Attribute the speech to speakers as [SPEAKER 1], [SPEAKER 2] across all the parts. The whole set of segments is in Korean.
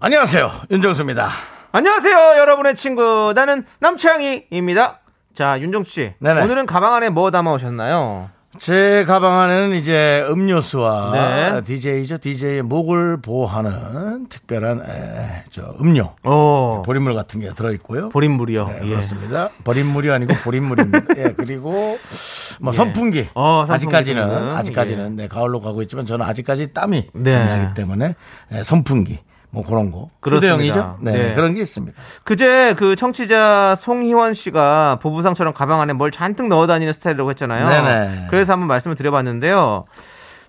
[SPEAKER 1] 안녕하세요. 윤정수입니다.
[SPEAKER 2] 안녕하세요, 여러분의 친구. 나는 남창희입니다. 자, 윤종수 씨.
[SPEAKER 1] 네네.
[SPEAKER 2] 오늘은 가방 안에 뭐 담아 오셨나요?
[SPEAKER 1] 제 가방 안에는 이제 음료수와
[SPEAKER 2] 네.
[SPEAKER 1] DJ죠. DJ의 목을 보호하는 특별한 에, 저 음료.
[SPEAKER 2] 어,
[SPEAKER 1] 보리물 같은 게 들어있고요.
[SPEAKER 2] 보림물이요. 예.
[SPEAKER 1] 네, 그렇습니다. 버린물이 아니고 보린물입니다. 예, 그리고 뭐 선풍기.
[SPEAKER 2] 어, 선풍기
[SPEAKER 1] 아직까지는
[SPEAKER 2] 정도는, 예.
[SPEAKER 1] 아직까지는 네, 가을로 가고 있지만 저는 아직까지 땀이
[SPEAKER 2] 네.
[SPEAKER 1] 좀 나기 때문에 예, 선풍기 뭐 그런 거.
[SPEAKER 2] 그렇습니다.
[SPEAKER 1] 휴대용이죠? 네,
[SPEAKER 2] 네.
[SPEAKER 1] 그런 게 있습니다.
[SPEAKER 2] 그제 그 청취자 송희원 씨가 보부상처럼 가방 안에 뭘 잔뜩 넣어 다니는 스타일이라고 했잖아요.
[SPEAKER 1] 네네.
[SPEAKER 2] 그래서 한번 말씀을 드려봤는데요.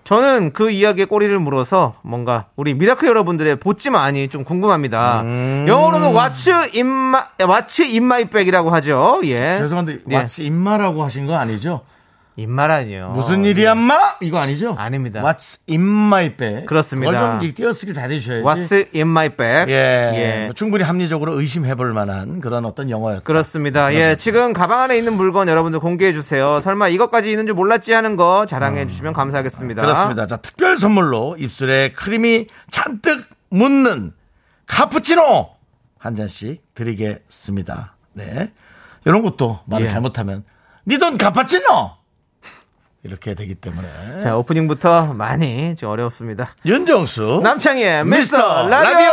[SPEAKER 2] 저는 그 이야기에 꼬리를 물어서 뭔가 우리 미라클 여러분들의 보지만이 좀 궁금합니다.
[SPEAKER 1] 음.
[SPEAKER 2] 영어로는 What's in my, What's in my bag이라고 하죠. 예.
[SPEAKER 1] 죄송한데
[SPEAKER 2] 예.
[SPEAKER 1] 왓츠 임마라고 하신 거 아니죠?
[SPEAKER 2] 인말 아니에요.
[SPEAKER 1] 무슨 일이야, 마? 네. 이거 아니죠?
[SPEAKER 2] 아닙니다.
[SPEAKER 1] What's in my bag?
[SPEAKER 2] 그렇습니다.
[SPEAKER 1] 그걸 좀 띄어쓰기를 잘해주셔야지.
[SPEAKER 2] 예. What's in my bag?
[SPEAKER 1] 예.
[SPEAKER 2] 예.
[SPEAKER 1] 뭐 충분히 합리적으로 의심해볼 만한 그런 어떤 영어였다.
[SPEAKER 2] 그렇습니다. 예, 지금 가방 안에 있는 물건 여러분들 공개해 주세요. 설마 이것까지 있는 줄 몰랐지 하는 거 자랑해 주시면 감사하겠습니다.
[SPEAKER 1] 음. 그렇습니다. 자, 특별 선물로 입술에 크림이 잔뜩 묻는 카푸치노 한 잔씩 드리겠습니다. 네. 이런 것도 말을
[SPEAKER 2] 예.
[SPEAKER 1] 잘못하면 니 돈 갚았지노 이렇게 되기 때문에
[SPEAKER 2] 자, 오프닝부터 많이 좀 어렵습니다.
[SPEAKER 1] 윤정수
[SPEAKER 2] 남창희의
[SPEAKER 1] 미스터
[SPEAKER 2] 미스터
[SPEAKER 1] 라디오
[SPEAKER 2] 라디오!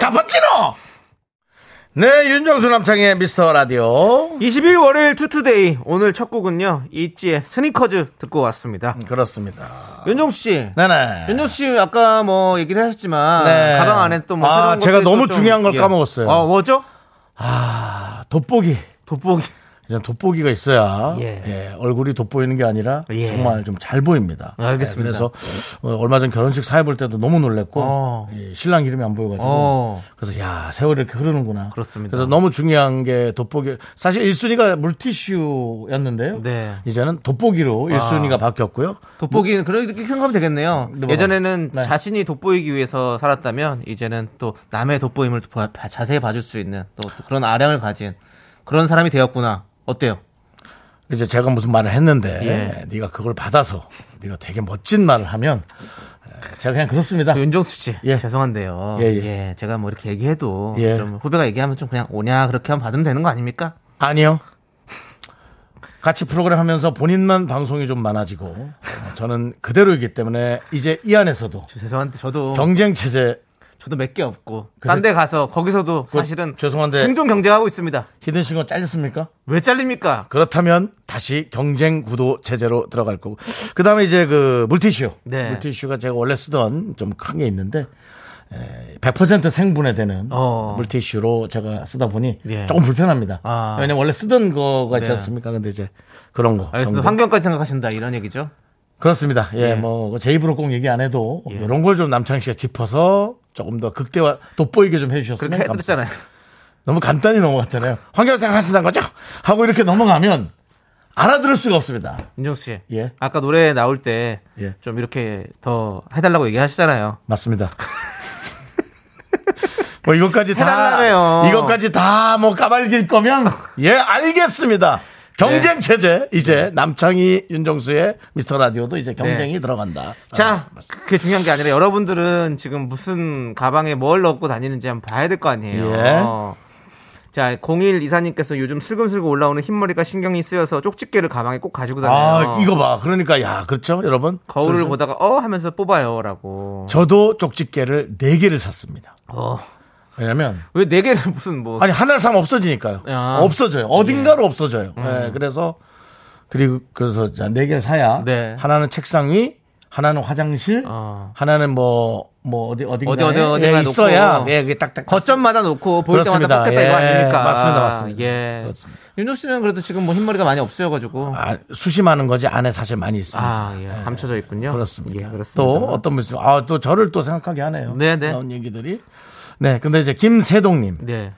[SPEAKER 1] 갚았지노 네 윤정수 남창의 미스터 라디오
[SPEAKER 2] 21 월요일 투투데이 오늘 첫 곡은요. 있지의 스니커즈 듣고 왔습니다.
[SPEAKER 1] 그렇습니다.
[SPEAKER 2] 윤종수 씨.
[SPEAKER 1] 음. 네네.
[SPEAKER 2] 윤종수 씨 아까 뭐 얘기를 하셨지만
[SPEAKER 1] 네.
[SPEAKER 2] 가방 안에 또뭐
[SPEAKER 1] 아,
[SPEAKER 2] 새로운
[SPEAKER 1] 제가
[SPEAKER 2] 것들도
[SPEAKER 1] 너무
[SPEAKER 2] 좀-
[SPEAKER 1] 중요한 걸
[SPEAKER 2] 예.
[SPEAKER 1] 까먹었어요.
[SPEAKER 2] 아, 뭐죠? 뭐
[SPEAKER 1] 아, 돋보기.
[SPEAKER 2] 돋보기.
[SPEAKER 1] 이런 돋보기가 있어야
[SPEAKER 2] 예.
[SPEAKER 1] 예, 얼굴이 돋보이는 게 아니라
[SPEAKER 2] 예.
[SPEAKER 1] 정말 좀 잘 보입니다.
[SPEAKER 2] 알겠습니다.
[SPEAKER 1] 예, 그래서 어, 얼마 전 결혼식 사회 볼 때도 너무 놀랬고
[SPEAKER 2] 어.
[SPEAKER 1] 예, 신랑 이름이 안 보여가지고
[SPEAKER 2] 어.
[SPEAKER 1] 그래서 야 세월이 이렇게 흐르는구나.
[SPEAKER 2] 그렇습니다.
[SPEAKER 1] 래서 너무 중요한 게 돋보기. 사실 1순위가 물티슈였는데요.
[SPEAKER 2] 네. 아.
[SPEAKER 1] 이제는 돋보기로 1순위가 바뀌었고요.
[SPEAKER 2] 돋보기는 그렇게 생각하면 되겠네요.
[SPEAKER 1] 네, 뭐라고?
[SPEAKER 2] 예전에는
[SPEAKER 1] 네.
[SPEAKER 2] 자신이 돋보이기 위해서 살았다면 이제는 또 남의 돋보임을 또 봐- 봐- 자세히 봐줄 수 있는 또, 또 그런 아량을 가진 그런 사람이 되었구나. 어때요?
[SPEAKER 1] 이제 제가 무슨 말을 했는데
[SPEAKER 2] 예.
[SPEAKER 1] 네가 그걸 받아서 네가 되게 멋진 말을 하면 예, 제가 그냥 그렇습니다.
[SPEAKER 2] 아, 윤정수 씨
[SPEAKER 1] 예.
[SPEAKER 2] 죄송한데요.
[SPEAKER 1] 예,
[SPEAKER 2] 예,
[SPEAKER 1] 예.
[SPEAKER 2] 제가 뭐 이렇게 얘기해도
[SPEAKER 1] 예.
[SPEAKER 2] 좀 후배가 얘기하면 좀 그냥 오냐 그렇게 하면 받으면 되는 거 아닙니까?
[SPEAKER 1] 아니요. 같이 프로그램 하면서 본인만 방송이 좀 많아지고 어, 저는 그대로이기 때문에 이제 이 안에서도
[SPEAKER 2] 저- 죄송한데 저도
[SPEAKER 1] 경쟁 체제
[SPEAKER 2] 저도 몇 개 없고
[SPEAKER 1] 그래서-
[SPEAKER 2] 딴 데 가서 거기서도
[SPEAKER 1] 그-
[SPEAKER 2] 사실은
[SPEAKER 1] 죄송한데.
[SPEAKER 2] 생존 경쟁하고 있습니다.
[SPEAKER 1] 히든 싱어 잘렸습니까?
[SPEAKER 2] 왜 잘립니까?
[SPEAKER 1] 그렇다면 다시 경쟁 구도 체제로 들어갈 거고 그다음에 이제 그 물티슈
[SPEAKER 2] 네.
[SPEAKER 1] 물티슈가 제가 원래 쓰던 좀 큰 게 있는데 에, 100% 생분해 되는
[SPEAKER 2] 어.
[SPEAKER 1] 물티슈로 제가 쓰다 보니
[SPEAKER 2] 예.
[SPEAKER 1] 조금 불편합니다.
[SPEAKER 2] 아.
[SPEAKER 1] 왜냐면 원래 쓰던 거가 있지
[SPEAKER 2] 네.
[SPEAKER 1] 않습니까? 근데 이제 그런 거
[SPEAKER 2] 알겠습니다.
[SPEAKER 1] 정도.
[SPEAKER 2] 환경까지 생각하신다 이런 얘기죠.
[SPEAKER 1] 그렇습니다. 예,
[SPEAKER 2] 예.
[SPEAKER 1] 뭐 제 입으로 꼭 얘기 안 해도 이런 걸 좀 남창 씨가 짚어서 조금 더 극대화 돋보이게 좀 해주셨으면
[SPEAKER 2] 그렇게 해드렸잖아요.
[SPEAKER 1] 감사- 너무 간단히 넘어갔잖아요. 환경생 하시는 거죠? 하고 이렇게 넘어가면 알아들을 수가 없습니다.
[SPEAKER 2] 윤정수 씨.
[SPEAKER 1] 예.
[SPEAKER 2] 아까 노래 나올 때 좀
[SPEAKER 1] 예.
[SPEAKER 2] 이렇게 더 해달라고 얘기하시잖아요.
[SPEAKER 1] 맞습니다. 뭐 이것까지 다
[SPEAKER 2] 해달라며요.
[SPEAKER 1] 이것까지 다 뭐 까발길 거면 예 알겠습니다.
[SPEAKER 2] 네.
[SPEAKER 1] 경쟁 체제 이제 남창희 윤정수의 미스터 라디오도 이제 경쟁이 들어간다.
[SPEAKER 2] 네. 자, 그게 중요한 게 아니라 여러분들은 지금 무슨 가방에 뭘 넣고 다니는지 한번 봐야 될 거 아니에요.
[SPEAKER 1] 예.
[SPEAKER 2] 어. 자, 01 이사님께서 요즘 슬금슬금 올라오는 흰머리가 신경이 쓰여서 쪽집게를 가방에 꼭 가지고 다녀요.
[SPEAKER 1] 아 이거 봐. 그러니까 야 그렇죠 여러분
[SPEAKER 2] 거울을
[SPEAKER 1] 슬슬.
[SPEAKER 2] 보다가 어 하면서 뽑아요라고.
[SPEAKER 1] 저도 쪽집게를 4개를 샀습니다.
[SPEAKER 2] 어.
[SPEAKER 1] 왜냐면,
[SPEAKER 2] 왜 네 개를 무슨 뭐
[SPEAKER 1] 아니, 하나를 사면 없어지니까요.
[SPEAKER 2] 아. 음.
[SPEAKER 1] 없어져요. 어딘가로 없어져요. 예, 그래서, 그리고, 그래서 자, 4개를 사야,
[SPEAKER 2] 네.
[SPEAKER 1] 하나는 책상 위, 하나는 화장실,
[SPEAKER 2] 어.
[SPEAKER 1] 하나는 뭐, 뭐, 어디, 어딘가에
[SPEAKER 2] 어디, 어디, 어디
[SPEAKER 1] 예,
[SPEAKER 2] 가에
[SPEAKER 1] 있어야,
[SPEAKER 2] 놓고.
[SPEAKER 1] 예, 그게 딱딱.
[SPEAKER 2] 거점마다 놓고 볼
[SPEAKER 1] 그렇습니다.
[SPEAKER 2] 때마다 뽑겠다 이거
[SPEAKER 1] 예,
[SPEAKER 2] 아닙니까?
[SPEAKER 1] 맞습니다, 맞습니다.
[SPEAKER 2] 예.
[SPEAKER 1] 그렇습니다.
[SPEAKER 2] 윤호 씨는 그래도 지금 뭐 흰머리가 많이 없어져가지고.
[SPEAKER 1] 아, 숱이 많은 거지 안에 사실 많이 있습니다. 네.
[SPEAKER 2] 아, 예. 감춰져 있군요.
[SPEAKER 1] 그렇습니다.
[SPEAKER 2] 예, 그렇습니다.
[SPEAKER 1] 또 어떤 분이 아, 또 저를 또 생각하게 하네요.
[SPEAKER 2] 네네.
[SPEAKER 1] 나온 얘기들이. 네, 근데 이제 김세동님.
[SPEAKER 2] 네.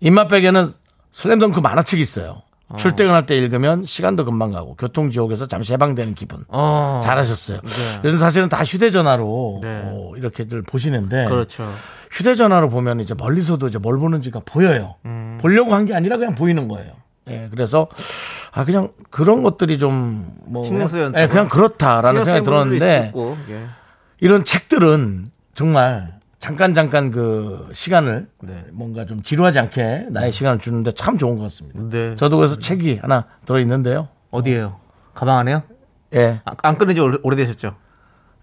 [SPEAKER 1] 입맛백에는 슬램덩크 만화책이 있어요. 출퇴근할 때 읽으면 시간도 금방 가고 교통지옥에서 잠시 해방되는 기분.
[SPEAKER 2] 어.
[SPEAKER 1] 잘하셨어요. 요즘 사실은 다 휴대전화로
[SPEAKER 2] 네.
[SPEAKER 1] 어, 이렇게들 보시는데
[SPEAKER 2] 그렇죠.
[SPEAKER 1] 휴대전화로 보면 이제 멀리서도 이제 뭘 보는지가 보여요. 보려고 한 게 아니라 그냥 보이는 거예요. 예, 그래서 아 그냥 그런 것들이 좀뭐
[SPEAKER 2] 신경 쓰여
[SPEAKER 1] 예, 그냥 그렇다라는 생각이 들었는데
[SPEAKER 2] 있고, 예.
[SPEAKER 1] 이런 책들은 정말 잠깐 잠깐 그 시간을
[SPEAKER 2] 네.
[SPEAKER 1] 뭔가 좀 지루하지 않게 나의 시간을 주는데 참 좋은 것 같습니다.
[SPEAKER 2] 네.
[SPEAKER 1] 저도 그래서 책이 하나 들어 있는데요.
[SPEAKER 2] 어디에요? 가방 안에요?
[SPEAKER 1] 예,
[SPEAKER 2] 아, 안 끊은 지 오래- 오래되셨죠?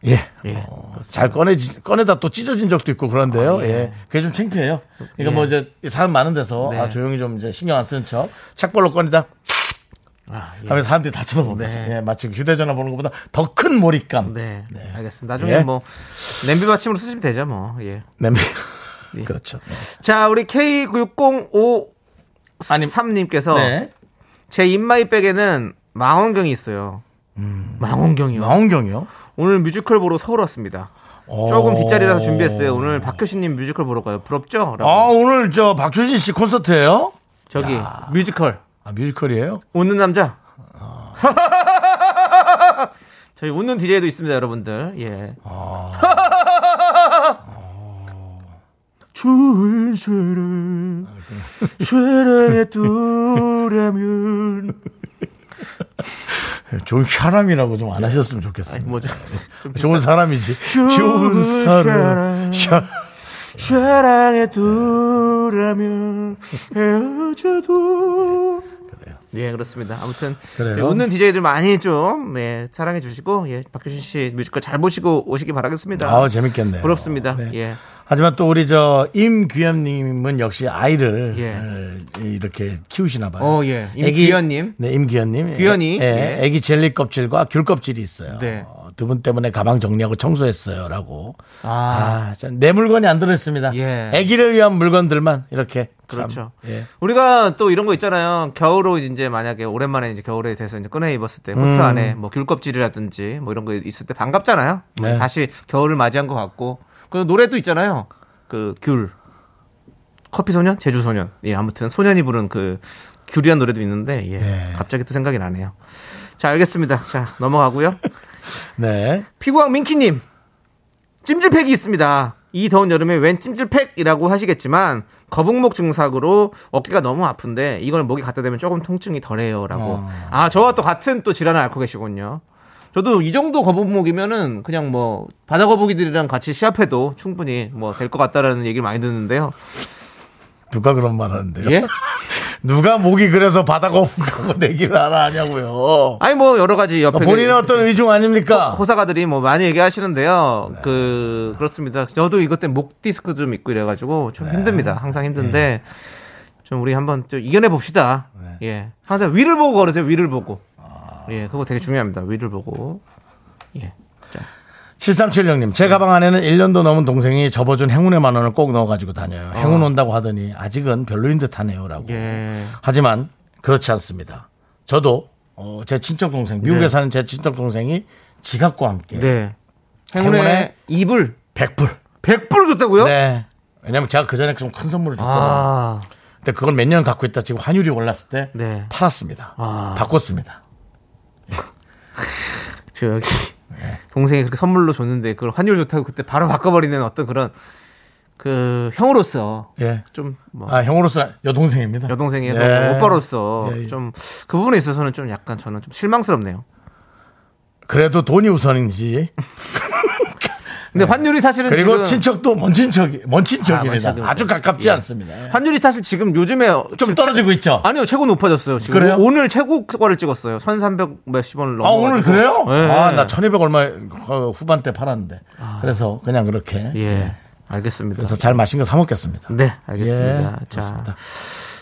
[SPEAKER 1] 예.
[SPEAKER 2] 예.
[SPEAKER 1] 어, 잘 꺼내 꺼내다 또 찢어진 적도 있고 그런데요.
[SPEAKER 2] 아,
[SPEAKER 1] 예. 그게 좀 창피해요. 그러니까 뭐 이제 사람 많은 데서
[SPEAKER 2] 예. 네.
[SPEAKER 1] 아, 조용히 좀 이제 신경 안 쓰는 척 책벌로 꺼내다
[SPEAKER 2] 아, 예.
[SPEAKER 1] 하면 사람들이 다 쳐다봅니다.
[SPEAKER 2] 네.
[SPEAKER 1] 예, 마치 휴대전화 보는 것보다 더 큰 몰입감.
[SPEAKER 2] 네.
[SPEAKER 1] 네.
[SPEAKER 2] 알겠습니다. 나중에
[SPEAKER 1] 예.
[SPEAKER 2] 뭐 냄비 받침으로 쓰시면 되죠, 뭐. 예.
[SPEAKER 1] 냄비. 네, 그렇죠.
[SPEAKER 2] 자, 우리 K6053
[SPEAKER 1] 아니,
[SPEAKER 2] 님께서
[SPEAKER 1] 네.
[SPEAKER 2] 제 입마이 백에는 망원경이 있어요.
[SPEAKER 1] 음.
[SPEAKER 2] 망원경이요.
[SPEAKER 1] 나온경이요.
[SPEAKER 2] 오늘 뮤지컬 보러 서울 왔습니다.
[SPEAKER 1] 어.
[SPEAKER 2] 조금 뒷자리라서 준비했어요. 오늘 박효신님 뮤지컬 보러 가요. 부럽죠? 라고.
[SPEAKER 1] 아 오늘 저 박효진 씨 콘서트예요?
[SPEAKER 2] 저기 뮤지컬
[SPEAKER 1] 아 뮤지컬이에요?
[SPEAKER 2] 웃는 남자. 저희 웃는 DJ도 있습니다, 여러분들. 예. 추운 쇠를 쇠랑에 뚜라면
[SPEAKER 1] 예, 좋은 사람이라고 좀 안 하셨으면 좋겠습니다.
[SPEAKER 2] 예. 뭐죠? 좀
[SPEAKER 1] 좋은 사람이지. 좋은 사람. 샤-
[SPEAKER 2] 쇠랑에 뚜라면 헤어져도 예, 그렇습니다. 아무튼
[SPEAKER 1] 그래요?
[SPEAKER 2] 저희 웃는 DJ들 많이 좀 예, 사랑해 주시고 예, 박효신 씨 뮤지컬 잘 보시고 오시기 바라겠습니다.
[SPEAKER 1] 아 재밌겠네요.
[SPEAKER 2] 부럽습니다.
[SPEAKER 1] 네.
[SPEAKER 2] 예.
[SPEAKER 1] 하지만 또 우리 저 임귀현님은 역시 아이를
[SPEAKER 2] 예.
[SPEAKER 1] 에, 이렇게 키우시나 봐요.
[SPEAKER 2] 어, 예.
[SPEAKER 1] 애기-
[SPEAKER 2] 임귀현님.
[SPEAKER 1] 네, 임귀현님.
[SPEAKER 2] 귀현이.
[SPEAKER 1] 예.
[SPEAKER 2] 예.
[SPEAKER 1] 애기 젤리 껍질과 귤 껍질이 있어요.
[SPEAKER 2] 네.
[SPEAKER 1] 두 분 때문에 가방 정리하고 청소했어요라고.
[SPEAKER 2] 아.
[SPEAKER 1] 아, 참내 물건이 안 들어있습니다.
[SPEAKER 2] 예.
[SPEAKER 1] 애기를 위한 물건들만 이렇게. 참,
[SPEAKER 2] 그렇죠.
[SPEAKER 1] 예.
[SPEAKER 2] 우리가 또 이런 거 있잖아요. 겨울로 이제 만약에 오랜만에 이제 겨울에 돼서 이제 꺼내 입었을 때
[SPEAKER 1] 음.
[SPEAKER 2] 코트 안에 뭐 귤껍질이라든지 뭐 이런 거 있을 때 반갑잖아요. 음,
[SPEAKER 1] 네.
[SPEAKER 2] 다시 겨울을 맞이한 것 같고. 그 노래도 있잖아요. 그 귤. 커피 소년? 제주 소년. 예, 아무튼 소년이 부른 그 귤이란 노래도 있는데 예.
[SPEAKER 1] 네.
[SPEAKER 2] 갑자기 또 생각이 나네요. 자, 알겠습니다. 자, 넘어가고요.
[SPEAKER 1] 네.
[SPEAKER 2] 피구왕 민키님 찜질팩이 있습니다. 이 더운 여름에 웬 찜질팩이라고 하시겠지만 거북목 증상으로 어깨가 너무 아픈데 이걸 목에 갖다 대면 조금 통증이 덜해요라고. 아 저와 또 같은 또 질환을 앓고 계시군요. 저도 이 정도 거북목이면은 그냥 뭐 바다 거북이들이랑 같이 시합해도 충분히 뭐 될 것 같다라는 얘기를 많이 듣는데요.
[SPEAKER 1] 누가 그런 말 하는데요?
[SPEAKER 2] 예?
[SPEAKER 1] 누가 목이 그래서 바닥 없고 내기를 하나 하냐고요.
[SPEAKER 2] 아니 뭐 여러 가지 옆에
[SPEAKER 1] 본인의 어떤 의중 아닙니까?
[SPEAKER 2] 호사가들이 뭐 많이
[SPEAKER 1] 네.
[SPEAKER 2] 얘기하시는데요. 그 그렇습니다. 저도 이것 때문에 목 디스크 좀 있고 이래가지고
[SPEAKER 1] 네.
[SPEAKER 2] 좀 힘듭니다. 항상
[SPEAKER 1] 예.
[SPEAKER 2] 힘든데 좀 우리 한번 좀 이겨내 봅시다.
[SPEAKER 1] 네.
[SPEAKER 2] 예, 항상 위를 보고 걸으세요. 위를 보고.
[SPEAKER 1] 아.
[SPEAKER 2] 예, 그거 되게 중요합니다. 위를 보고. 예.
[SPEAKER 1] 7376님, 제 가방 안에는 1년도 넘은 동생이 접어준 행운의 만 원을 꼭 넣어가지고 다녀요. 행운 온다고 하더니 아직은 별로인 듯 하네요. 라고.
[SPEAKER 2] 아. 예.
[SPEAKER 1] 하지만 그렇지 않습니다. 저도 어, 제 친척 동생, 미국에
[SPEAKER 2] 네.
[SPEAKER 1] 사는 제 친척 동생이 지갑과 함께
[SPEAKER 2] 네. 어? 행운의
[SPEAKER 1] 행운의
[SPEAKER 2] 이불
[SPEAKER 1] 100불.
[SPEAKER 2] 100불 줬다고요?
[SPEAKER 1] 네. 왜냐면 제가 그 전에 좀 큰 선물을 줬거든요.
[SPEAKER 2] 아.
[SPEAKER 1] 근데 그걸 몇 년 갖고 있다 지금 환율이 올랐을 때
[SPEAKER 2] 네.
[SPEAKER 1] 팔았습니다.
[SPEAKER 2] 아.
[SPEAKER 1] 바꿨습니다.
[SPEAKER 2] 저기
[SPEAKER 1] 네.
[SPEAKER 2] 동생이 그렇게 선물로 줬는데 그걸 환율 좋다고 그때 바로 바꿔버리는 어떤 그런 그 형으로서
[SPEAKER 1] 예.
[SPEAKER 2] 좀뭐
[SPEAKER 1] 아, 형으로서 여동생입니다.
[SPEAKER 2] 여동생의
[SPEAKER 1] 예.
[SPEAKER 2] 오빠로서
[SPEAKER 1] 예, 예.
[SPEAKER 2] 좀 그 부분에 있어서는 좀 약간 저는 좀 실망스럽네요.
[SPEAKER 1] 그래도 돈이 우선인지.
[SPEAKER 2] 근데 환율이 사실은
[SPEAKER 1] 네. 그리고
[SPEAKER 2] 지금
[SPEAKER 1] 친척도 먼 친척이, 먼 친척입니다.
[SPEAKER 2] 먼 친척이군요.
[SPEAKER 1] 아, 주 가깝지
[SPEAKER 2] 예.
[SPEAKER 1] 않습니다.
[SPEAKER 2] 환율이 사실 지금 요즘에
[SPEAKER 1] 좀 떨어지고 있죠?
[SPEAKER 2] 아니요 최고 높아졌어요. 지금
[SPEAKER 1] 그래요?
[SPEAKER 2] 오늘 최고가를 찍었어요. 1,300 몇십 원을 넘어.
[SPEAKER 1] 아, 오늘 그래요?
[SPEAKER 2] 예. 아.
[SPEAKER 1] 아, 나 1200 얼마 어, 후반대 팔았는데. 그래서 그냥 그렇게.
[SPEAKER 2] 예, 알겠습니다.
[SPEAKER 1] 네. 그래서 잘 마신 거 사먹겠습니다.
[SPEAKER 2] 네, 알겠습니다.
[SPEAKER 1] 예,
[SPEAKER 2] 자,
[SPEAKER 1] 그렇습니다.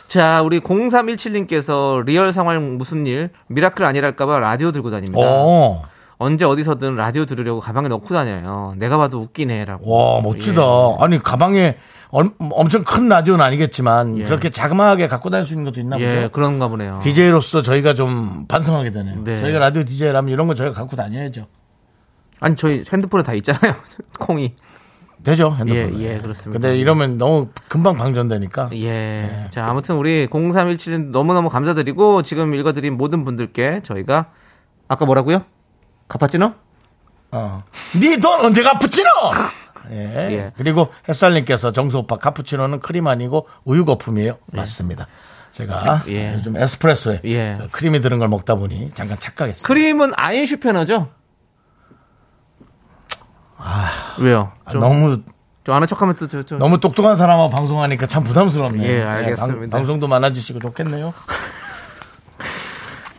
[SPEAKER 2] 자, 우리 0317님께서 리얼 상황 무슨 일 미라클 아니랄까봐 라디오 들고 다닙니다.
[SPEAKER 1] 오,
[SPEAKER 2] 언제 어디서든 라디오 들으려고 가방에 넣고 다녀요. 내가 봐도 웃기네라고.
[SPEAKER 1] 와, 멋지다.
[SPEAKER 2] 예.
[SPEAKER 1] 아니, 가방에 엄, 엄청 큰 라디오는 아니겠지만
[SPEAKER 2] 예.
[SPEAKER 1] 그렇게 자그마하게 갖고 다닐 수 있는 것도 있나
[SPEAKER 2] 예,
[SPEAKER 1] 보죠.
[SPEAKER 2] 그런가 보네요.
[SPEAKER 1] DJ로서 저희가 좀 반성하게 되네요.
[SPEAKER 2] 네.
[SPEAKER 1] 저희가 라디오 DJ라면 이런 거 저희가 갖고 다녀야죠.
[SPEAKER 2] 아니 저희 핸드폰에 다 있잖아요. 콩이
[SPEAKER 1] 되죠 핸드폰.
[SPEAKER 2] 예, 예, 그렇습니다.
[SPEAKER 1] 근데 이러면 너무 금방 방전되니까.
[SPEAKER 2] 예.
[SPEAKER 1] 네.
[SPEAKER 2] 자, 아무튼 우리 0317님 너무너무 감사드리고 지금 읽어드린 모든 분들께 저희가 아까 뭐라고요? 카파치노?
[SPEAKER 1] 어. 니 돈 언제 카푸치노? 예.
[SPEAKER 2] 예.
[SPEAKER 1] 그리고 햇살님께서 정수 오빠 카푸치노는 크림 아니고 우유 거품이에요. 맞습니다. 제가
[SPEAKER 2] 네. 예.
[SPEAKER 1] 사실 좀 에스프레소에
[SPEAKER 2] 예.
[SPEAKER 1] 그 크림이 드는 걸 먹다 보니 잠깐 착각했어요.
[SPEAKER 2] 크림은 아인슈페너죠? 아. 왜요?
[SPEAKER 1] 아,
[SPEAKER 2] 좀,
[SPEAKER 1] 너무
[SPEAKER 2] 좀 아는 척하면 또 저, 저.
[SPEAKER 1] 너무 똑똑한 사람하고 방송하니까 참 부담스럽네요.
[SPEAKER 2] 예,
[SPEAKER 1] 네,
[SPEAKER 2] 알겠습니다.
[SPEAKER 1] 방, 송도 많아지시고 좋겠네요.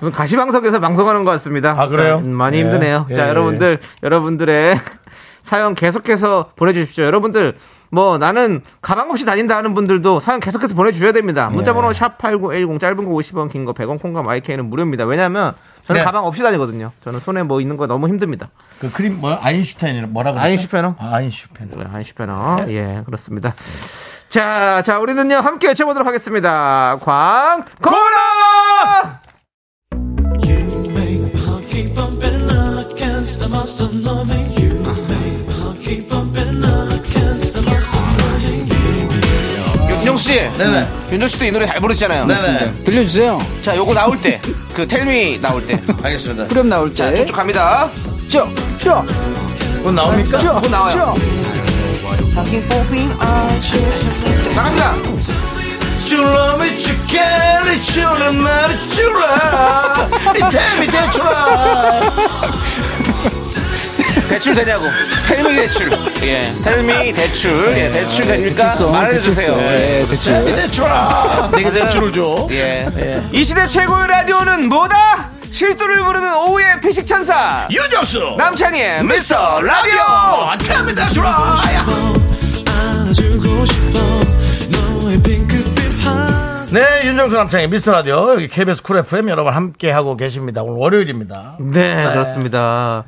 [SPEAKER 2] 무슨 가시방석에서 방송하는 것 같습니다.
[SPEAKER 1] 아, 그래요?
[SPEAKER 2] 자, 음, 많이
[SPEAKER 1] 예.
[SPEAKER 2] 힘드네요.
[SPEAKER 1] 예,
[SPEAKER 2] 자,
[SPEAKER 1] 예.
[SPEAKER 2] 여러분들, 여러분들의 사연 계속해서 보내주십시오. 여러분들, 뭐, 나는 가방 없이 다닌다 하는 분들도 사연 계속해서 보내주셔야 됩니다. 문자번호
[SPEAKER 1] 예.
[SPEAKER 2] 샵8910, 짧은 거 50원, 긴 거 100원, 콩과 마이크는 무료입니다. 왜냐면, 저는
[SPEAKER 1] 네.
[SPEAKER 2] 가방 없이 다니거든요. 저는 손에 뭐 있는 거 너무 힘듭니다.
[SPEAKER 1] 그 크림 뭐 아인슈타인이라 뭐라고 그랬죠?
[SPEAKER 2] 아인슈페너?
[SPEAKER 1] 아, 아인슈페너.
[SPEAKER 2] 그래, 한슈페너.
[SPEAKER 1] 네.
[SPEAKER 2] 예, 그렇습니다. 자, 자, 우리는요, 함께 외쳐보도록 하겠습니다. 광고라! 윤정씨,
[SPEAKER 1] 네네.
[SPEAKER 2] 윤정씨도 이 노래 잘 부르시잖아요.
[SPEAKER 1] 네네.
[SPEAKER 3] 들려주세요.
[SPEAKER 2] 자, 요거 나올 때, 그 텔미 나올 때,
[SPEAKER 1] 알겠습니다.
[SPEAKER 3] 그럼 나올 때.
[SPEAKER 2] 쭉쭉 갑니다.
[SPEAKER 3] 쭉, 쭉,
[SPEAKER 1] 그건 나옵니까?
[SPEAKER 3] 쭉,
[SPEAKER 2] 곧 나와요.
[SPEAKER 3] 쭉.
[SPEAKER 2] 나갑니다.
[SPEAKER 1] 줄라 미치겠니 줄라 말이 줄라 이태미 대출아
[SPEAKER 2] 대출 되냐고. 텔미 대출. 예. 텔미 대출. 예, 대출 됩니까?
[SPEAKER 3] 아, 대출성,
[SPEAKER 2] 말해주세요.
[SPEAKER 3] 대출성.
[SPEAKER 2] 예.
[SPEAKER 3] 예, 대출.
[SPEAKER 1] 이 대출아 내가 대출을 줘
[SPEAKER 2] 예. 이 시대 최고의 라디오는 뭐다? 실수를 부르는 오후의 피식천사.
[SPEAKER 1] 유정수
[SPEAKER 2] 남창희의 미스터 라디오!
[SPEAKER 1] 어, 이태미 대출아 야. 네 윤정수 남창의 미스터라디오 여기 KBS 쿨 FM 여러분 함께하고 계십니다 오늘 월요일입니다
[SPEAKER 2] 네, 그렇습니다.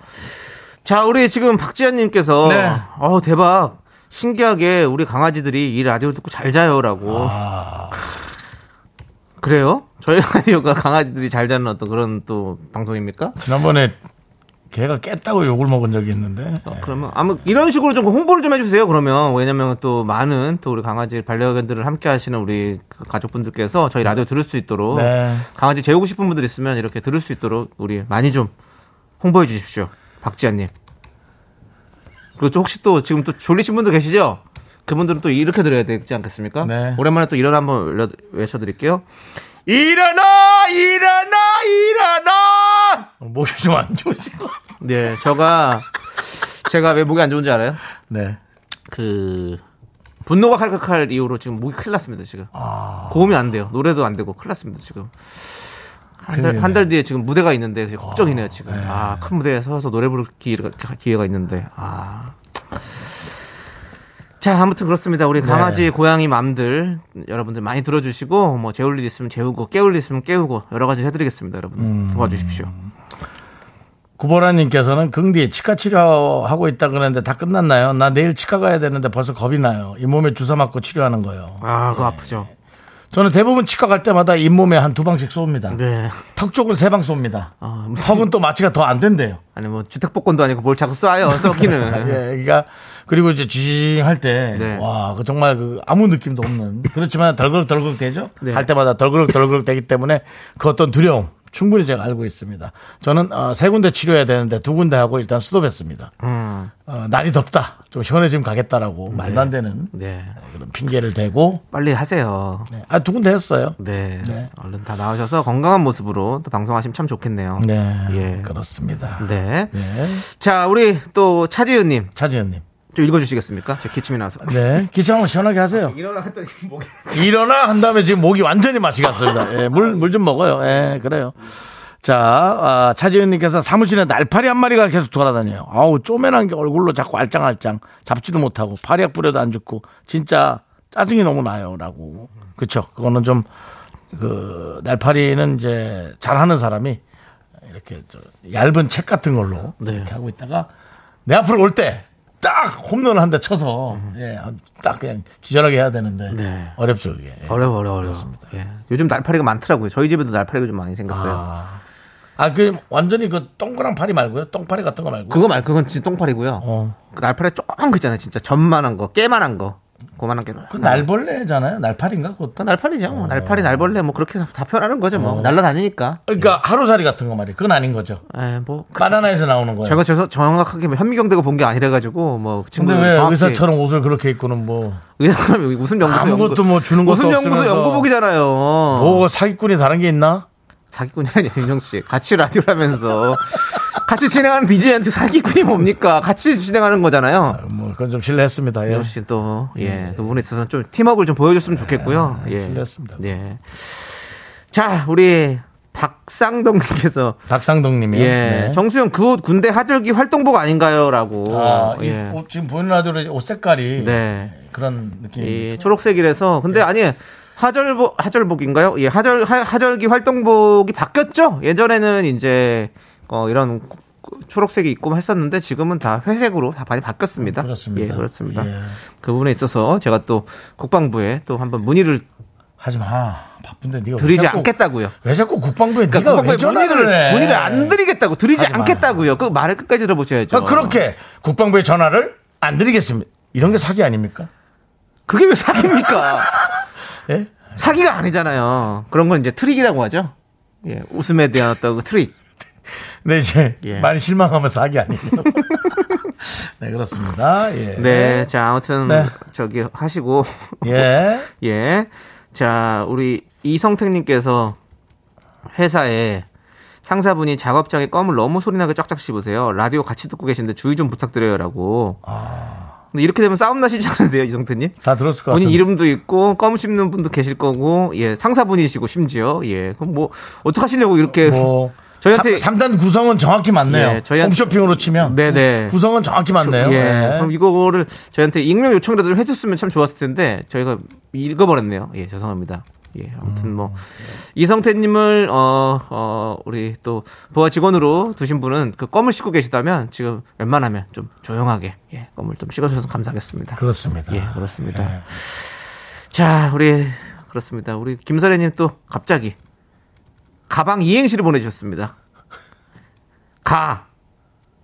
[SPEAKER 2] 자, 우리 지금 박지현님께서
[SPEAKER 1] 네.
[SPEAKER 2] 어 대박 신기하게 우리 강아지들이 이 라디오 듣고 잘 자요라고. 그래요? 저희 라디오가 강아지들이 잘 자는 어떤 그런 또 방송입니까?
[SPEAKER 1] 지난번에 걔가 깼다고 욕을 먹은 적이 있는데
[SPEAKER 2] 어, 그러면 아무 이런 식으로 좀 홍보를 좀 해주세요. 그러면 왜냐면 또 많은 또 우리 강아지 반려견들을 함께하시는 우리 그 가족분들께서 저희 라디오 들을 수 있도록
[SPEAKER 1] 네.
[SPEAKER 2] 강아지 재우고 싶은 분들 있으면 이렇게 들을 수 있도록 우리 많이 좀 홍보해 주십시오, 박지아님. 그리고 또 혹시 또 지금 또 졸리신 분들 계시죠? 그분들은 또 이렇게 들어야 되지 않겠습니까?
[SPEAKER 1] 네.
[SPEAKER 2] 오랜만에 또 일어나 한번 외려- 외쳐드릴게요. 일어나, 일어나, 일어나.
[SPEAKER 1] 목이 좀 안 좋으신 것 같아요
[SPEAKER 2] 네, 제가 제가 왜 목이 안 좋은지 알아요?
[SPEAKER 1] 네
[SPEAKER 2] 그 분노가 칼칼칼 이후로 지금 목이 큰일 났습니다 지금 고음이 안 돼요 노래도 안 되고 큰일 났습니다 지금 한 달 한 달 뒤에 지금 무대가 있는데 그게 걱정이네요 지금 아 큰 무대에 서서 노래 부를 기회가, 기회가 있는데 아 자, 아무튼 그렇습니다. 우리 강아지, 고양이 맘들, 여러분들 많이 들어주시고, 뭐, 재울 일 있으면 재우고, 깨울 일 있으면 깨우고, 여러 가지 해드리겠습니다, 여러분. 도와주십시오.
[SPEAKER 1] 구보라님께서는 긍디 치과 치료하고 있다 그러는데 다 끝났나요? 나 내일 치과 가야 되는데 벌써 겁이 나요. 잇몸에 주사 맞고 치료하는 거요.
[SPEAKER 2] 아, 그거 아프죠.
[SPEAKER 1] 저는 대부분 치과 갈 때마다 잇몸에 한 두 방씩 쏩니다.
[SPEAKER 2] 네.
[SPEAKER 1] 턱 쪽은 세 방 쏩니다.
[SPEAKER 2] 아, 무슨-
[SPEAKER 1] 턱은 또 마취가 더 안 된대요.
[SPEAKER 2] 아니, 뭐, 주택복권도 아니고 뭘 자꾸 쏴요, 쏘기는.
[SPEAKER 1] 예, 그러니까 그리고 이제 쥐할 때
[SPEAKER 2] 네.
[SPEAKER 1] 와, 그 정말 그 아무 느낌도 없는 그렇지만 덜그럭덜그럭 되죠.
[SPEAKER 2] 네.
[SPEAKER 1] 할 때마다 덜그럭덜그럭 되기 때문에 그 어떤 두려움 충분히 제가 알고 있습니다. 저는 어, 세 군데 치료해야 되는데 두 군데 하고 일단 스톱했습니다.
[SPEAKER 2] 음.
[SPEAKER 1] 어, 날이 덥다. 좀 시원해지면 가겠다라고 말도 안 되는
[SPEAKER 2] 네.
[SPEAKER 1] 그런 핑계를 대고
[SPEAKER 2] 빨리 하세요.
[SPEAKER 1] 네. 아, 두 군데 했어요.
[SPEAKER 2] 네.
[SPEAKER 1] 네.
[SPEAKER 2] 얼른 다 나오셔서 건강한 모습으로 또 방송하시면 참 좋겠네요.
[SPEAKER 1] 네.
[SPEAKER 2] 예.
[SPEAKER 1] 그렇습니다.
[SPEAKER 2] 네.
[SPEAKER 1] 네.
[SPEAKER 2] 자, 우리 또 차지은님
[SPEAKER 1] 차지현님.
[SPEAKER 2] 좀 읽어주시겠습니까? 제 기침이 나서.
[SPEAKER 1] 네. 기침 한번 시원하게 하세요.
[SPEAKER 2] 일어났더니 목이.
[SPEAKER 1] 일어나 한 다음에 지금 목이 완전히 맛이 갔습니다. 예, 물, 물 좀 먹어요. 예, 그래요. 자, 아, 차지현님께서 사무실에 날파리 한 마리가 계속 돌아다녀요. 아우, 쪼매난 게 얼굴로 자꾸 알짱알짱 잡지도 못하고 파리약 뿌려도 안 죽고 진짜 짜증이 너무 나요. 라고. 그쵸. 그거는 좀, 그, 날파리는 이제 잘하는 사람이 이렇게 저 얇은 책 같은 걸로 이렇게 하고 있다가 내 앞으로 올 때 딱 홈런을 한 대 쳐서 예 딱 그냥 기절하게 해야 되는데
[SPEAKER 2] 네.
[SPEAKER 1] 어렵죠 그게 예.
[SPEAKER 2] 어려워, 어려워, 어려워. 예. 요즘 날파리가 많더라고요. 저희 집에도 날파리가 좀 많이 생겼어요.
[SPEAKER 1] 아, 그 완전히 그 동그란 파리 말고요. 똥파리 같은 거 말고.
[SPEAKER 2] 그거 말 그건 진짜 똥파리고요.
[SPEAKER 1] 어.
[SPEAKER 2] 그 날파리 조금 그 있잖아요. 진짜 점만한 거, 깨만한 거, 그만한 게.
[SPEAKER 1] 그 날벌레잖아요. 어. 날파리인가 그것도.
[SPEAKER 2] 그 날파리죠. 뭐 날파리, 날벌레 뭐 그렇게 다 표현하는 거죠. 뭐
[SPEAKER 1] 어.
[SPEAKER 2] 날라다니니까.
[SPEAKER 1] 그러니까 하루살이 같은 거 말이에요. 그건 아닌 거죠.
[SPEAKER 2] 에, 뭐 네. 그-
[SPEAKER 1] 바나나에서 나오는 거예요.
[SPEAKER 2] 제가 죄송 정확하게 뭐 현미경대고 본 게 아니라 가지고 뭐그
[SPEAKER 1] 네. 근데
[SPEAKER 2] 친구들
[SPEAKER 1] 왜
[SPEAKER 2] 정확히-
[SPEAKER 1] 의사처럼 옷을 그렇게 입고는 뭐
[SPEAKER 2] 의사처럼 여기 웃음 연구소
[SPEAKER 1] 아무것도
[SPEAKER 2] 연구-
[SPEAKER 1] 뭐 주는 것도
[SPEAKER 2] 웃음 연구소
[SPEAKER 1] 없으면서.
[SPEAKER 2] 연구복이잖아요.
[SPEAKER 1] 뭐가 사기꾼이 다른 게 있나?
[SPEAKER 2] 사기꾼이 아니야 윤정 씨. 같이 라디오라면서 같이 진행하는 DJ한테 사기꾼이 뭡니까? 같이 진행하는 거잖아요.
[SPEAKER 1] 뭐 그건 좀 실례했습니다. 예.
[SPEAKER 2] 윤정 씨또예 그분에 있어서 좀 팀워크를 좀 보여줬으면
[SPEAKER 1] 아,
[SPEAKER 2] 좋겠고요. 예.
[SPEAKER 1] 실례했습니다.
[SPEAKER 2] 예. 자 우리 박상동님께서
[SPEAKER 1] 박상동님이
[SPEAKER 2] 예
[SPEAKER 1] 네.
[SPEAKER 2] 정수영 그 옷 군대 하절기 활동복 아닌가요?라고
[SPEAKER 1] 아, 이
[SPEAKER 2] 예.
[SPEAKER 1] 옷 지금 보이는 라디오로 이제 옷 색깔이
[SPEAKER 2] 네. 예.
[SPEAKER 1] 그런 느낌.
[SPEAKER 2] 이 초록색이라서 근데
[SPEAKER 1] 예.
[SPEAKER 2] 아니 하절복 하절복인가요? 예, 하절 하, 하절기 활동복이 바뀌었죠. 예전에는 이제 어, 이런 고- 고- 초록색이 있고 했었는데 지금은 다 회색으로 다 많이 바뀌었습니다.
[SPEAKER 1] 그렇습니다.
[SPEAKER 2] 예, 그렇습니다.
[SPEAKER 1] 예.
[SPEAKER 2] 그 부분에 있어서 제가 또 국방부에 또 한번 문의를
[SPEAKER 1] 하지 마. 바쁜데 네가 왜
[SPEAKER 2] 드리지
[SPEAKER 1] 자꾸-
[SPEAKER 2] 않겠다고요.
[SPEAKER 1] 왜 자꾸 국방부에
[SPEAKER 2] 그러니까
[SPEAKER 1] 네가 왜
[SPEAKER 2] 국방부에
[SPEAKER 1] 전화를
[SPEAKER 2] 문의를
[SPEAKER 1] 해?
[SPEAKER 2] 문의를 안 드리겠다고 드리지
[SPEAKER 1] 하지 마.
[SPEAKER 2] 않겠다고요. 그 말을 끝까지 들어보셔야죠.
[SPEAKER 1] 아, 그렇게 국방부에 전화를 안 드리겠습니다. 이런 게 사기 아닙니까?
[SPEAKER 2] 그게 왜 사기입니까?
[SPEAKER 1] 예?
[SPEAKER 2] 사기가 아니잖아요. 그런 건 이제 트릭이라고 하죠. 예, 웃음에 대한 어떤 그 트릭.
[SPEAKER 1] 근데 이제
[SPEAKER 2] 예.
[SPEAKER 1] 많이 실망하면 사기 아니에요. 네 그렇습니다. 예.
[SPEAKER 2] 네, 자 아무튼
[SPEAKER 1] 네.
[SPEAKER 2] 저기 하시고
[SPEAKER 1] 예.
[SPEAKER 2] 예, 자 우리 이성택님께서 회사에 상사분이 작업장에 껌을 너무 소리나게 쫙쫙 씹으세요. 라디오 같이 듣고 계신데 주의 좀 부탁드려요라고. 근데 이렇게 되면 싸움 나시지 않으세요, 이성택님?
[SPEAKER 1] 다 들었을 것
[SPEAKER 2] 본인
[SPEAKER 1] 아. 그 같아요.
[SPEAKER 2] 이름도 있고 껌 씹는 분도 계실 거고 예 상사분이시고 심지어 예 그럼 뭐 어떻게 하시려고 이렇게
[SPEAKER 1] 뭐
[SPEAKER 2] 저희한테-
[SPEAKER 1] 삼, 단 구성은 정확히 맞네요.
[SPEAKER 2] 예, 저희한테-
[SPEAKER 1] 홈쇼핑으로 치면
[SPEAKER 2] 네네.
[SPEAKER 1] 구성은 정확히 맞네요.
[SPEAKER 2] 예.
[SPEAKER 1] 예.
[SPEAKER 2] 그럼 이거를 저희한테 익명 요청이라도 좀 해줬으면 참 좋았을 텐데 저희가 읽어버렸네요. 예, 죄송합니다. 예, 아무튼 뭐 이성태님을 어, 어 우리 또 부하 직원으로 두신 분은 그 껌을 씻고 계시다면 지금 웬만하면 좀 조용하게 예, 껌을 좀 씻어주셔서 감사하겠습니다.
[SPEAKER 1] 그렇습니다.
[SPEAKER 2] 예, 그렇습니다. 자, 우리 그렇습니다. 우리 김설혜님 또 갑자기 가방 이행시를 보내주셨습니다. 가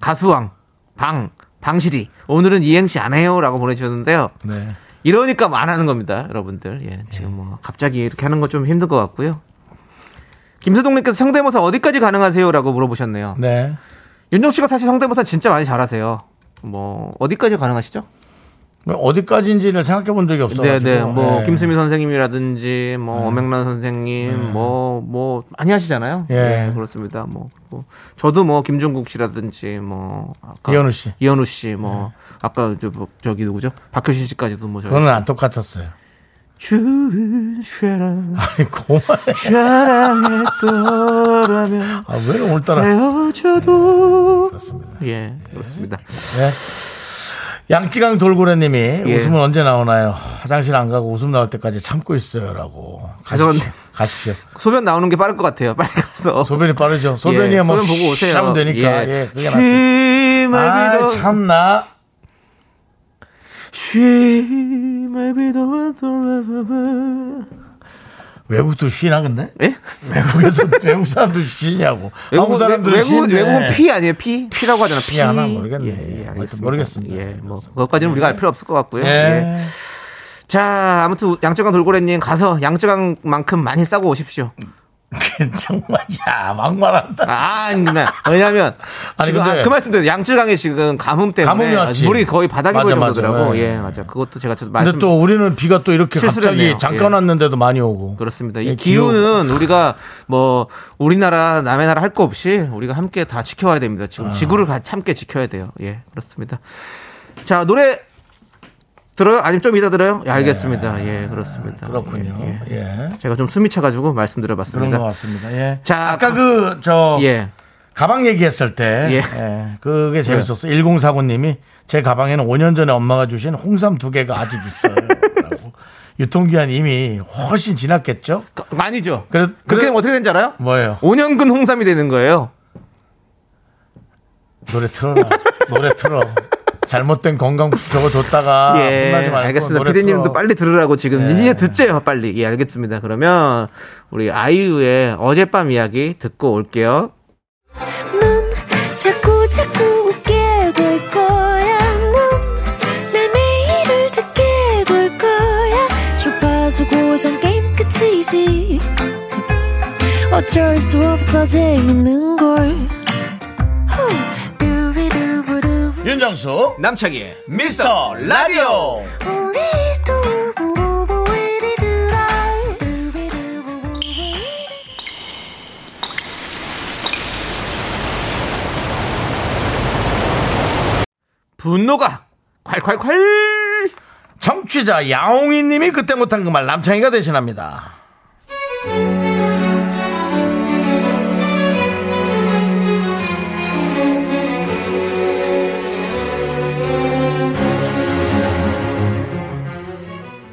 [SPEAKER 2] 가수왕 방 방실이 오늘은 이행시 안 해요라고 보내주셨는데요.
[SPEAKER 1] 네.
[SPEAKER 2] 이러니까 안 하는 겁니다, 여러분들. 예, 지금 뭐 갑자기 이렇게 하는 건 좀 힘든 것 같고요. 김서동님께서 성대모사 어디까지 가능하세요라고 물어보셨네요.
[SPEAKER 1] 네.
[SPEAKER 2] 윤종 씨가 사실 성대모사 진짜 많이 잘하세요. 뭐 어디까지 가능하시죠?
[SPEAKER 1] 뭐 어디까지인지를 생각해 본 적이 없어 가지고. 예. 네.
[SPEAKER 2] 네네 뭐 김수미 선생님이라든지 뭐 엄영란 선생님 뭐 뭐 많이 하시잖아요.
[SPEAKER 1] 예.
[SPEAKER 2] 예, 그렇습니다. 뭐, 뭐 저도 뭐 김종국 씨라든지 뭐 아까
[SPEAKER 1] 이현우 씨. 네.
[SPEAKER 2] 이현우 씨뭐 아까 저, 뭐, 저기 누구죠? 박효신 씨까지도 뭐 저희
[SPEAKER 1] 그거는 아- 안 똑같았어요.
[SPEAKER 2] 주은 쉐랑
[SPEAKER 1] 아니 고마워.
[SPEAKER 2] 쉐랑했더라면
[SPEAKER 1] 아, 왜
[SPEAKER 2] 네.
[SPEAKER 1] 오늘따라
[SPEAKER 2] 헤어져도
[SPEAKER 1] 그렇습니다.
[SPEAKER 2] 예 그렇습니다.
[SPEAKER 1] 네. 양쯔강 돌고래님이
[SPEAKER 2] 예.
[SPEAKER 1] 웃음은 언제 나오나요? 화장실 안 가고 웃음 나올 때까지 참고 있어요라고. 가십시오.
[SPEAKER 2] 죄송한데.
[SPEAKER 1] 가십시오.
[SPEAKER 2] 소변 나오는 게 빠를 것 같아요. 빨리 가서
[SPEAKER 1] 소변이 빠르죠. 소변이야
[SPEAKER 2] 예,
[SPEAKER 1] 뭐
[SPEAKER 2] 소변 보고 오세요.
[SPEAKER 1] 하면 되니까.
[SPEAKER 2] 예.
[SPEAKER 1] 예, 그게 낫죠.
[SPEAKER 2] She may be
[SPEAKER 1] 아,
[SPEAKER 2] the-
[SPEAKER 1] 참나.
[SPEAKER 2] She may be the one forever.
[SPEAKER 1] 외국도 쉬나 근데?
[SPEAKER 2] 예?
[SPEAKER 1] 외국에서 외국 사람도 쉬냐고. 한국
[SPEAKER 2] 외국은-
[SPEAKER 1] 사람들은
[SPEAKER 2] 아, 뭐, 외국은
[SPEAKER 1] 쉬는데.
[SPEAKER 2] 외국은 P 아니에요? P P라고 하잖아. P.
[SPEAKER 1] 하나 모르겠네. 하여튼
[SPEAKER 2] 알겠습니다.
[SPEAKER 1] 모르겠습니다.
[SPEAKER 2] 예, 뭐 그것까지는 우리가 알 필요 없을 것 같고요. 예.
[SPEAKER 1] 예.
[SPEAKER 2] 자, 아무튼 양쯔강 돌고래님 가서 양쯔강만큼 많이 싸고 오십시오.
[SPEAKER 1] 정말 야 막말한다.
[SPEAKER 2] 아, 아닙니다. 왜냐하면
[SPEAKER 1] 아니,
[SPEAKER 2] 지금
[SPEAKER 1] 근데-
[SPEAKER 2] 아, 그 말씀대로 양쯔강에 지금 가뭄 때문에
[SPEAKER 1] 가뭄이 왔지.
[SPEAKER 2] 물이 거의 바닥에
[SPEAKER 1] 맞아,
[SPEAKER 2] 보일
[SPEAKER 1] 맞아.
[SPEAKER 2] 정도더라고.
[SPEAKER 1] 예.
[SPEAKER 2] 예, 맞아. 그것도 제가 저
[SPEAKER 1] 근데
[SPEAKER 2] 말씀.
[SPEAKER 1] 또 우리는 비가 또 이렇게
[SPEAKER 2] 실수를
[SPEAKER 1] 갑자기
[SPEAKER 2] 했네요.
[SPEAKER 1] 잠깐
[SPEAKER 2] 예.
[SPEAKER 1] 왔는데도 많이 오고.
[SPEAKER 2] 그렇습니다.
[SPEAKER 1] 예,
[SPEAKER 2] 이
[SPEAKER 1] 기후.
[SPEAKER 2] 기후는 우리가 뭐 우리나라 남의 나라 할 거 없이 우리가 함께 다 지켜야 됩니다.
[SPEAKER 1] 아.
[SPEAKER 2] 지금 지구를 같이 함께 지켜야 돼요. 예, 그렇습니다. 자 노래 들어요? 아니면 좀 이따 들어요? 예, 알겠습니다. 예, 그렇습니다.
[SPEAKER 1] 네. 그렇군요.
[SPEAKER 2] 예, 예.
[SPEAKER 1] 예.
[SPEAKER 2] 제가 좀 숨이 차가지고
[SPEAKER 1] 그런 것
[SPEAKER 2] 말씀드려봤습니다.
[SPEAKER 1] 같습니다. 예.
[SPEAKER 2] 자,
[SPEAKER 1] 아까 그, 저,
[SPEAKER 2] 예,
[SPEAKER 1] 가방 얘기했을 때,
[SPEAKER 2] 예.
[SPEAKER 1] 예, 그게 재밌었어. 요 1049님이 제 가방에는 5년 전에 엄마가 주신 홍삼 두 개가 아직 있어요. 라고. 유통기한 이미 훨씬 지났겠죠?
[SPEAKER 2] 그- 많이죠.
[SPEAKER 1] 그래- 그래-
[SPEAKER 2] 그렇게 되면 어떻게 되는지 알아요?
[SPEAKER 1] 뭐예요?
[SPEAKER 2] 5년근 홍삼이 되는 거예요.
[SPEAKER 1] 노래 틀어라. 노래 틀어. 잘못된 건강 저거 뒀다가
[SPEAKER 2] 예,
[SPEAKER 1] 혼나지 아, 말고
[SPEAKER 2] 알겠습니다.
[SPEAKER 1] 노래
[SPEAKER 2] 피디님도
[SPEAKER 1] 틀어. 예.
[SPEAKER 2] 빨리 들으라고 지금 이제 듣재요, 빨리. 예, 알겠습니다. 그러면 우리 아이유의 어젯밤 이야기 듣고 올게요.
[SPEAKER 3] 자꾸 웃게 될 거야. 넌내 매일을 듣게 될 거야. 주파수 고정 게임 끝이지. 어쩔 수 없어 재밌는 걸. 후. 두비두부두.
[SPEAKER 4] 윤정수
[SPEAKER 2] 남창희의
[SPEAKER 4] 미스터 라디오
[SPEAKER 3] 우리 두부부부 우리 두라. 두비두부부부 우리
[SPEAKER 2] 분노가 콸콸콸
[SPEAKER 1] 정취자 야옹이 님이 그때 못한 그 말 남창희가 대신합니다.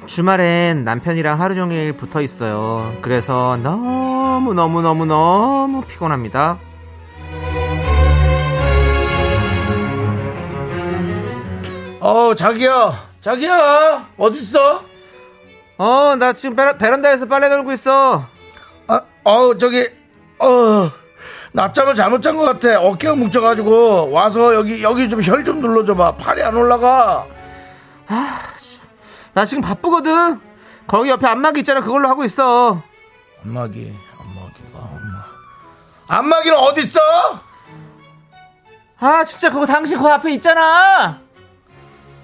[SPEAKER 2] 주말엔 남편이랑 하루 종일 붙어 있어요. 그래서 너무 너무 너무 너무 피곤합니다.
[SPEAKER 1] 어, 자기야. 자기야. 어딨어?
[SPEAKER 2] 어, 나 지금 베라, 베란다에서 빨래 널고 있어.
[SPEAKER 1] 아, 어, 저기 어. 낮잠을 잘못 잔 것 같아. 어깨가 뭉쳐가지고 와서 여기 여기 좀 혈 좀 눌러줘봐. 팔이 안 올라가.
[SPEAKER 2] 나 지금 바쁘거든. 거기 옆에 안마기 있잖아. 그걸로 하고 있어.
[SPEAKER 1] 안마기, 안마기가 안마. 안마기는 어디 있어?
[SPEAKER 2] 아, 진짜 그거 당신 그 앞에 있잖아.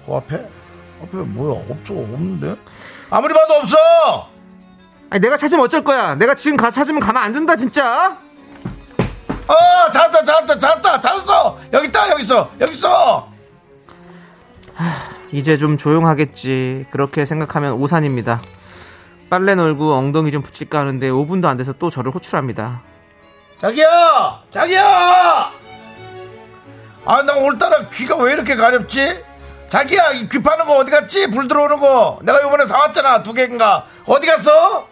[SPEAKER 1] 그 앞에 앞에 뭐야? 없어 없는데? 아무리 봐도 없어.
[SPEAKER 2] 아니, 내가 찾으면 어쩔 거야. 내가 지금 가 찾으면 가만 안 둔다, 진짜.
[SPEAKER 1] 어, 찾았다, 찾았다, 찾았다, 찾았어. 여기 있다, 여기 있어, 여기 있어.
[SPEAKER 2] 이제 좀 조용하겠지. 그렇게 생각하면 오산입니다. 빨래 널고 엉덩이 좀 붙일까 하는데 5분도 안 돼서 또 저를 호출합니다.
[SPEAKER 1] 자기야, 자기야. 아, 나 오늘따라 귀가 왜 이렇게 가렵지? 자기야, 이귀 파는 거 어디 갔지? 불 들어오는 거. 내가 요번에 사왔잖아, 두 개인가. 어디 갔어?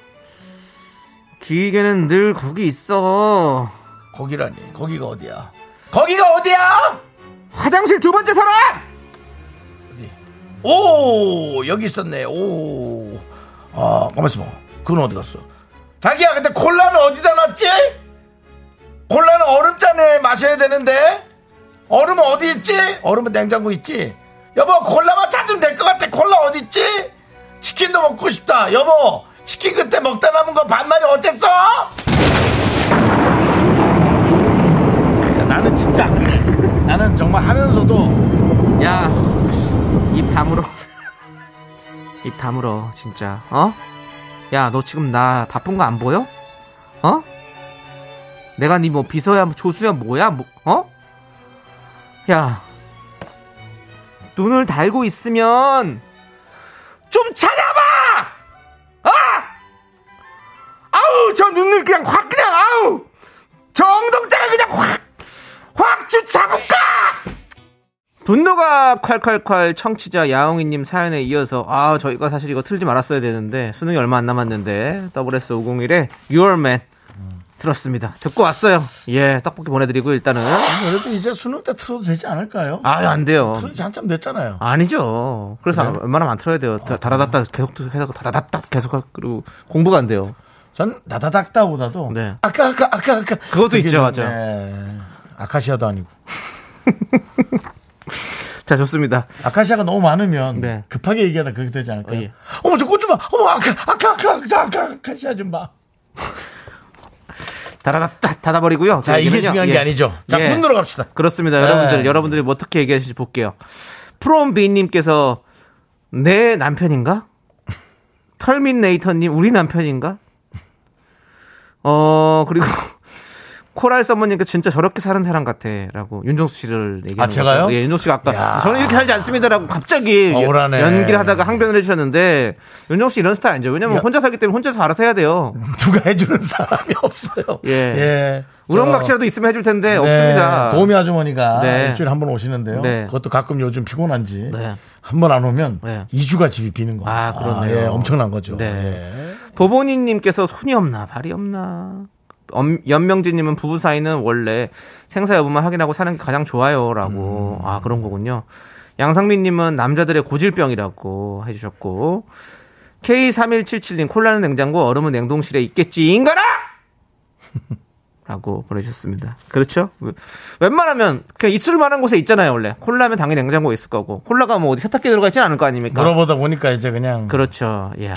[SPEAKER 2] 귀에게는 늘 거기 있어.
[SPEAKER 1] 거기라니, 거기가 어디야? 거기가 어디야?
[SPEAKER 2] 화장실 두 번째 사람!
[SPEAKER 1] 오 여기 있었네 오아 가만있어 봐 그건 어디 갔어 자기야 근데 콜라는 어디다 놨지 콜라는 얼음잔에 마셔야 되는데 얼음은 어디 있지 얼음은 냉장고 있지 여보 콜라만 찾으면 될 것 같아 콜라 어디 있지 치킨도 먹고 싶다 여보 치킨 그때 먹다 남은 거 반말이 어땠어 나는 진짜 나는 정말 하면서도
[SPEAKER 2] 야, 입 다물어. 입 다물어, 진짜. 어? 야, 너 지금 나 바쁜 거 안 보여? 어? 내가 니 뭐 비서야, 뭐 조수야, 뭐야, 뭐, 어? 야, 눈을 달고 있으면 좀 찾아봐! 아! 아우, 저 눈을 그냥 확, 그냥, 아우! 저 엉덩자가 그냥 확, 확 주차볼까! 분노가 콸콸콸 청취자 야옹이님 사연에 이어서 아 저희가 사실 이거 틀지 말았어야 되는데 수능이 얼마 안 남았는데 WS501의 Your Man 들었습니다 듣고 왔어요 예 떡볶이 보내드리고 일단은
[SPEAKER 1] 그래도 이제 수능 때 틀어도 되지 않을까요?
[SPEAKER 2] 아유 안 돼요
[SPEAKER 1] 틀은 지 한참 됐잖아요.
[SPEAKER 2] 아니죠 그래서 웬만하면 안 틀어야 돼요 다- 다다닥다 계속 계속 다다닥다 계속 하- 그리고 공부가 안 돼요
[SPEAKER 1] 전 나다닥다보다도
[SPEAKER 2] 네.
[SPEAKER 1] 아까 아까 아까 아까
[SPEAKER 2] 그것도
[SPEAKER 1] 이게
[SPEAKER 2] 있죠,
[SPEAKER 1] 좀,
[SPEAKER 2] 맞아.
[SPEAKER 1] 네. 아카시아도 아니고
[SPEAKER 2] 자 좋습니다
[SPEAKER 1] 아카시아가 너무 많으면
[SPEAKER 2] 네.
[SPEAKER 1] 급하게 얘기하다 그렇게 되지 않을까요?
[SPEAKER 2] 어, 예.
[SPEAKER 1] 어머 저 꽃 좀 봐. 어머 아카 아카 아카 아카, 아카 아카시아 좀 봐.
[SPEAKER 2] 다다닥다 닫아버리고요
[SPEAKER 1] 자
[SPEAKER 2] 그
[SPEAKER 1] 이게
[SPEAKER 2] 얘기는요.
[SPEAKER 1] 중요한
[SPEAKER 2] 예.
[SPEAKER 1] 게 아니죠. 자
[SPEAKER 2] 예.
[SPEAKER 1] 분노로 갑시다.
[SPEAKER 2] 그렇습니다.
[SPEAKER 1] 네.
[SPEAKER 2] 여러분들, 여러분들이 뭐 어떻게 얘기하실지 볼게요. 프롬비님께서 내 남편인가? 털민네이터님, 우리 남편인가? 어, 그리고 코랄 썸머님께 진짜 저렇게 사는 사람 같아. 라고 윤종수 씨를 얘기하는
[SPEAKER 1] 아, 제가요?
[SPEAKER 2] 거죠. 예, 윤종수 씨가 아까
[SPEAKER 1] 야.
[SPEAKER 2] 저는 이렇게 살지 않습니다. 라고 갑자기
[SPEAKER 1] 억울하네.
[SPEAKER 2] 연기를 하다가 항변을 해주셨는데 윤종수 씨 이런 스타일 아니죠. 왜냐면 혼자 살기 때문에 혼자서 알아서 해야 돼요.
[SPEAKER 1] 누가 해주는 사람이 없어요.
[SPEAKER 2] 예.
[SPEAKER 1] 저-
[SPEAKER 2] 우렁각시라도 있으면 해줄 텐데
[SPEAKER 1] 네,
[SPEAKER 2] 없습니다.
[SPEAKER 1] 도우미 아주머니가
[SPEAKER 2] 네.
[SPEAKER 1] 일주일에 한 번 오시는데요.
[SPEAKER 2] 네.
[SPEAKER 1] 그것도 가끔 요즘 피곤한지
[SPEAKER 2] 네.
[SPEAKER 1] 한 번 안 오면
[SPEAKER 2] 네.
[SPEAKER 1] 2주가 집이 비는 거예요.
[SPEAKER 2] 아, 그러네요.
[SPEAKER 1] 예, 엄청난 거죠.
[SPEAKER 2] 네.
[SPEAKER 1] 예.
[SPEAKER 2] 보보니님께서 손이 없나 발이 없나 엄- 연명진님은 부부 사이는 원래 생사 여부만 확인하고 사는 게 가장 좋아요라고
[SPEAKER 1] 음.
[SPEAKER 2] 아 그런 거군요 양상민님은 남자들의 고질병이라고 해주셨고 K3177님 콜라는 냉장고 얼음은 냉동실에 있겠지 인간아 라고 보내주셨습니다. 그렇죠? 웬만하면 그냥 있을 만한 곳에 있잖아요, 원래. 콜라면 당연히 냉장고에 있을 거고. 콜라가 뭐 어디 세탁기에 들어가 있진 않을 거 아닙니까?
[SPEAKER 1] 물어보다 보니까 이제 그냥
[SPEAKER 2] 그러니까 그렇죠. 이야.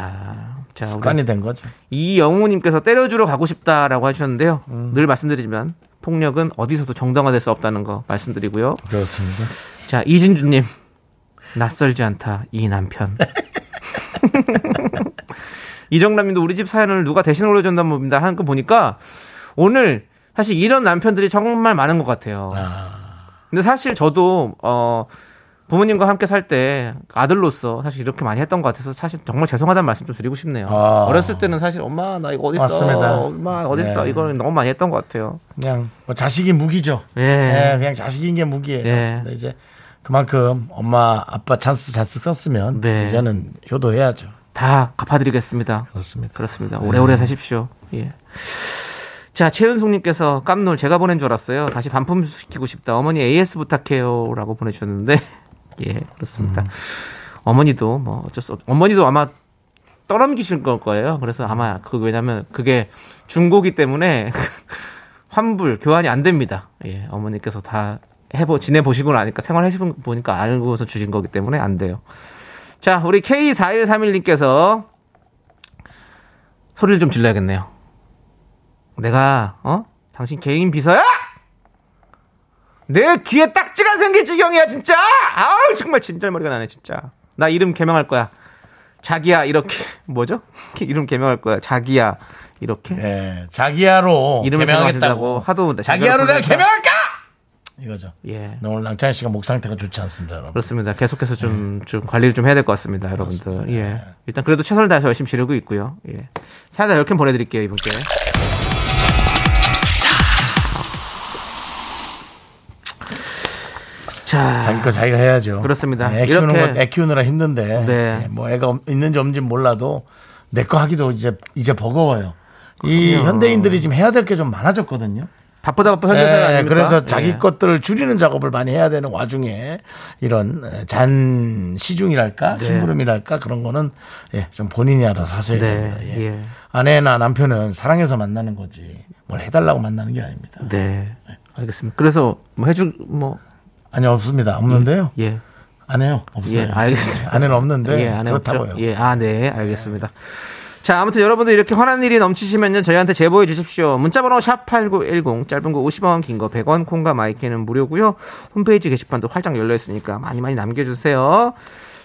[SPEAKER 2] 자, 우리
[SPEAKER 1] 음. 습관이 된 거죠.
[SPEAKER 2] 이영우님께서 때려주러 가고 싶다라고 하셨는데요.
[SPEAKER 1] 음.
[SPEAKER 2] 늘 말씀드리지만 폭력은 어디서도 정당화될 수 없다는 거 말씀드리고요.
[SPEAKER 1] 그렇습니다.
[SPEAKER 2] 자, 이진주님. 낯설지 않다, 이 남편. 이정남님도 우리 집 사연을 누가 대신 올려준다 봅니다. 하는 거 보니까 오늘 사실 이런 남편들이 정말 많은 것 같아요. 근데 사실 저도, 어, 부모님과 함께 살 때 아들로서 사실 이렇게 많이 했던 것 같아서 사실 정말 죄송하다는 말씀 좀 드리고 싶네요.
[SPEAKER 1] 아.
[SPEAKER 2] 어렸을 때는 사실 엄마 나 이거 어딨어?
[SPEAKER 1] 맞습니다.
[SPEAKER 2] 엄마 어딨어?
[SPEAKER 1] 네.
[SPEAKER 2] 이거는 너무 많이 했던 것 같아요.
[SPEAKER 1] 그냥 뭐 자식이 무기죠.
[SPEAKER 2] 예.
[SPEAKER 1] 예, 그냥 자식인 게 무기예요.
[SPEAKER 2] 예.
[SPEAKER 1] 근데 이제 그만큼 엄마 아빠 찬스 잔뜩 썼으면
[SPEAKER 2] 네.
[SPEAKER 1] 이제는 효도해야죠.
[SPEAKER 2] 다 갚아드리겠습니다.
[SPEAKER 1] 그렇습니다. 네.
[SPEAKER 2] 그렇습니다. 오래오래 사십시오. 예. 자, 최은숙님께서 깜놀 제가 보낸 줄 알았어요. 다시 반품 시키고 싶다. 어머니 AS 부탁해요. 라고 보내주셨는데, 예, 그렇습니다.
[SPEAKER 1] 음.
[SPEAKER 2] 어머니도 뭐 어쩔 수 없, 어머니도 아마 떠넘기실 걸 거예요. 그래서 아마 그, 왜냐면 그게 중고기 때문에 환불, 교환이 안 됩니다. 예, 어머니께서 다 해보, 지내보시고 나니까 생활해 보니까 알고서 주신 거기 때문에 안 돼요. 자, 우리 K4131님께서 소리를 좀 질러야겠네요. 내가 어 당신 개인 비서야? 내 귀에 딱지가 생길 지경이야 진짜. 아우 정말 진절머리가 나네 진짜. 나 이름 개명할 거야. 자기야 이렇게 뭐죠? 이름 개명할 거야. 자기야 이렇게
[SPEAKER 1] 예, 자기야로
[SPEAKER 2] 이름을 개명하겠다고
[SPEAKER 1] 개명하겠다고.
[SPEAKER 2] 하도
[SPEAKER 1] 자기야로 내가
[SPEAKER 2] 부르니까.
[SPEAKER 1] 개명할까? 이거죠.
[SPEAKER 2] 예.
[SPEAKER 1] 오늘 낭창희 씨가 목 상태가 좋지 않습니다, 여러분.
[SPEAKER 2] 그렇습니다. 계속해서 좀, 좀 관리를 좀 해야 될 것 같습니다, 여러분들. 예. 일단 그래도 최선을 다해서 열심히 지르고 있고요. 예. 사연자 10캔 보내드릴게요, 이분께. 자.
[SPEAKER 1] 자기 거 자기가 해야죠.
[SPEAKER 2] 그렇습니다.
[SPEAKER 1] 애 키우는
[SPEAKER 2] 이렇게-
[SPEAKER 1] 건 애 키우느라 힘든데
[SPEAKER 2] 네.
[SPEAKER 1] 예, 뭐 애가 없- 있는지 없는지 몰라도 내 거 하기도 이제 이제 버거워요. 이
[SPEAKER 2] 그럼요.
[SPEAKER 1] 현대인들이 지금 해야 될 게 좀 많아졌거든요.
[SPEAKER 2] 바쁘다 바빠 현대사가
[SPEAKER 1] 예,
[SPEAKER 2] 아닙니까?
[SPEAKER 1] 그래서 자기
[SPEAKER 2] 예.
[SPEAKER 1] 것들을 줄이는 작업을 많이 해야 되는 와중에 이런 잔 시중이랄까 심부름이랄까 그런 거는 예, 좀 본인이 알아서 하셔야
[SPEAKER 2] 네,
[SPEAKER 1] 됩니다. 예.
[SPEAKER 2] 예.
[SPEAKER 1] 아내나 남편은 사랑해서 만나는 거지 뭘 해달라고 만나는 게 아닙니다.
[SPEAKER 2] 네. 알겠습니다. 그래서 뭐 해줄 뭐
[SPEAKER 1] 아니 없습니다. 없는데요.
[SPEAKER 2] 예.
[SPEAKER 1] 안 해요. 없어요.
[SPEAKER 2] 예, 알겠습니다.
[SPEAKER 1] 아내는 없는데
[SPEAKER 2] 예, 안
[SPEAKER 1] 그렇다고요.
[SPEAKER 2] 해봤죠. 예, 아, 네, 알겠습니다. 자, 아무튼 여러분들 이렇게 화난 일이 넘치시면요, 저희한테 제보해 주십시오. 문자번호 샵8910, 짧은 거 50원, 긴 거 100원, 콩과 마이크는 무료고요 홈페이지 게시판도 활짝 열려있으니까 많이 많이 남겨주세요.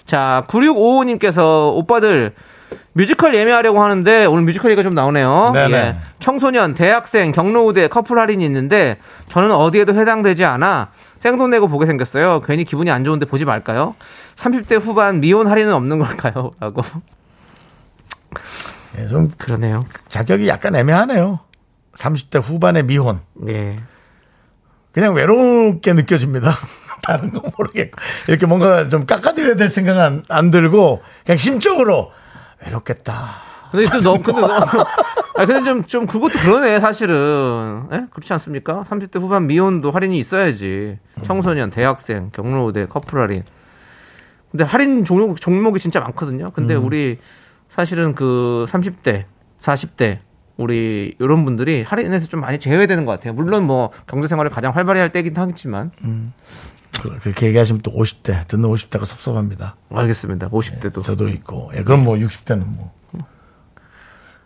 [SPEAKER 2] 자, 9655님께서 오빠들 뮤지컬 예매하려고 하는데 오늘 뮤지컬 얘기가 좀 나오네요.
[SPEAKER 1] 네네.
[SPEAKER 2] 예. 청소년, 대학생, 경로우대 커플 할인이 있는데 저는 어디에도 해당되지 않아 생돈 내고 보게 생겼어요. 괜히 기분이 안 좋은데 보지 말까요? 30대 후반 미혼 할인은 없는 걸까요? 라고.
[SPEAKER 1] 예, 좀
[SPEAKER 2] 그러네요.
[SPEAKER 1] 자격이 약간 애매하네요. 30대 후반의 미혼.
[SPEAKER 2] 예.
[SPEAKER 1] 그냥 외롭게 느껴집니다. 다른 건 모르겠고. 이렇게 뭔가 좀 깎아드려야 될 생각은 안, 안 들고, 그냥 심적으로 외롭겠다.
[SPEAKER 2] 근데 좀 너무, 근데 너무. 아, 근데 좀, 좀 그것도 그러네, 사실은. 예? 그렇지 않습니까? 30대 후반 미혼도 할인이 있어야지. 청소년, 대학생, 경로우대, 커플 할인. 근데 할인 종목, 종목이 진짜 많거든요. 근데
[SPEAKER 1] 음.
[SPEAKER 2] 우리 사실은 그 30대, 40대, 우리 이런 분들이 할인에서 좀 많이 제외되는 것 같아요. 물론 뭐 경제 생활을 가장 활발히 할 때긴 하겠지만.
[SPEAKER 1] 음. 그- 그렇게 얘기하시면 또 50대, 듣는 50대가 섭섭합니다.
[SPEAKER 2] 알겠습니다. 50대도.
[SPEAKER 1] 저도 있고. 예, 그럼 뭐 60대는 뭐.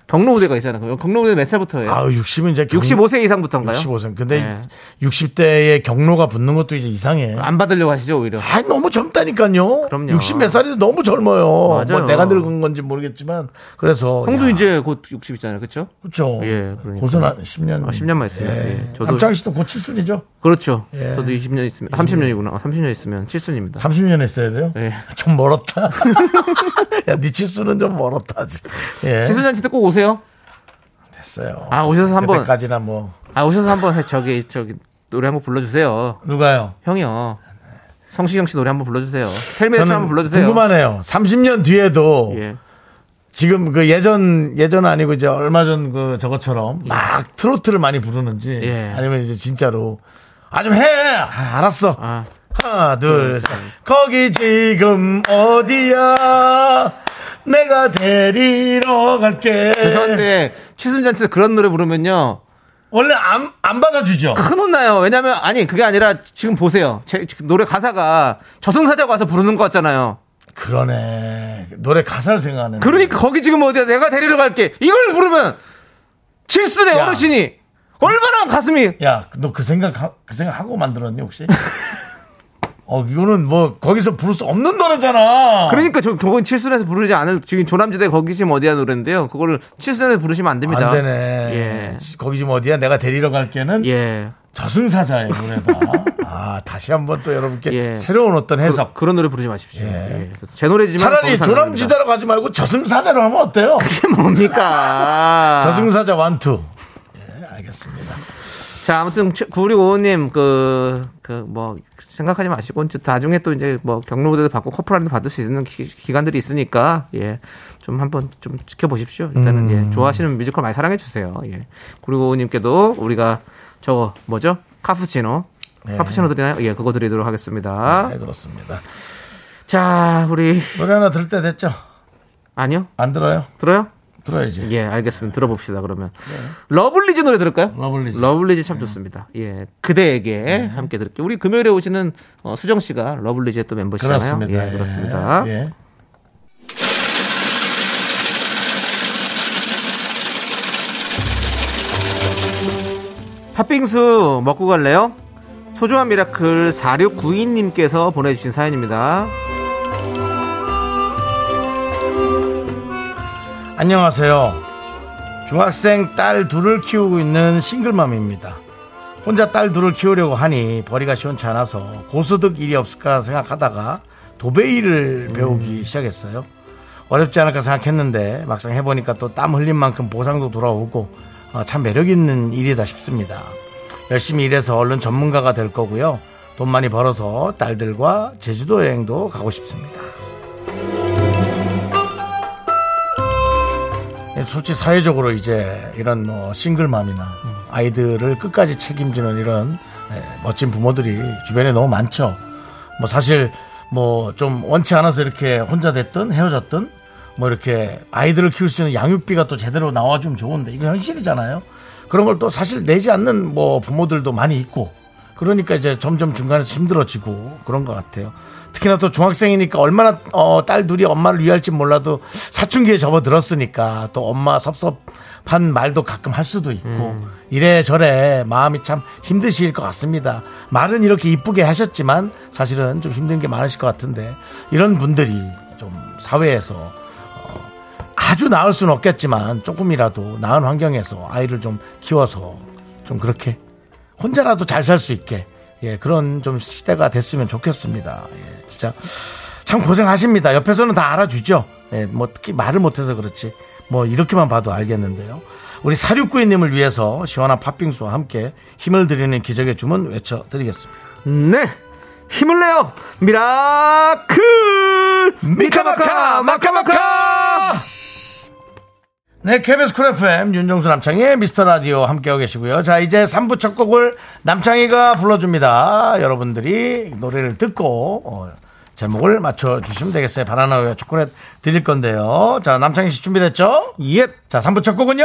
[SPEAKER 2] 경로우대가 있잖아요. 그럼 경로우대 몇 살부터예요?
[SPEAKER 1] 아우, 60은 이제.
[SPEAKER 2] 65세 네. 이상부터인가요?
[SPEAKER 1] 65세. 근데
[SPEAKER 2] 네.
[SPEAKER 1] 60대의 경로가 붙는 것도 이제 이상해.
[SPEAKER 2] 안 받으려고 하시죠, 오히려.
[SPEAKER 1] 아, 너무 젊다니까요.
[SPEAKER 2] 그럼요.
[SPEAKER 1] 60 몇 살인데 너무 젊어요. 뭐
[SPEAKER 2] 맞아요.
[SPEAKER 1] 내가 늙은 건지 모르겠지만 그래서
[SPEAKER 2] 형도
[SPEAKER 1] 야,
[SPEAKER 2] 이제 곧 60이잖아요. 그렇죠?
[SPEAKER 1] 그렇죠.
[SPEAKER 2] 예, 그러니까.
[SPEAKER 1] 고선 한 10년.
[SPEAKER 2] 아, 10년 만 있으면, 예, 저도-
[SPEAKER 1] 남창희 씨도 곧 7순이죠.
[SPEAKER 2] 그렇죠.
[SPEAKER 1] 예.
[SPEAKER 2] 저도 20년 아, 있으면 30년이구나. 30년 있으면 7순입니다.
[SPEAKER 1] 30년 했어야 돼요.
[SPEAKER 2] 예.
[SPEAKER 1] 좀 멀었다. 야, 네 7순은 좀 멀었다. 아직. 예.
[SPEAKER 2] 칠순잔치 때 꼭 오세요.
[SPEAKER 1] 됐어요.
[SPEAKER 2] 아, 오셔서 한번.
[SPEAKER 1] 그때까지나 뭐
[SPEAKER 2] 아, 오셔서 한번 해- 저기 저기 노래 한번 불러 주세요.
[SPEAKER 1] 누가요?
[SPEAKER 2] 형이요. 성시경 씨 노래 한번 불러 주세요. 헬멧을 네, 한번 불러 주세요.
[SPEAKER 1] 궁금하네요. 30년 뒤에도
[SPEAKER 2] 예.
[SPEAKER 1] 지금 그 예전 예전 아니고 이제 얼마 전 그 저것처럼 막 트로트를 많이 부르는지
[SPEAKER 2] 예.
[SPEAKER 1] 아니면 이제 진짜로 아 좀 해. 아, 알았어.
[SPEAKER 2] 아, 네,
[SPEAKER 1] 하나 둘 셋. 거기 지금 어디야? 내가 데리러 갈게.
[SPEAKER 2] 죄송한데 칠순잔치 때 그런 노래 부르면요.
[SPEAKER 1] 원래 안, 안 받아주죠.
[SPEAKER 2] 큰혼 나요. 왜냐면 아니 그게 아니라 지금 보세요. 제, 노래 가사가 저승사자가 와서 부르는 것 같잖아요.
[SPEAKER 1] 그러네. 노래 가사를 생각하는.
[SPEAKER 2] 그러니까 거기 지금 어디야? 내가 데리러 갈게. 이걸 부르면 칠순의
[SPEAKER 1] 야.
[SPEAKER 2] 어르신이 얼마나 가슴이
[SPEAKER 1] 야, 너 그 생각, 하- 그 생각 하고 만들었니, 혹시? 어, 이거는 뭐, 거기서 부를 수 없는 노래잖아.
[SPEAKER 2] 그러니까 저 저건 칠순에서 부르지 않을 지금 조남지대 거기 지금 어디야 노래인데요. 그거를 칠순에서 부르시면 안 됩니다.
[SPEAKER 1] 안 되네.
[SPEAKER 2] 예.
[SPEAKER 1] 거기 지금 어디야? 내가 데리러 갈게는
[SPEAKER 2] 예.
[SPEAKER 1] 저승사자의 노래다. 아, 다시 한번 또 여러분께
[SPEAKER 2] 예.
[SPEAKER 1] 새로운 어떤 해석.
[SPEAKER 2] 그런 노래 부르지 마십시오.
[SPEAKER 1] 예.
[SPEAKER 2] 예. 그래서 제 노래지만
[SPEAKER 1] 차라리
[SPEAKER 2] 거기서 안 합니다.
[SPEAKER 1] 조남지대로 가지 말고 저승사자로 하면 어때요?
[SPEAKER 2] 이게 뭡니까?
[SPEAKER 1] 저승사자 완투. 예, 알겠습니다.
[SPEAKER 2] 자, 아무튼 9655님 그 그 뭐 생각하지 마시고 이제 나중에 또 이제 뭐 경로부대도 받고 커플라인도 받을 수 있는 기, 기간들이 있으니까 예 좀 한번 좀 지켜보십시오. 일단은 예 좋아하시는 뮤지컬 많이 사랑해 주세요. 예 9655님께도 우리가 저거 뭐죠? 카푸치노 카푸치노 드리나요? 예 그거 드리도록 하겠습니다.
[SPEAKER 1] 네, 그렇습니다.
[SPEAKER 2] 자 우리
[SPEAKER 1] 노래 하나 들 때 됐죠?
[SPEAKER 2] 아니요
[SPEAKER 1] 안 들어요?
[SPEAKER 2] 들어요?
[SPEAKER 1] 들어야지.
[SPEAKER 2] 예 알겠습니다. 들어봅시다 그러면 네. 러블리즈 노래 들을까요?
[SPEAKER 1] 러블리즈.
[SPEAKER 2] 러블리즈 참 좋습니다. 예, 그대에게 함께 들을게요. 우리 금요일에 오시는 어, 수정 씨가 러블리즈의 또 멤버시잖아요.
[SPEAKER 1] 그렇습니다.
[SPEAKER 2] 예, 그렇습니다.
[SPEAKER 1] 예.
[SPEAKER 2] 팥빙수 먹고 갈래요? 소중한 미라클 4692님께서 보내주신 사연입니다.
[SPEAKER 1] 안녕하세요. 중학생 딸 둘을 키우고 있는 싱글맘입니다. 혼자 딸 둘을 키우려고 하니 벌이가 시원치 않아서 고소득 일이 없을까 생각하다가 도배 일을 배우기 시작했어요. 어렵지 않을까 생각했는데 막상 해보니까 또 땀 흘린 만큼 보상도 돌아오고 아, 참 매력 있는 일이다 싶습니다. 열심히 일해서 얼른 전문가가 될 거고요. 돈 많이 벌어서 딸들과 제주도 여행도 가고 싶습니다. 예, 솔직히 사회적으로 이제 이런 뭐 싱글맘이나 아이들을 끝까지 책임지는 이런 예, 멋진 부모들이 주변에 너무 많죠. 뭐 사실 뭐 좀 원치 않아서 이렇게 혼자 됐든 헤어졌든 뭐 이렇게 아이들을 키울 수 있는 양육비가 또 제대로 나와주면 좋은데 이거 현실이잖아요. 그런 걸 또 사실 내지 않는 뭐 부모들도 많이 있고 그러니까 이제 점점 중간에서 힘들어지고 그런 것 같아요. 특히나 또 중학생이니까 얼마나 어, 딸 둘이 엄마를 위할지 몰라도 사춘기에 접어들었으니까 또 엄마 섭섭한 말도 가끔 할 수도 있고 이래저래 마음이 참 힘드실 것 같습니다. 말은 이렇게 이쁘게 하셨지만 사실은 좀 힘든 게 많으실 것 같은데 이런 분들이 좀 사회에서 어, 아주 나을 수는 없겠지만 조금이라도 나은 환경에서 아이를 좀 키워서 좀 그렇게 혼자라도 잘 살 수 있게 예 그런 좀 시대가 됐으면 좋겠습니다. 예, 진짜 참 고생하십니다. 옆에서는 다 알아주죠. 예, 뭐 특히 말을 못해서 그렇지 뭐 이렇게만 봐도 알겠는데요. 우리 사육구이님을 위해서 시원한 팥빙수와 함께 힘을 드리는 기적의 주문 외쳐드리겠습니다.
[SPEAKER 2] 네, 힘을 내요, 미라클 미카마카 마카마카.
[SPEAKER 1] 네, KBS 쿨 FM 윤정수 남창희의 미스터 라디오 함께하고 계시고요. 자, 이제 3부 첫 곡을 남창희가 불러줍니다. 여러분들이 노래를 듣고 어, 제목을 맞춰주시면 되겠어요. 바나나우유 초콜릿 드릴 건데요. 자, 남창희 씨 준비됐죠?
[SPEAKER 2] 예.
[SPEAKER 1] 자, 3부 첫 곡은요?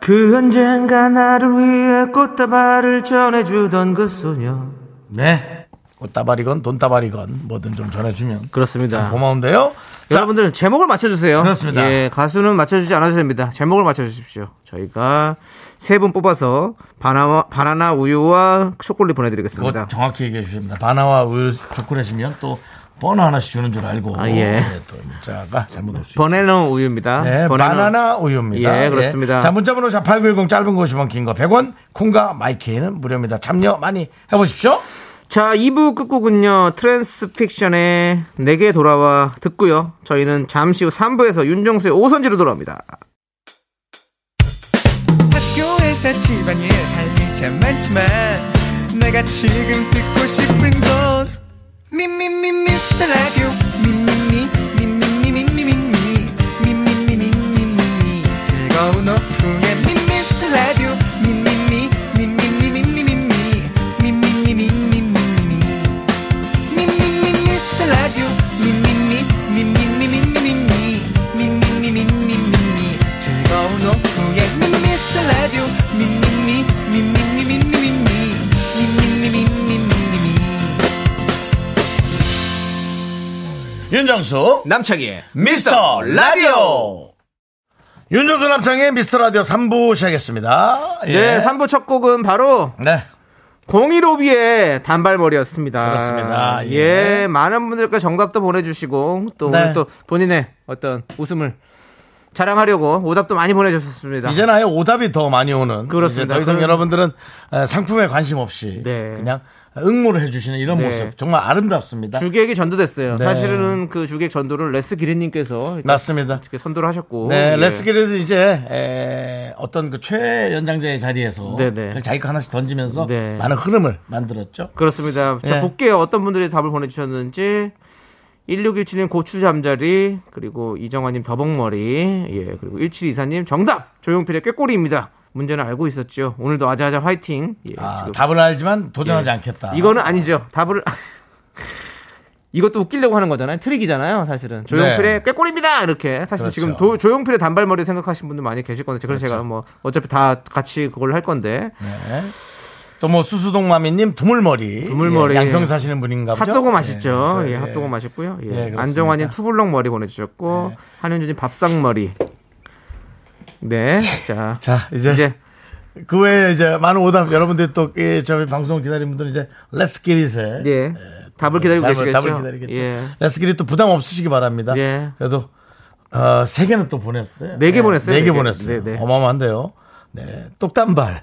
[SPEAKER 2] 그 언젠가 나를 위해 꽃다발을 전해주던 그 소녀.
[SPEAKER 1] 네. 꽃다발이건 돈다발이건 뭐든 좀 전해주면
[SPEAKER 2] 그렇습니다.
[SPEAKER 1] 고마운데요.
[SPEAKER 2] 자,
[SPEAKER 1] 자,
[SPEAKER 2] 여러분들 제목을 맞춰주세요.
[SPEAKER 1] 그렇습니다.
[SPEAKER 2] 예, 가수는 맞춰주지 않아도 됩니다. 제목을 맞춰주십시오. 저희가 세 분 뽑아서 바나나, 바나나 우유와 초콜릿 보내드리겠습니다.
[SPEAKER 1] 그거 정확히 얘기해 주십니다. 바나와 우유 초콜릿이면 또 버너 하나씩 주는 줄 알고
[SPEAKER 2] 아, 예.
[SPEAKER 1] 또 문자가 잘못 올수 있어요.
[SPEAKER 2] 버네너 우유입니다.
[SPEAKER 1] 네,
[SPEAKER 2] 버네너.
[SPEAKER 1] 바나나 우유입니다.
[SPEAKER 2] 예, 그렇습니다.
[SPEAKER 1] 자, 문자번호 자8910 짧은 거 50원, 긴 거 100원, 콩과 마이케이는 무료입니다. 참여 많이 해보십시오.
[SPEAKER 2] 자, 2부 끝곡은요. 트랜스픽션의 내게 돌아와 듣고요. 저희는 잠시 후 3부에서 윤정수의 오선지로 돌아옵니다.
[SPEAKER 5] 학교에서 집안일 할 일 참 많지만 내가 지금 듣고 싶은 건 미미미 미스터 라디오 미미미 미미미 미미미 미미미 미미미 즐거운 오후에 미스터 라디오 미미미 미미미 미미미 미미미 미미미
[SPEAKER 4] 윤정수
[SPEAKER 2] 남창희의
[SPEAKER 4] 미스터 라디오
[SPEAKER 1] 윤정수 남창의 미스터 라디오 3부 시작했습니다. 예.
[SPEAKER 2] 네, 3부 첫 곡은 바로
[SPEAKER 1] 네.
[SPEAKER 2] 015B의 단발머리였습니다.
[SPEAKER 1] 그렇습니다. 예.
[SPEAKER 2] 예. 많은 분들께 정답도 보내주시고 또
[SPEAKER 1] 네.
[SPEAKER 2] 오늘 또 본인의 어떤 웃음을 자랑하려고 오답도 많이 보내주셨습니다.
[SPEAKER 1] 이제는 아예 오답이 더 많이 오는. 이제
[SPEAKER 2] 그렇습니다.
[SPEAKER 1] 더 이상
[SPEAKER 2] 그럼-
[SPEAKER 1] 여러분들은 에, 상품에 관심 없이
[SPEAKER 2] 네.
[SPEAKER 1] 그냥 응모를 해주시는 이런
[SPEAKER 2] 네.
[SPEAKER 1] 모습 정말 아름답습니다.
[SPEAKER 2] 주객이 전도됐어요.
[SPEAKER 1] 네.
[SPEAKER 2] 사실은 그 주객 전도를 레스 기린님께서 이렇게
[SPEAKER 1] 맞습니다.
[SPEAKER 2] 이렇게 선도를 하셨고
[SPEAKER 1] 네,
[SPEAKER 2] 예.
[SPEAKER 1] 레스길에서 이제 에, 어떤 그 최연장자의 자리에서
[SPEAKER 2] 네, 네.
[SPEAKER 1] 그냥 자기가 하나씩 던지면서
[SPEAKER 2] 네.
[SPEAKER 1] 많은 흐름을 만들었죠.
[SPEAKER 2] 그렇습니다. 자,
[SPEAKER 1] 예.
[SPEAKER 2] 볼게요. 어떤 분들이 답을 보내주셨는지. 1617님 고추 잠자리, 그리고 이정화님 더벅머리, 예, 그리고 1724님 정답! 조용필의 꾀꼬리입니다. 문제는 알고 있었죠. 오늘도 아자아자 화이팅. 예,
[SPEAKER 1] 아,
[SPEAKER 2] 지금.
[SPEAKER 1] 답을 알지만 도전하지
[SPEAKER 2] 예.
[SPEAKER 1] 않겠다.
[SPEAKER 2] 이거는 아니죠. 답을. 이것도 웃기려고 하는 거잖아요. 트릭이잖아요, 사실은. 조용필의 꾀꼬리입니다! 이렇게.
[SPEAKER 1] 네.
[SPEAKER 2] 사실
[SPEAKER 1] 그렇죠.
[SPEAKER 2] 지금 도- 조용필의 단발머리 생각하시는 분들 많이 계실 건데, 그래서 제가 뭐, 어차피 다 같이 그걸 할 건데.
[SPEAKER 1] 또 뭐 수수동마미님 두물머리,
[SPEAKER 2] 두물머리.
[SPEAKER 1] 예, 양평 사시는 분인가 보죠.
[SPEAKER 2] 핫도그 맛있죠.
[SPEAKER 1] 예,
[SPEAKER 2] 예,
[SPEAKER 1] 예.
[SPEAKER 2] 핫도그 맛있고요.
[SPEAKER 1] 예,
[SPEAKER 2] 예.
[SPEAKER 1] 그렇습니다. 네.
[SPEAKER 2] 안정환님 투블럭 머리 보내주셨고 한현주님 밥상 머리. 네, 자,
[SPEAKER 1] 자 이제,
[SPEAKER 2] 이제
[SPEAKER 1] 그 외에 이제 많은 오답 여러분들 또 예, 저희 방송 기다리는 분들은 이제 렛츠 기릿에
[SPEAKER 2] 예, 답을 기다리고 계시겠죠.
[SPEAKER 1] 어, 음, 답을 기다리겠죠.
[SPEAKER 2] 예.
[SPEAKER 1] 렛츠 기릿 또 부담 없으시기 바랍니다.
[SPEAKER 2] 예.
[SPEAKER 1] 그래도 어, 세 개는 또 보냈어요.
[SPEAKER 2] 네개 보냈어요,
[SPEAKER 1] 네개
[SPEAKER 2] 네 개.
[SPEAKER 1] 보냈어요.
[SPEAKER 2] 네, 네.
[SPEAKER 1] 어마어마한데요. 네, 똑단발,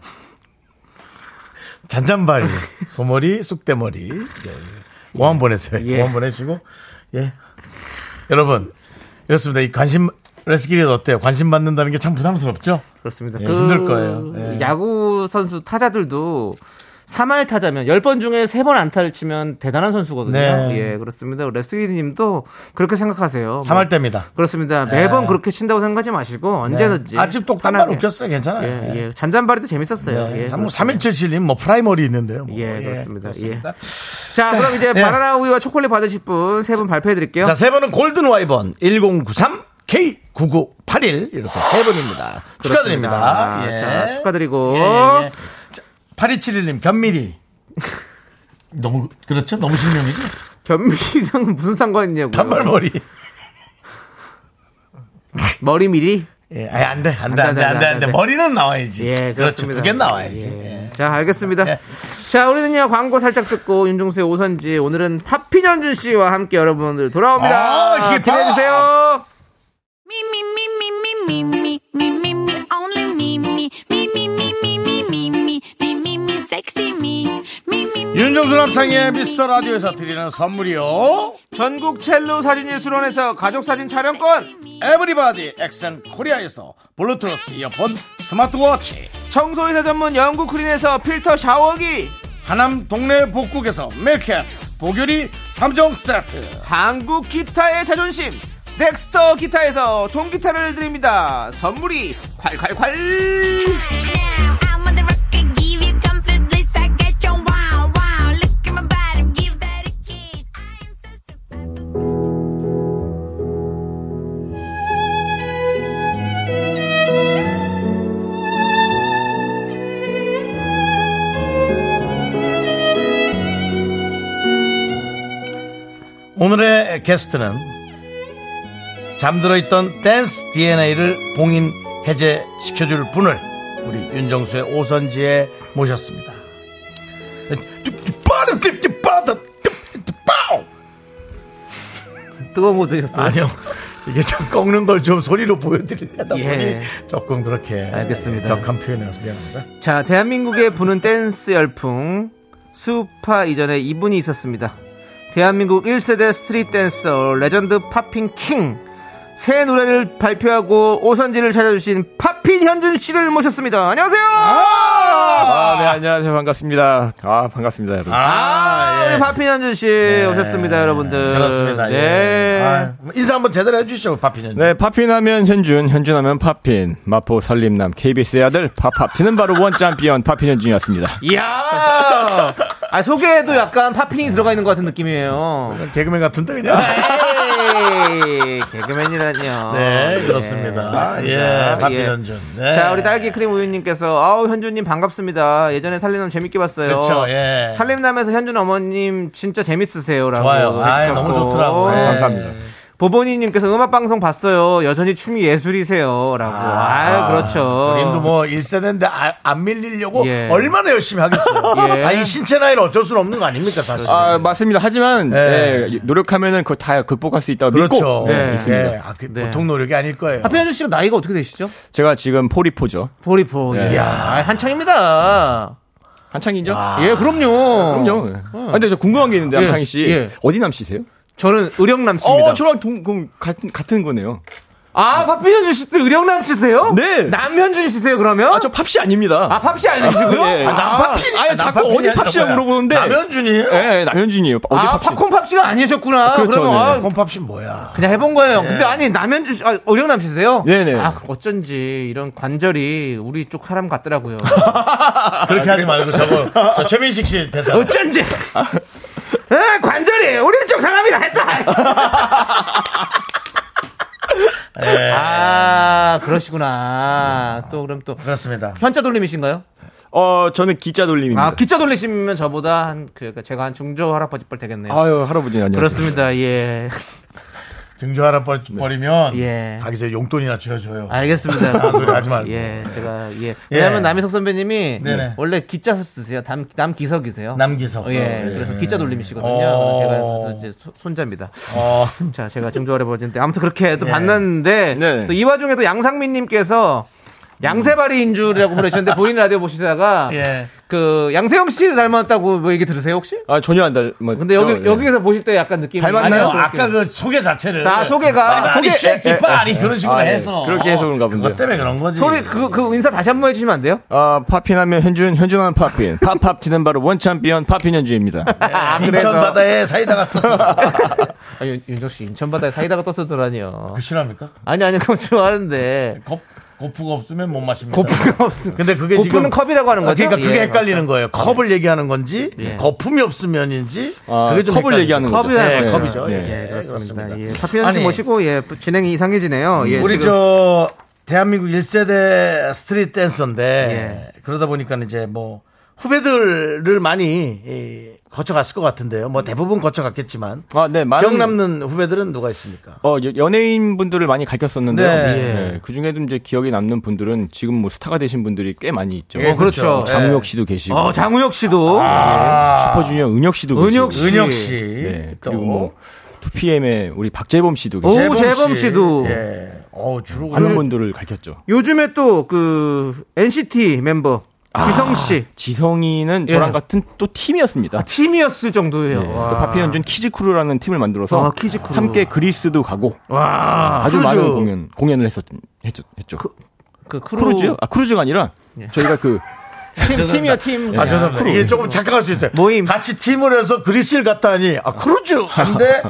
[SPEAKER 1] 잔잔발이, 소머리, 쑥대머리. 이제 고만 보내세요.
[SPEAKER 2] 예.
[SPEAKER 1] 고만 보내시고 예 여러분 이렇습니다. 이 관심 렛츠 기릿 어때요? 관심 받는다는 게 참 부담스럽죠.
[SPEAKER 2] 그렇습니다.
[SPEAKER 1] 예, 힘들 거예요. 예.
[SPEAKER 2] 야구 선수 타자들도 3할 타자면 10번 중에 3번 안타를 치면 대단한 선수거든요.
[SPEAKER 1] 네.
[SPEAKER 2] 예, 그렇습니다. 레스기님도 그렇게 생각하세요.
[SPEAKER 1] 삼할
[SPEAKER 2] 뭐,
[SPEAKER 1] 때입니다. 예. 네.
[SPEAKER 2] 그렇습니다. 매번 그렇게 친다고 생각하지 마시고 언제든지
[SPEAKER 1] 아침 똑단발
[SPEAKER 2] 편하게.
[SPEAKER 1] 웃겼어요. 괜찮아요.
[SPEAKER 2] 예,
[SPEAKER 1] 예.
[SPEAKER 2] 예. 잔잔바리도 재밌었어요. 예,
[SPEAKER 1] 네. 삼
[SPEAKER 2] 그렇습니다.
[SPEAKER 1] 3177님 뭐 프라이머리 있는데요. 뭐.
[SPEAKER 2] 예, 그렇습니다.
[SPEAKER 1] 그렇습니다.
[SPEAKER 2] 자,
[SPEAKER 1] 자,
[SPEAKER 2] 그럼 이제
[SPEAKER 1] 네.
[SPEAKER 2] 바나나 우유와 초콜릿 받으실 분 세 분 발표해 드릴게요.
[SPEAKER 1] 자, 세 번은 골든 와이번 1093 K9981 이렇게 세 번입니다. 축하드립니다. 예.
[SPEAKER 2] 자, 축하드리고.
[SPEAKER 1] 예, 예, 예. 자, 8271님 견미리 너무 그렇죠? 너무 실명이죠?
[SPEAKER 2] 견미랑 무슨 상관이냐고요.
[SPEAKER 1] 단발머리.
[SPEAKER 2] 머리 미리.
[SPEAKER 1] 예, 아니, 안 돼, 안 돼, 안 돼, 안 돼, 안 돼. 머리는 나와야지.
[SPEAKER 2] 예,
[SPEAKER 1] 그렇죠.
[SPEAKER 2] 그렇습니다.
[SPEAKER 1] 두 개 나와야지.
[SPEAKER 2] 예.
[SPEAKER 1] 예.
[SPEAKER 2] 자, 알겠습니다.
[SPEAKER 1] 예.
[SPEAKER 2] 자, 우리는요, 광고 살짝 듣고, 윤종수의 오선지, 오늘은 파피년준 씨와 함께 여러분들 돌아옵니다.
[SPEAKER 1] 아, 이게
[SPEAKER 2] 기대해주세요.
[SPEAKER 3] Me, me, me, me, me, me, me, me, me, me, only me, me, me, me, me, me, me, me, me, me, me, me, sexy me, me, me, me.
[SPEAKER 1] 윤정수 남창의 미스터 라디오에서 드리는 선물이요.
[SPEAKER 2] 전국 첼로 사진예술원에서 가족사진 촬영권,
[SPEAKER 1] 에브리바디 엑센 코리아에서 블루투스 이어폰 스마트워치
[SPEAKER 2] 청소회사 전문 영국 크린에서 필터 샤워기,
[SPEAKER 1] 하남 동네 복국에서 밀캡 보교리 3종 세트
[SPEAKER 2] 한국 기타의 자존심 넥스터 기타에서 통기타를 드립니다 선물이 콸콸콸
[SPEAKER 3] Now, I'm on the rocket, give you comfort, bliss, I get your wow, wow. Look at my body, give that a kiss. I am so super.
[SPEAKER 1] 오늘의 게스트는 잠들어 있던 댄스 DNA를 봉인 해제시켜줄 분을 우리 윤정수의 오선지에 모셨습니다.
[SPEAKER 2] 뜨거운 거 드셨어요?
[SPEAKER 1] 아니요. 이게 좀 꺾는 걸 좀 소리로 보여드리려다 보니
[SPEAKER 2] 예.
[SPEAKER 1] 조금 그렇게
[SPEAKER 2] 알겠습니다.
[SPEAKER 1] 격한 표현이라서 미안합니다.
[SPEAKER 2] 자 대한민국의 부는 댄스 열풍 수파 이전에 이분이 있었습니다 대한민국 1세대 스트릿 댄서 레전드 팝핑 킹새 노래를 발표하고 오선지를 찾아주신 팝핀 현준 씨를 모셨습니다 안녕하세요
[SPEAKER 6] 아, 네, 안녕하세요. 반갑습니다. 아, 반갑습니다, 여러분.
[SPEAKER 2] 아, 예.
[SPEAKER 1] 예. 네.
[SPEAKER 2] 우리 파피현준 씨 오셨습니다, 여러분들.
[SPEAKER 1] 그렇습니다.
[SPEAKER 2] 네.
[SPEAKER 1] 예. 아, 인사 한번 제대로 해주시죠, 박피는.
[SPEAKER 6] 네, 파핀하면 현준, 현준하면 파핀, 마포 설림남, KBS의 아들, 파팝티는 바로 원 짬피언 파핀 현준이었습니다.
[SPEAKER 2] 이야! 아, 소개에도 약간 파핀이 들어가 있는 것 같은 느낌이에요.
[SPEAKER 1] 개그맨 같은데 그냥.
[SPEAKER 2] 에이, 개그맨이라뇨.
[SPEAKER 1] 네, 그렇습니다.
[SPEAKER 2] 아, 예. 맞습니다.
[SPEAKER 1] 예, 박필 현준. 네.
[SPEAKER 2] 자, 우리 딸기 크림 우유님께서, 아우, 현준님 반갑습니다. 예전에 살림남 재밌게 봤어요.
[SPEAKER 1] 그쵸, 예.
[SPEAKER 2] 살림남에서 현준 어머님 진짜 재밌으세요라고.
[SPEAKER 1] 좋아요. 아,
[SPEAKER 2] 해주셨고.
[SPEAKER 1] 너무 좋더라고요. 예.
[SPEAKER 6] 감사합니다.
[SPEAKER 2] 보보니님께서 음악방송 봤어요. 여전히 춤이 예술이세요. 라고. 아, 유 그렇죠.
[SPEAKER 1] 우리도 뭐 1세대인데 안 밀리려고
[SPEAKER 2] 예.
[SPEAKER 1] 얼마나 열심히 하겠어요.
[SPEAKER 2] 예.
[SPEAKER 1] 아, 이 신체 나이는 어쩔 수는 없는 거 아닙니까, 사실.
[SPEAKER 6] 아, 맞습니다. 하지만
[SPEAKER 1] 네.
[SPEAKER 6] 예, 노력하면은 그거 다 극복할 수 있다고
[SPEAKER 1] 그렇죠.
[SPEAKER 6] 믿고
[SPEAKER 2] 네.
[SPEAKER 6] 예, 있습니다.
[SPEAKER 1] 예. 아, 그
[SPEAKER 2] 네.
[SPEAKER 1] 보통 노력이 아닐 거예요.
[SPEAKER 2] 하필현준 씨가 나이가 어떻게 되시죠?
[SPEAKER 6] 제가 지금 포리포죠.
[SPEAKER 2] 보리포.
[SPEAKER 1] 네.
[SPEAKER 2] 이야, 한창입니다.
[SPEAKER 6] 한창이죠?
[SPEAKER 2] 예, 그럼요.
[SPEAKER 6] 그럼요. 아, 근데 저 궁금한 게 있는데
[SPEAKER 2] 예,
[SPEAKER 6] 한창희 씨
[SPEAKER 2] 예.
[SPEAKER 6] 어디 남씨세요?
[SPEAKER 2] 저는 의령남 씨입니다.
[SPEAKER 6] 어, 저랑 동, 그럼 같은 같은 거네요.
[SPEAKER 2] 아, 박필현준 씨도 의령남 씨세요?
[SPEAKER 6] 네.
[SPEAKER 2] 남현준 씨세요, 그러면?
[SPEAKER 6] 아, 저 팝씨 아닙니다.
[SPEAKER 2] 아, 팝씨 아니시고요?
[SPEAKER 6] 예.
[SPEAKER 2] 아,
[SPEAKER 6] 남파피. 아니, 자꾸 어디 팝씨야 물어보는데.
[SPEAKER 1] 남현준이에요?
[SPEAKER 6] 예, 예, 남현준이에요. 어디
[SPEAKER 2] 아,
[SPEAKER 6] 팝씨?
[SPEAKER 2] 팝콘 팝씨가 아니셨구나. 그
[SPEAKER 6] 그렇죠,
[SPEAKER 2] 러면
[SPEAKER 6] 네.
[SPEAKER 2] 아,
[SPEAKER 1] 곰팝씨 뭐야?
[SPEAKER 2] 그냥 해본 거예요. 근데 아니, 남현준 씨, 아, 의령남 씨세요?
[SPEAKER 6] 네네.
[SPEAKER 2] 아, 어쩐지 이런 관절이 우리 쪽 사람 같더라고요.
[SPEAKER 6] 아,
[SPEAKER 1] 그렇게 하지 말고 저거 저 최민식 씨 대사.
[SPEAKER 2] 어쩐지. 에, 관절이 우리 쪽 사람이라 했다.
[SPEAKER 6] 네.
[SPEAKER 2] 아, 그러시구나. 또 그럼 또
[SPEAKER 1] 그렇습니다.
[SPEAKER 2] 현자 돌림이신가요?
[SPEAKER 6] 어, 저는 기자 돌림입니다.
[SPEAKER 2] 아, 기자 돌리시면 저보다 한 그, 제가 한 중조 할아버지뻘 되겠네요.
[SPEAKER 6] 아유, 할아버지 안녕하세요.
[SPEAKER 2] 그렇습니다. 예.
[SPEAKER 1] 증조하라 버- 버리면
[SPEAKER 2] 예.
[SPEAKER 1] 가기 전에 용돈이나 줘줘요.
[SPEAKER 2] 알겠습니다.
[SPEAKER 1] 아, 소리 하지 말고.
[SPEAKER 2] 예, 제가 예. 왜냐면
[SPEAKER 1] 예.
[SPEAKER 2] 남희석 선배님이
[SPEAKER 1] 네네.
[SPEAKER 2] 원래 기자 쓰세요. 남, 남 기석이세요.
[SPEAKER 1] 남기석.
[SPEAKER 2] 예, 그래서 기자 돌림이시거든요.
[SPEAKER 1] 어.
[SPEAKER 2] 제가 그래서 이제 소- 손자입니다.
[SPEAKER 1] 어,
[SPEAKER 2] 자, 제가 증조 할아버지인데 아무튼 그렇게 또
[SPEAKER 1] 예.
[SPEAKER 2] 만났는데
[SPEAKER 6] 네.
[SPEAKER 2] 또 이 와중에 또 양상민님께서 양세바리인 줄이라고 보내주셨는데 보이는 라디오 보시다가
[SPEAKER 1] 예.
[SPEAKER 2] 그 양세형 씨 닮았다고 뭐 얘기 들으세요 혹시?
[SPEAKER 6] 아, 전혀 안 닮았.
[SPEAKER 2] 근데 여기
[SPEAKER 6] 예.
[SPEAKER 2] 여기에서 보실 때 약간 느낌이
[SPEAKER 6] 닮았나요?
[SPEAKER 1] 아니요,
[SPEAKER 2] 그렇게.
[SPEAKER 1] 예. 아까 그 소개 자체를.
[SPEAKER 2] 자, 소개가-
[SPEAKER 1] 아니, 아니,
[SPEAKER 2] 소개-
[SPEAKER 1] 쉐키
[SPEAKER 6] 에, 에,
[SPEAKER 1] 파리 그런 식으로
[SPEAKER 6] 아, 예.
[SPEAKER 1] 해서.
[SPEAKER 6] 그렇게 해서 그런가 본데요.
[SPEAKER 1] 그것 때문에 그런 거지.
[SPEAKER 2] 소리 그, 그 인사 다시 한 번 해주시면 안 돼요?
[SPEAKER 6] 아, 파핀 하면 현준, 현준 하면 파핀. 팝팝 튀는 바로 원 챔피언 파핀 현준입니다.
[SPEAKER 2] 아,
[SPEAKER 1] 인천 바다에 사이다가 떴어.
[SPEAKER 2] 아, 윤- 윤정 씨 인천 바다에 사이다가 떴었더라니요.
[SPEAKER 1] 그 싫어합니까?
[SPEAKER 2] 아니 아니 그거 좋아하는데
[SPEAKER 1] 겁, 고프가 없으면 못 마십니다.
[SPEAKER 2] 고프가 없음.
[SPEAKER 1] 근데 그게
[SPEAKER 2] 고프는
[SPEAKER 1] 지금
[SPEAKER 2] 컵이라고 하는 거죠?
[SPEAKER 1] 그러니까 그게
[SPEAKER 2] 예,
[SPEAKER 1] 헷갈리는 거예요. 컵을 얘기하는 건지
[SPEAKER 2] 예.
[SPEAKER 1] 거품이 없으면인지
[SPEAKER 6] 아,
[SPEAKER 1] 그게 좀
[SPEAKER 6] 컵을
[SPEAKER 1] 헷갈리죠.
[SPEAKER 6] 얘기하는 거죠.
[SPEAKER 2] 컵이라는
[SPEAKER 1] 네,
[SPEAKER 2] 거죠.
[SPEAKER 1] 컵이죠.
[SPEAKER 6] 네.
[SPEAKER 1] 예,
[SPEAKER 2] 예, 그렇습니다.
[SPEAKER 1] 그렇습니다.
[SPEAKER 2] 예, 파피현 씨
[SPEAKER 1] 아니, 음,
[SPEAKER 2] 모시고 예 진행이 이상해지네요. 예,
[SPEAKER 1] 우리
[SPEAKER 2] 지금.
[SPEAKER 1] 저 대한민국 1세대 스트릿 댄서인데
[SPEAKER 2] 예.
[SPEAKER 1] 그러다 보니까 이제 뭐 후배들을 많이 이, 거쳐갔을 것 같은데요. 뭐 대부분 거쳐갔겠지만
[SPEAKER 6] 아, 네, 많은
[SPEAKER 1] 기억 남는 후배들은 누가 있습니까?
[SPEAKER 6] 어, 연예인 분들을 많이 가르쳤었는데요.
[SPEAKER 1] 네.
[SPEAKER 2] 예.
[SPEAKER 6] 그 중에도 이제 기억에 남는 분들은 지금 뭐 스타가 되신 분들이 꽤 많이 있죠.
[SPEAKER 1] 예,
[SPEAKER 2] 어, 그렇죠.
[SPEAKER 6] 장우혁 씨도 계시고,
[SPEAKER 2] 어 장우혁 씨도
[SPEAKER 1] 아.
[SPEAKER 2] 예.
[SPEAKER 6] 슈퍼주니어 은혁 아, 씨도
[SPEAKER 2] 아. 은혁
[SPEAKER 6] 계시고,
[SPEAKER 2] 씨.
[SPEAKER 1] 예. 은혁 씨,
[SPEAKER 6] 네,
[SPEAKER 1] 또
[SPEAKER 6] 그리고 뭐 2PM의 우리 박재범
[SPEAKER 2] 오,
[SPEAKER 6] 씨도 계시고,
[SPEAKER 2] 재범 씨도.
[SPEAKER 1] 예. 어 주로
[SPEAKER 6] 많은 분들을 가르쳤죠.
[SPEAKER 2] 요즘에 또 그 NCT 멤버
[SPEAKER 1] 아.
[SPEAKER 2] 지성 씨
[SPEAKER 6] 지성이는 저랑
[SPEAKER 2] 예.
[SPEAKER 6] 같은 또 팀이었습니다.
[SPEAKER 2] 팀이었을 정도예요.
[SPEAKER 6] 네, 또
[SPEAKER 2] 와.
[SPEAKER 6] 파피현준 키즈크루라는 팀을 만들어서
[SPEAKER 2] 아, 키즈크루.
[SPEAKER 6] 함께 그리스도 가고
[SPEAKER 2] 와.
[SPEAKER 6] 아주
[SPEAKER 1] 크루즈.
[SPEAKER 6] 많은 공연 공연을 했었 했죠. 했죠.
[SPEAKER 2] 그 크루, 예.
[SPEAKER 6] 크루즈요? 아 크루즈가 아니라 저희가 그
[SPEAKER 2] 팀, 팀이요 팀.
[SPEAKER 1] 아 죄송합니다. 이게 조금 착각할 수 있어요.
[SPEAKER 2] 모임.
[SPEAKER 1] 같이 팀을 해서 그리스를 갔다니 아 크루즈 근데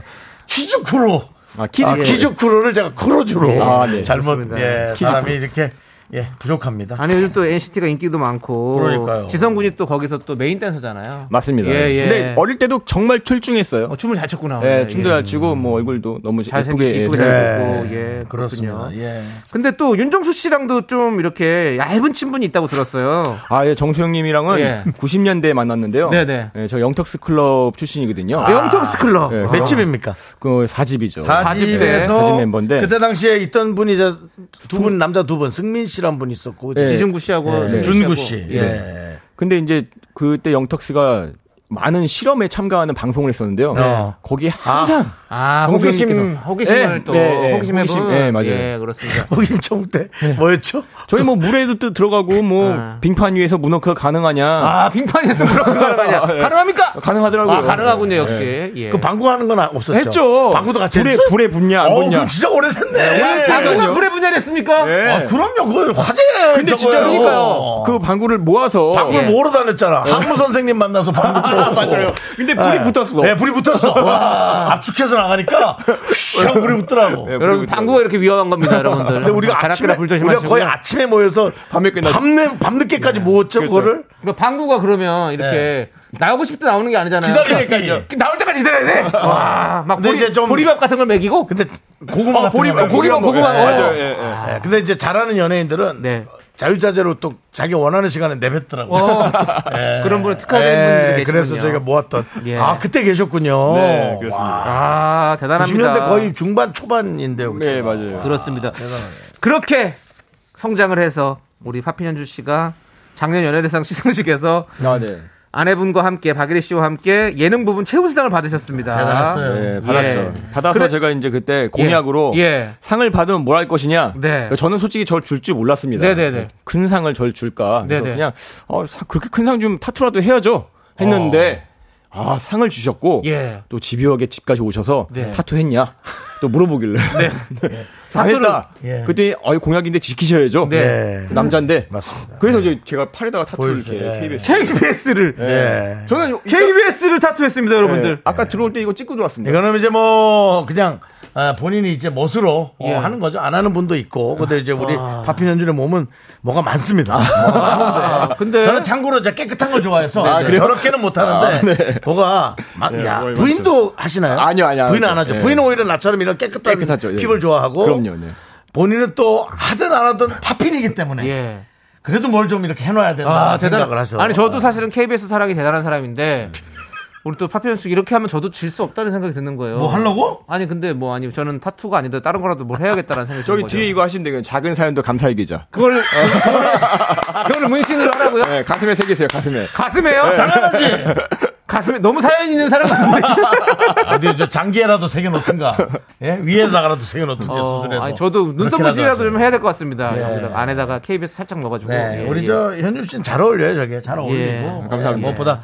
[SPEAKER 1] 키즈크루
[SPEAKER 6] 아, 키즈
[SPEAKER 2] 예.
[SPEAKER 1] 아, 키즈크루를 제가 크루즈로
[SPEAKER 6] 아, 네.
[SPEAKER 1] 잘못
[SPEAKER 2] 그렇습니다.
[SPEAKER 1] 예, 사람이 이렇게 예 부족합니다.
[SPEAKER 2] 아니 요즘 또 NCT가 인기도 많고
[SPEAKER 1] 그러니까요.
[SPEAKER 2] 지성군이 또 거기서 또 메인 댄서잖아요.
[SPEAKER 6] 맞습니다.
[SPEAKER 2] 예, 예.
[SPEAKER 6] 근데 어릴 때도 정말 출중했어요.
[SPEAKER 2] 어, 춤을 잘 췄구나.
[SPEAKER 6] 예,
[SPEAKER 2] 오늘.
[SPEAKER 6] 춤도
[SPEAKER 2] 예.
[SPEAKER 6] 잘 추고 뭐 얼굴도 너무
[SPEAKER 2] 잘생기-
[SPEAKER 6] 예쁘게
[SPEAKER 2] 이쁘게
[SPEAKER 6] 예,
[SPEAKER 2] 잘-
[SPEAKER 1] 예,
[SPEAKER 2] 그리고, 예,
[SPEAKER 1] 그렇습니다.
[SPEAKER 2] 그렇군요.
[SPEAKER 1] 예.
[SPEAKER 2] 근데 또 윤정수 씨랑도 좀 이렇게 얇은 친분이 있다고 들었어요.
[SPEAKER 6] 아, 예, 정수영님이랑은
[SPEAKER 2] 예.
[SPEAKER 6] 90년대에 만났는데요.
[SPEAKER 2] 네네.
[SPEAKER 6] 예, 저 영턱스 클럽 출신이거든요.
[SPEAKER 2] 영턱스 클럽.
[SPEAKER 6] 아, 예,
[SPEAKER 1] 몇 집입니까?
[SPEAKER 6] 그 4집이죠.
[SPEAKER 2] 사집
[SPEAKER 1] 사집에서
[SPEAKER 6] 때. 멤버인데.
[SPEAKER 1] 그때 당시에 있던 분이 이제 두 분 남자 두 분 승민 씨란 분 있었고 뭐
[SPEAKER 6] 예.
[SPEAKER 2] 지중구 씨하고
[SPEAKER 6] 예.
[SPEAKER 1] 네.
[SPEAKER 2] 승민
[SPEAKER 1] 준구
[SPEAKER 2] 씨하고.
[SPEAKER 1] 씨.
[SPEAKER 2] 예.
[SPEAKER 1] 예.
[SPEAKER 6] 근데 이제 그때 영턱스가 많은 실험에 참가하는 방송을 했었는데
[SPEAKER 1] 네.
[SPEAKER 6] 요 거기 항상
[SPEAKER 2] 아,
[SPEAKER 6] 정수영님께서-
[SPEAKER 2] 호기심, 호기심을
[SPEAKER 6] 예,
[SPEAKER 2] 또,
[SPEAKER 6] 예, 예,
[SPEAKER 2] 호기심 해본.
[SPEAKER 6] 호기심. 예, 맞아요.
[SPEAKER 2] 예, 그렇습니다.
[SPEAKER 1] 허김청 어, 때 뭐였죠?
[SPEAKER 6] 저희 뭐 물에도 또 들어가고 뭐
[SPEAKER 2] 아.
[SPEAKER 6] 빙판 위에서 문어크가 가능하냐
[SPEAKER 2] 아, 빙판에서 그런 거 아니야. 가능합니까?
[SPEAKER 6] 가능하더라고요.
[SPEAKER 2] 아, 가능하군요, 역시. 예.
[SPEAKER 1] 그 방구하는 건 없었죠.
[SPEAKER 6] 했죠.
[SPEAKER 1] 방구도 같이
[SPEAKER 6] 불에
[SPEAKER 1] 했어?
[SPEAKER 6] 불에 붙냐 안
[SPEAKER 1] 어우, 그거
[SPEAKER 6] 붙냐.
[SPEAKER 1] 진짜 오래됐네.
[SPEAKER 2] 야, 방구가 불에 분야를 했습니까?
[SPEAKER 6] 예.
[SPEAKER 1] 아, 그럼요. 그 화제.
[SPEAKER 6] 근데 진짜
[SPEAKER 2] 그러니까요.
[SPEAKER 6] 그 방구를 모아서
[SPEAKER 1] 방구
[SPEAKER 2] 예.
[SPEAKER 1] 모으러 다녔잖아. 한무 선생님 만나서 방구 모으고. 맞아요.
[SPEAKER 6] 근데 불이 붙었어.
[SPEAKER 1] 네, 불이 붙었어. 압축해서 나가니까 휘 하고 불이 붙더라고.
[SPEAKER 6] 예, 불이
[SPEAKER 2] 여러분
[SPEAKER 6] 붙더라고요.
[SPEAKER 2] 방구가 이렇게 위험한 겁니다, 여러분들.
[SPEAKER 1] 근데 우리가 아침에 우리가 거의 아침에 모여서
[SPEAKER 6] 밤에 끝나죠.
[SPEAKER 1] 밤늦 밤늦게까지 모았죠. 그거를
[SPEAKER 2] 뭐 방구가 예. 그러면 이렇게 나오고 싶을 때 나오는 게 아니잖아요.
[SPEAKER 1] 기다리니까요.
[SPEAKER 2] 나올 때까지 시간까지 기다려야 돼. 와, 막
[SPEAKER 1] 근데
[SPEAKER 2] 보리,
[SPEAKER 1] 이제 좀-
[SPEAKER 2] 보리밥 같은 걸 먹이고. 아,
[SPEAKER 1] 근데 고구마 같은
[SPEAKER 2] 보리-
[SPEAKER 1] 거 말고
[SPEAKER 2] 고구마,
[SPEAKER 1] 이런 거.
[SPEAKER 2] 고구마.
[SPEAKER 1] 예,
[SPEAKER 2] 어.
[SPEAKER 1] 맞아요.
[SPEAKER 6] 예, 예.
[SPEAKER 1] 예, 근데 이제 잘하는 연예인들은
[SPEAKER 2] 네.
[SPEAKER 1] 자유자재로 또 자기 원하는 시간에 내뱉더라고요.
[SPEAKER 2] 어, 그런 분을 특화된 분들이 계시군요.
[SPEAKER 1] 예. 그래서 저희가 모았던.
[SPEAKER 2] 예.
[SPEAKER 1] 아, 그때 계셨군요.
[SPEAKER 6] 네, 그렇습니다.
[SPEAKER 2] 아, 대단합니다.
[SPEAKER 1] 90년대 거의 중반 초반인데요. 그때.
[SPEAKER 6] 네, 맞아요.
[SPEAKER 2] 그렇습니다. 그렇게 성장을 해서 우리 파피현주 씨가 작년 연예대상 시상식에서
[SPEAKER 6] 아, 네.
[SPEAKER 2] 아내분과 함께 박예리 씨와 함께 예능 부분 최우수상을 받으셨습니다.
[SPEAKER 1] 대단했어요.
[SPEAKER 6] 예, 받았죠.
[SPEAKER 2] 예.
[SPEAKER 6] 받아서
[SPEAKER 2] 그래-
[SPEAKER 6] 제가 이제 그때 공약으로
[SPEAKER 2] 예.
[SPEAKER 6] 상을 받으면 뭘 할 것이냐. 그러니까
[SPEAKER 2] 네.
[SPEAKER 6] 저는 솔직히 절 줄 줄 몰랐습니다.
[SPEAKER 2] 네네네.
[SPEAKER 6] 큰 상을 절 줄까. 그래서
[SPEAKER 2] 네네.
[SPEAKER 6] 그냥 어, 사- 그렇게 큰 상 좀 타투라도 해야죠. 했는데 아 상을 주셨고
[SPEAKER 1] 네.
[SPEAKER 2] 예.
[SPEAKER 6] 또 집요하게 집까지 오셔서
[SPEAKER 2] 네.
[SPEAKER 6] 타투했냐 또 물어보길래 네. 다
[SPEAKER 2] 타투를-
[SPEAKER 6] 했다.
[SPEAKER 1] 예.
[SPEAKER 6] 그때 아, 공약인데 지키셔야죠. 예.
[SPEAKER 2] 네.
[SPEAKER 6] 남자인데.
[SPEAKER 1] 맞습니다. 네.
[SPEAKER 6] 그래서 이제 제가 팔에다가 타투를
[SPEAKER 1] 보여주세요.
[SPEAKER 6] 이렇게
[SPEAKER 1] 예.
[SPEAKER 6] KBS.
[SPEAKER 2] 네. KBS를
[SPEAKER 1] 예.
[SPEAKER 6] 저는
[SPEAKER 2] KBS를 타투했습니다, 여러분들.
[SPEAKER 1] 네.
[SPEAKER 6] 예. 아까 들어올 때 이거 찍고 들어왔습니다.
[SPEAKER 1] 예, 이거는 이제 뭐 그냥 아, 본인이 이제 멋으로 어,
[SPEAKER 2] 예.
[SPEAKER 1] 하는 거죠. 안 하는 분도 있고. 근데 이제 우리 파피현준의 몸은 뭐가 많습니다.
[SPEAKER 2] 아, 근데
[SPEAKER 1] 저는 참고로 이제 깨끗한 걸 좋아해서
[SPEAKER 6] 아, 그래요?
[SPEAKER 1] 저렇게는 못 하는데
[SPEAKER 6] 아, 네.
[SPEAKER 1] 뭐가 막,
[SPEAKER 6] 네,
[SPEAKER 1] 야,
[SPEAKER 6] 뭐가
[SPEAKER 1] 부인도 하시나요?
[SPEAKER 6] 아니요, 아니요,
[SPEAKER 1] 부인 안 하죠.
[SPEAKER 6] 아니죠. 예.
[SPEAKER 1] 부인은 오히려 나처럼 이런 깨끗한
[SPEAKER 6] 깨끗하죠, 예.
[SPEAKER 1] 피부를 네. 좋아하고
[SPEAKER 6] 그럼요, 네.
[SPEAKER 1] 본인은 또 하든 안 하든 파핀이기 때문에
[SPEAKER 2] 예.
[SPEAKER 1] 그래도 뭘 좀 이렇게 해놔야 된다
[SPEAKER 2] 아,
[SPEAKER 1] 생각을 어.
[SPEAKER 2] 대단.
[SPEAKER 1] 하죠.
[SPEAKER 2] 아니 저도 사실은 KBS 사랑이 대단한 사람인데 우리 또 파피현수 이렇게 하면 저도 질 수 없다는 생각이 드는 거예요.
[SPEAKER 1] 뭐 하려고?
[SPEAKER 2] 아니 근데 뭐 아니 저는 타투가 아닌데 다른 거라도 뭘 해야겠다라는 생각이
[SPEAKER 6] 저기
[SPEAKER 2] 드는
[SPEAKER 6] 뒤에
[SPEAKER 2] 거죠.
[SPEAKER 6] 이거 하시면 되거든요. 작은 사연도 감사의 기자.
[SPEAKER 2] 그걸 그걸 문신으로 하라고요?
[SPEAKER 6] 네, 가슴에 새기세요, 가슴에.
[SPEAKER 2] 가슴에요? 당연하지. 가슴에 너무 사연 있는 사람 같은데.
[SPEAKER 1] 어디 저 장기에라도 새겨놓든가 예? 위에다가라도 새겨놓든지
[SPEAKER 2] 어,
[SPEAKER 1] 수술해서
[SPEAKER 2] 아니, 저도 눈썹
[SPEAKER 1] 그렇게라도
[SPEAKER 2] 문신이라도
[SPEAKER 1] 하세요.
[SPEAKER 2] 좀 해야 될 것 같습니다.
[SPEAKER 1] 네.
[SPEAKER 2] 여기다가 안에다가 KBS 살짝 넣어가지고.
[SPEAKER 1] 네,
[SPEAKER 2] 예,
[SPEAKER 1] 우리
[SPEAKER 2] 예.
[SPEAKER 1] 저 현준 씨는 잘 어울려요, 저게 잘 어울리고
[SPEAKER 2] 예,
[SPEAKER 1] 감사합니다. 무엇보다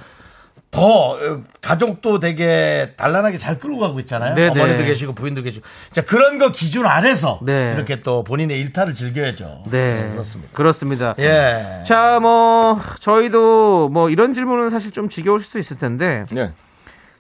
[SPEAKER 1] 더 어, 가족도 되게 단란하게 잘 끌고 가고 있잖아요.
[SPEAKER 2] 네,
[SPEAKER 1] 어머니도
[SPEAKER 2] 네.
[SPEAKER 1] 계시고 부인도 계시고 자 그런 거 기준 아래서
[SPEAKER 2] 네.
[SPEAKER 1] 이렇게 또 본인의 일탈을 즐겨야죠.
[SPEAKER 2] 네.
[SPEAKER 1] 그렇습니다.
[SPEAKER 2] 그렇습니다.
[SPEAKER 1] 예,
[SPEAKER 2] 자, 뭐, 저희도 뭐 이런 질문은 사실 좀 지겨우실 수 있을 텐데,
[SPEAKER 6] 네.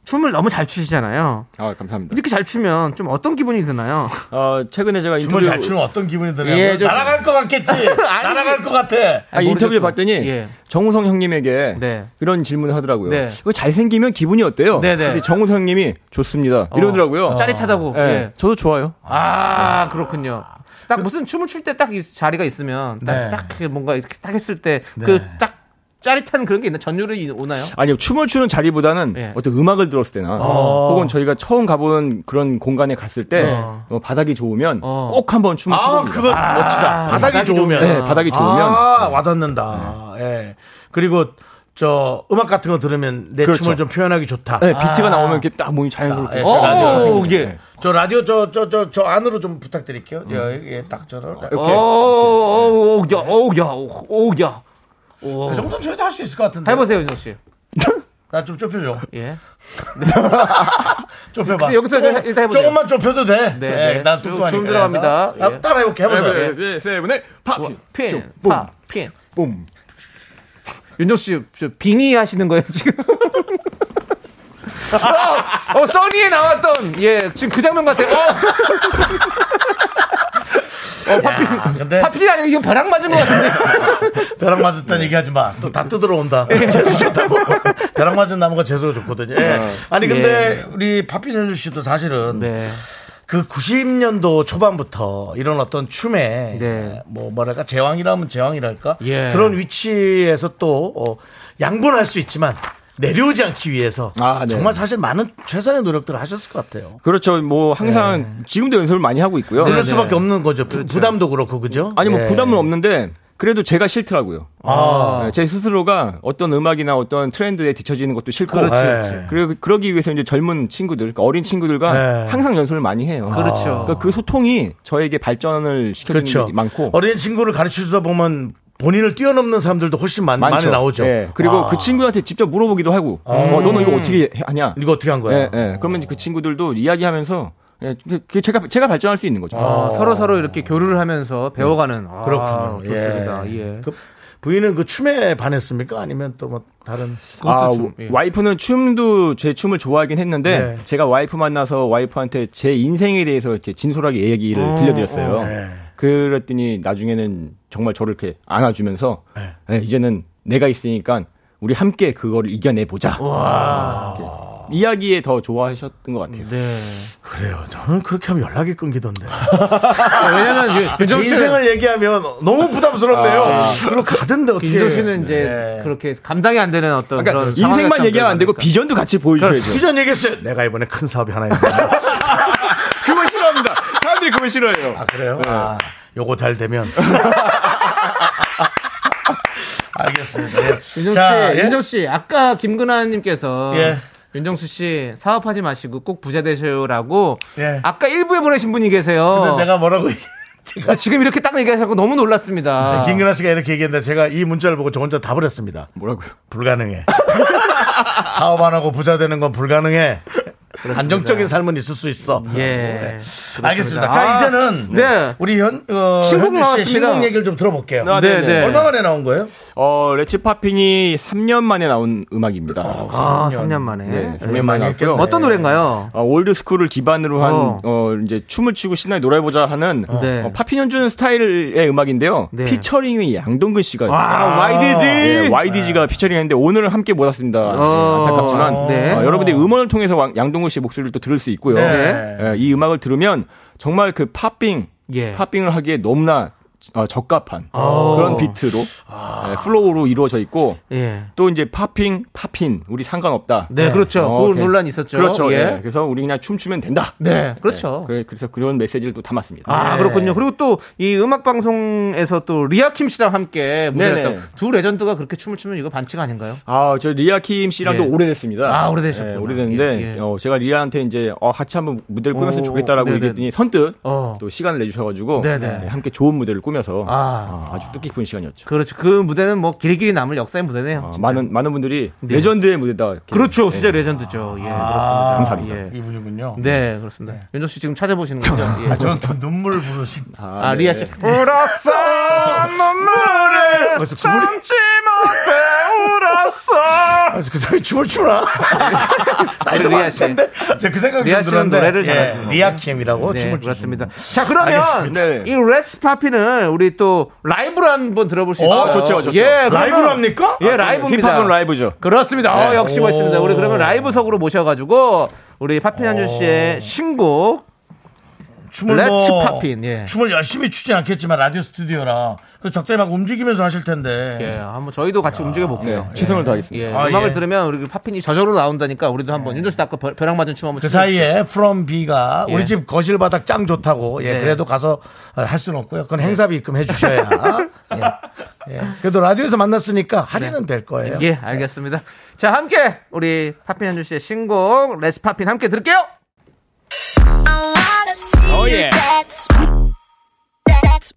[SPEAKER 2] 춤을 너무 잘 추시잖아요.
[SPEAKER 6] 아, 감사합니다.
[SPEAKER 2] 이렇게 잘 추면 좀 어떤 기분이 드나요?
[SPEAKER 6] 어, 최근에 제가
[SPEAKER 1] 춤을
[SPEAKER 6] 인터뷰
[SPEAKER 1] 잘 추는 어떤 기분이 드나요?
[SPEAKER 2] 예, 좀-
[SPEAKER 1] 날아갈 것 같겠지. 날아갈 것 같아.
[SPEAKER 6] 아,
[SPEAKER 2] 모르겠고.
[SPEAKER 6] 인터뷰를 봤더니
[SPEAKER 2] 예.
[SPEAKER 6] 정우성 형님에게
[SPEAKER 2] 네.
[SPEAKER 6] 이런 질문을 하더라고요.
[SPEAKER 2] 네.
[SPEAKER 6] 이거 잘생기면 기분이 어때요?
[SPEAKER 2] 네, 네.
[SPEAKER 6] 근데 정우성 형님이 좋습니다. 이러더라고요.
[SPEAKER 2] 짜릿하다고.
[SPEAKER 6] 예.
[SPEAKER 2] 예.
[SPEAKER 6] 저도 좋아요.
[SPEAKER 2] 아, 그렇군요. 딱 무슨 춤을 출 때 딱 자리가 있으면, 딱,
[SPEAKER 1] 네.
[SPEAKER 2] 딱 이렇게 뭔가 이렇게 딱 했을 때,
[SPEAKER 6] 네.
[SPEAKER 2] 그 딱 짜릿한 그런 게 있나? 전율이 오나요?
[SPEAKER 6] 아니요, 춤을 추는 자리보다는
[SPEAKER 2] 예.
[SPEAKER 6] 어떤 음악을 들었을 때나 혹은 저희가 처음 가본 그런 공간에 갔을 때 어, 바닥이 좋으면
[SPEAKER 2] 어.
[SPEAKER 6] 꼭 한번 춤을
[SPEAKER 1] 아,
[SPEAKER 6] 춰봅니다.
[SPEAKER 1] 그거 멋지다. 바닥이,
[SPEAKER 2] 바닥이 네.
[SPEAKER 1] 좋으면.
[SPEAKER 6] 네, 바닥이 좋으면.
[SPEAKER 1] 아, 와닿는다. 예. 그리고 저 음악 같은 거 들으면 내
[SPEAKER 6] 그렇죠.
[SPEAKER 1] 춤을 좀 표현하기 좋다.
[SPEAKER 6] 네, 비트가 나오면 이렇게 딱 몸이 자연스럽게.
[SPEAKER 1] 예,
[SPEAKER 6] 어,
[SPEAKER 2] 오,
[SPEAKER 6] 예.
[SPEAKER 2] 예.
[SPEAKER 1] 저 라디오 저 저 저 저 안으로 좀 부탁드릴게요. 예, 예, 딱 저런.
[SPEAKER 2] 오,
[SPEAKER 6] 어,
[SPEAKER 2] 오, 오, 야, 오, 야, 오, 야.
[SPEAKER 1] 그 정도는 저희도 할 수 있을 것 같은데.
[SPEAKER 2] 해보세요, 윤정 씨.
[SPEAKER 1] 나 좀 좁혀줘.
[SPEAKER 2] 예.
[SPEAKER 6] 네.
[SPEAKER 1] 좁혀봐.
[SPEAKER 2] 근데 여기서
[SPEAKER 1] 조금-
[SPEAKER 2] 일단 해보세요.
[SPEAKER 1] 조금만 좁혀도 돼.
[SPEAKER 2] 네,
[SPEAKER 1] 네,
[SPEAKER 2] 네.
[SPEAKER 1] 난
[SPEAKER 2] 좀-
[SPEAKER 1] 뚱뚱하니까.
[SPEAKER 2] 좀 들어갑니다.
[SPEAKER 1] 자,
[SPEAKER 2] 예. 뭐,
[SPEAKER 1] 따라 해볼게. 해보세요.
[SPEAKER 6] 네, 세 분의 팝.
[SPEAKER 2] 핀, 파, 핀.
[SPEAKER 1] 음.
[SPEAKER 2] 윤정 씨, 저 빙의 하시는 거예요, 지금? 어, 어, 써니에 나왔던, 예, 지금 그 장면 같아요. 어, 어
[SPEAKER 1] 아,
[SPEAKER 2] 파피,
[SPEAKER 1] 근데
[SPEAKER 2] 파피가 아니고 이거 벼락 맞은 것 같은데.
[SPEAKER 1] 벼락 맞았다는 얘기하지 마. 또 다 뜯으러 온다. 재수 좋다고. 벼락 맞은 나무가 재수가 좋거든요. 예. 아니 근데 우리 파피현주 씨도 사실은
[SPEAKER 2] 네.
[SPEAKER 1] 그 90년도 초반부터 이런 어떤 춤에
[SPEAKER 2] 네.
[SPEAKER 1] 뭐 뭐랄까 제왕이라면 제왕이랄까
[SPEAKER 2] 예.
[SPEAKER 1] 그런 위치에서 또 어, 양분할 수 있지만 내려오지 않기 위해서
[SPEAKER 6] 아, 네.
[SPEAKER 1] 정말 사실 많은 최선의 노력들을 하셨을 것 같아요.
[SPEAKER 6] 그렇죠. 뭐 항상 지금도 연습을 많이 하고 있고요.
[SPEAKER 1] 그럴 수밖에 없는 거죠. 부, 담도 그렇고 그죠?
[SPEAKER 6] 네, 아니 뭐
[SPEAKER 1] 예.
[SPEAKER 6] 부담은 없는데 그래도 제가 싫더라고요. 네, 제 스스로가 어떤 음악이나 어떤 트렌드에 뒤처지는 것도 싫고
[SPEAKER 1] 그렇지,
[SPEAKER 6] 네. 그러, 그러기 위해서 이제 젊은 친구들, 그러니까 어린 친구들과
[SPEAKER 1] 네.
[SPEAKER 6] 항상 연습을 많이 해요.
[SPEAKER 2] 그렇죠.
[SPEAKER 6] 그러니까 그 소통이 저에게 발전을 시켜주는
[SPEAKER 1] 그렇죠.
[SPEAKER 6] 게 많고
[SPEAKER 1] 어린 친구를 가르치다 보면 본인을 뛰어넘는 사람들도 훨씬 많, 많이
[SPEAKER 6] 많죠.
[SPEAKER 1] 나오죠.
[SPEAKER 6] 예. 그리고
[SPEAKER 1] 아,
[SPEAKER 6] 그 친구한테 직접 물어보기도 하고 어, 너는 이거 어떻게 해- 하냐?
[SPEAKER 1] 이거 어떻게 한 거야?
[SPEAKER 6] 예, 예. 그러면 이제 그 친구들도 이야기하면서 예, 그게 제가 제가 발전할 수 있는 거죠.
[SPEAKER 2] 어, 서로 서로 이렇게 교류를 하면서 배워가는. 아,
[SPEAKER 1] 그렇군요.
[SPEAKER 2] 좋습니다. 예.
[SPEAKER 1] 그 부인은 그 춤에 반했습니까? 아니면 또 뭐 다른
[SPEAKER 6] 아,
[SPEAKER 2] 좀, 예.
[SPEAKER 6] 와이프는 춤도 제 춤을 좋아하긴 했는데
[SPEAKER 1] 네.
[SPEAKER 6] 제가 와이프 만나서 와이프한테 제 인생에 대해서 이렇게 진솔하게 얘기를 들려드렸어요.
[SPEAKER 1] 네.
[SPEAKER 6] 그랬더니 나중에는 정말 저를 이렇게 안아주면서 네, 예, 이제는 내가 있으니까 우리 함께 그거를 이겨내 보자. 이야기에 더 좋아하셨던 것 같아요.
[SPEAKER 1] 그래요. 저는 그렇게 하면 연락이 끊기던데.
[SPEAKER 2] 왜냐면
[SPEAKER 1] 제
[SPEAKER 2] 윤정 씨는
[SPEAKER 1] 인생을 얘기하면 너무 부담스럽네요. 그리고 가던데 어떻게.
[SPEAKER 2] 윤정 씨는 이제
[SPEAKER 1] 네.
[SPEAKER 2] 그렇게 감당이 안 되는 어떤
[SPEAKER 6] 그러니까
[SPEAKER 2] 그런 그러니까.
[SPEAKER 6] 인생만
[SPEAKER 2] 상황이었던
[SPEAKER 6] 얘기하면 안 되고
[SPEAKER 2] 거니까.
[SPEAKER 6] 비전도 같이 보여줘야죠.
[SPEAKER 1] 수전 얘기했어요. 내가 이번에 큰 사업이 하나 있는데.
[SPEAKER 6] 그걸 싫어합니다. 사람들이 그걸 싫어해요.
[SPEAKER 1] 아, 그래요? 아, 요거 잘 되면. 알겠습니다. 예.
[SPEAKER 2] 윤정 씨,
[SPEAKER 1] 자, 예?
[SPEAKER 2] 윤정 씨, 아까 김근아님께서
[SPEAKER 1] 예.
[SPEAKER 2] 윤정수 씨 사업하지 마시고 꼭 부자 되셔요라고
[SPEAKER 1] 예.
[SPEAKER 2] 아까 일부에 보내신 분이 계세요.
[SPEAKER 1] 근데 내가 뭐라고 얘기-
[SPEAKER 2] 근데 아, 지금 이렇게 딱 얘기하셔서 너무 놀랐습니다.
[SPEAKER 1] 네, 김근아 씨가 이렇게 얘기했는데 제가 이 문자를 보고 저 혼자 답을 했습니다.
[SPEAKER 6] 뭐라고요?
[SPEAKER 1] 불가능해. 사업 안 하고 부자 되는 건 불가능해. 안정적인 삶은 있을 수 있어.
[SPEAKER 2] 예.
[SPEAKER 1] 알겠습니다. 자,
[SPEAKER 2] 아,
[SPEAKER 1] 이제는
[SPEAKER 2] 네.
[SPEAKER 1] 우리 현, 어, 현주
[SPEAKER 2] 신곡
[SPEAKER 1] 씨의
[SPEAKER 2] 나왔습니다.
[SPEAKER 1] 신곡 얘기를 좀 들어볼게요.
[SPEAKER 6] 아,
[SPEAKER 2] 네,
[SPEAKER 6] 네네.
[SPEAKER 2] 네.
[SPEAKER 1] 얼마 만에 나온 거예요?
[SPEAKER 6] 어, 레츠 파핀이 3년 만에 나온 음악입니다.
[SPEAKER 2] 아, 3년 만에.
[SPEAKER 6] 네, 3년 만에 나왔고요.
[SPEAKER 2] 어떤 노래인가요?
[SPEAKER 6] 어, 올드 스쿨을 기반으로 한
[SPEAKER 2] 어.
[SPEAKER 6] 어. 이제 춤을 추고 신나게 놀아보자 하는
[SPEAKER 2] 네.
[SPEAKER 6] 어, 파핀 연주는 스타일의 음악인데요.
[SPEAKER 2] 네.
[SPEAKER 6] 피처링이 양동근 씨가
[SPEAKER 2] 아, YDD.
[SPEAKER 6] 예, YDG가 피처링했는데 오늘 함께 못 왔습니다.
[SPEAKER 2] 어.
[SPEAKER 6] 예, 안타깝지만
[SPEAKER 2] 네.
[SPEAKER 6] 어, 여러분들이 음원을 통해서 왕- 양동근 씨의 목소리를 또 들을 수 있고요.
[SPEAKER 1] 네.
[SPEAKER 6] 예, 이 음악을 들으면 정말 그 팝빙,
[SPEAKER 2] 예.
[SPEAKER 6] 팝빙을 하기에 너무나 어, 적합한 그런 비트로
[SPEAKER 2] 아.
[SPEAKER 6] 예, 플로우로 이루어져 있고
[SPEAKER 2] 예.
[SPEAKER 6] 또 이제 팝핑, 팝핀 우리 상관없다.
[SPEAKER 2] 네, 그렇죠. 그
[SPEAKER 6] 오케이.
[SPEAKER 2] 논란이 있었죠.
[SPEAKER 6] 어, 그렇죠.
[SPEAKER 2] 예.
[SPEAKER 6] 예. 그래서 우리 그냥 춤추면 된다.
[SPEAKER 2] 네, 그렇죠.
[SPEAKER 6] 예, 그래- 그래서 그런 메시지를 또 담았습니다.
[SPEAKER 2] 아,
[SPEAKER 1] 네.
[SPEAKER 2] 그렇군요. 그리고 또 이 음악 방송에서 또 리아킴 씨랑 함께
[SPEAKER 6] 네네.
[SPEAKER 2] 무대했던 두 레전드가 그렇게 춤을 추면 이거 반칙 아닌가요?
[SPEAKER 6] 아, 저 리아 킴 씨랑도
[SPEAKER 2] 예.
[SPEAKER 6] 오래됐습니다.
[SPEAKER 2] 아, 오래되셨구나.
[SPEAKER 6] 예, 오래됐는데
[SPEAKER 2] 예, 예.
[SPEAKER 6] 어, 제가 리아한테 이제 어, 같이 한번 무대를 꾸몄으면 좋겠다라고
[SPEAKER 2] 네네.
[SPEAKER 6] 얘기했더니 선뜻
[SPEAKER 2] 어.
[SPEAKER 6] 또 시간을 내주셔가지고
[SPEAKER 2] 네네.
[SPEAKER 6] 예, 함께 좋은 무대를 꾸며서
[SPEAKER 2] 아.
[SPEAKER 6] 아, 주 뜻깊은 시간이었죠.
[SPEAKER 2] 그렇죠. 그 무대는 뭐 길이길이 남을 역사의 무대네요.
[SPEAKER 6] 어,
[SPEAKER 2] 아, 진짜.
[SPEAKER 6] 많은 많은 분들이
[SPEAKER 2] 네.
[SPEAKER 6] 레전드의 무대다. 이렇게.
[SPEAKER 2] 그렇죠. 진짜 레전드죠. 예, 그렇습니다.
[SPEAKER 6] 감사합니다.
[SPEAKER 2] 예.
[SPEAKER 1] 이분이군요.
[SPEAKER 2] 네, 그렇습니다. 윤정 씨 지금 찾아보시는 거죠? 예. 아,
[SPEAKER 1] 저는 또 눈물 부르신.
[SPEAKER 6] 아, 네.
[SPEAKER 2] 리아 씨. 울었어, 눈물을
[SPEAKER 1] 그래서 그 노래-
[SPEAKER 2] 울었어.
[SPEAKER 1] 그래서 그 사람이 춤을 추나? 나이 좀
[SPEAKER 2] 리아
[SPEAKER 1] 많을
[SPEAKER 2] 씨.
[SPEAKER 1] 텐데. 제그 생각이
[SPEAKER 2] 리아
[SPEAKER 1] 좀
[SPEAKER 2] 씨는
[SPEAKER 1] 들었는데. 예,
[SPEAKER 2] 노래를 잘하시는 거고요.
[SPEAKER 1] 리아킴이라고
[SPEAKER 2] 네,
[SPEAKER 1] 어, 춤을
[SPEAKER 2] 그렇습니다.
[SPEAKER 1] 추시는
[SPEAKER 2] 자, 그러면
[SPEAKER 1] 알겠습니다. 네.
[SPEAKER 2] 이 레스파피는 우리 또 라이브로 한번 들어볼 수 있어요.
[SPEAKER 6] 좋죠, 좋죠.
[SPEAKER 2] 예,
[SPEAKER 1] 분. 라이브로 합니까? 네.
[SPEAKER 2] 예, 라이브입니다.
[SPEAKER 6] 힙합은 라이브죠.
[SPEAKER 2] 그렇습니다. 어, 역시
[SPEAKER 1] 오.
[SPEAKER 2] 멋있습니다. 우리 그러면 라이브석으로 모셔가지고 우리 파핀 한준 씨의 신곡
[SPEAKER 1] 춤을
[SPEAKER 2] 렛츠
[SPEAKER 1] 뭐-
[SPEAKER 2] 팝핀, 예.
[SPEAKER 1] 춤을 열심히 추진 않겠지만 라디오 스튜디오라 그 적당히 막 움직이면서 하실 텐데.
[SPEAKER 2] 예, 한번 저희도 같이 움직여 볼게요.
[SPEAKER 6] 네, 최선을 다하겠습니다.
[SPEAKER 2] 예,
[SPEAKER 1] 아,
[SPEAKER 2] 음악을
[SPEAKER 1] 예.
[SPEAKER 2] 들으면 우리 파핀이 저절로 나온다니까 우리도 한번 윤조 씨 아까 벼- 벼락 맞은 춤 한번
[SPEAKER 1] 그
[SPEAKER 2] 추세요.
[SPEAKER 1] 사이에 프롬 비가
[SPEAKER 2] 예.
[SPEAKER 1] 우리 집 거실 바닥 짱 좋다고 예
[SPEAKER 2] 네. 예.
[SPEAKER 1] 그래도 가서 어, 할 수는 없고요. 그건 행사비 입금해 주셔야. 예. 예. 그래도 라디오에서 만났으니까 할인은 될 거예요.
[SPEAKER 2] 예, 알겠습니다. 자, 함께 우리 파핀 한준 씨의 신곡 레츠 파핀 함께 들을게요.
[SPEAKER 3] Oh yeah. That's that's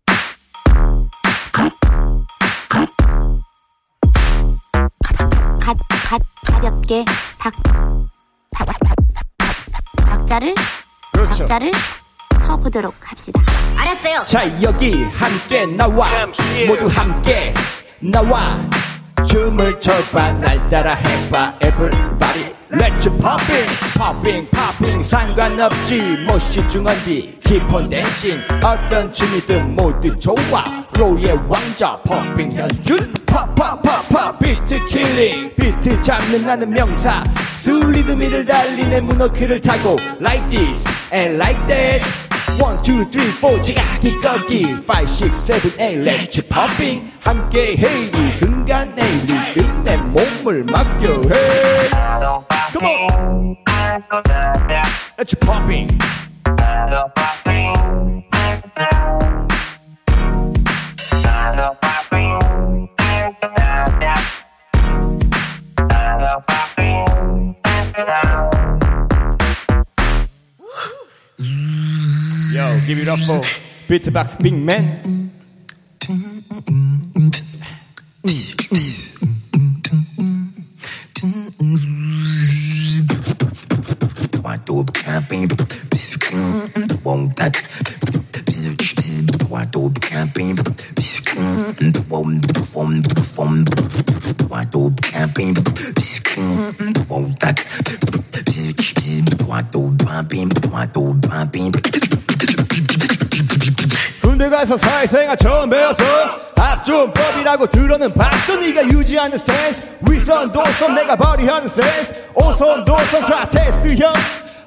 [SPEAKER 3] 가, 가, 가볍게 박, 박, 박, 박, 박, 박, 박자를 박자를 쳐보도록 합시다. 알았어요.
[SPEAKER 7] 자 여기 함께 나와 모두 함께 나와 춤을 춰봐 날 따라 해봐 everybody let's pop in popping popping 상관없지 몫이 중요한디 기본 댄싱 어떤 춤이든 모두 좋아 로의 왕자 popping 연주 팝팝팝팝 비트 킬링 비트 잡는 나는 명사 술리듬이를 달리는 문어키를 타고 like this and like that 1, 2, 3, 4 지각이 꺾기 5, 6, 7, 8 렛츠 팝핑 함께해 이 순간에 리듬 내 몸을 맡겨해 Come on 렛츠 팝핑 Yo, give it up for 비트박스 빅맨 군대 가서 사회생활 처음 배워서 합존법이라고 들어는 봤어 네가 유지하는 스탠스 위선 도선 내가 발휘하는 센스 오선 도선 트라테스형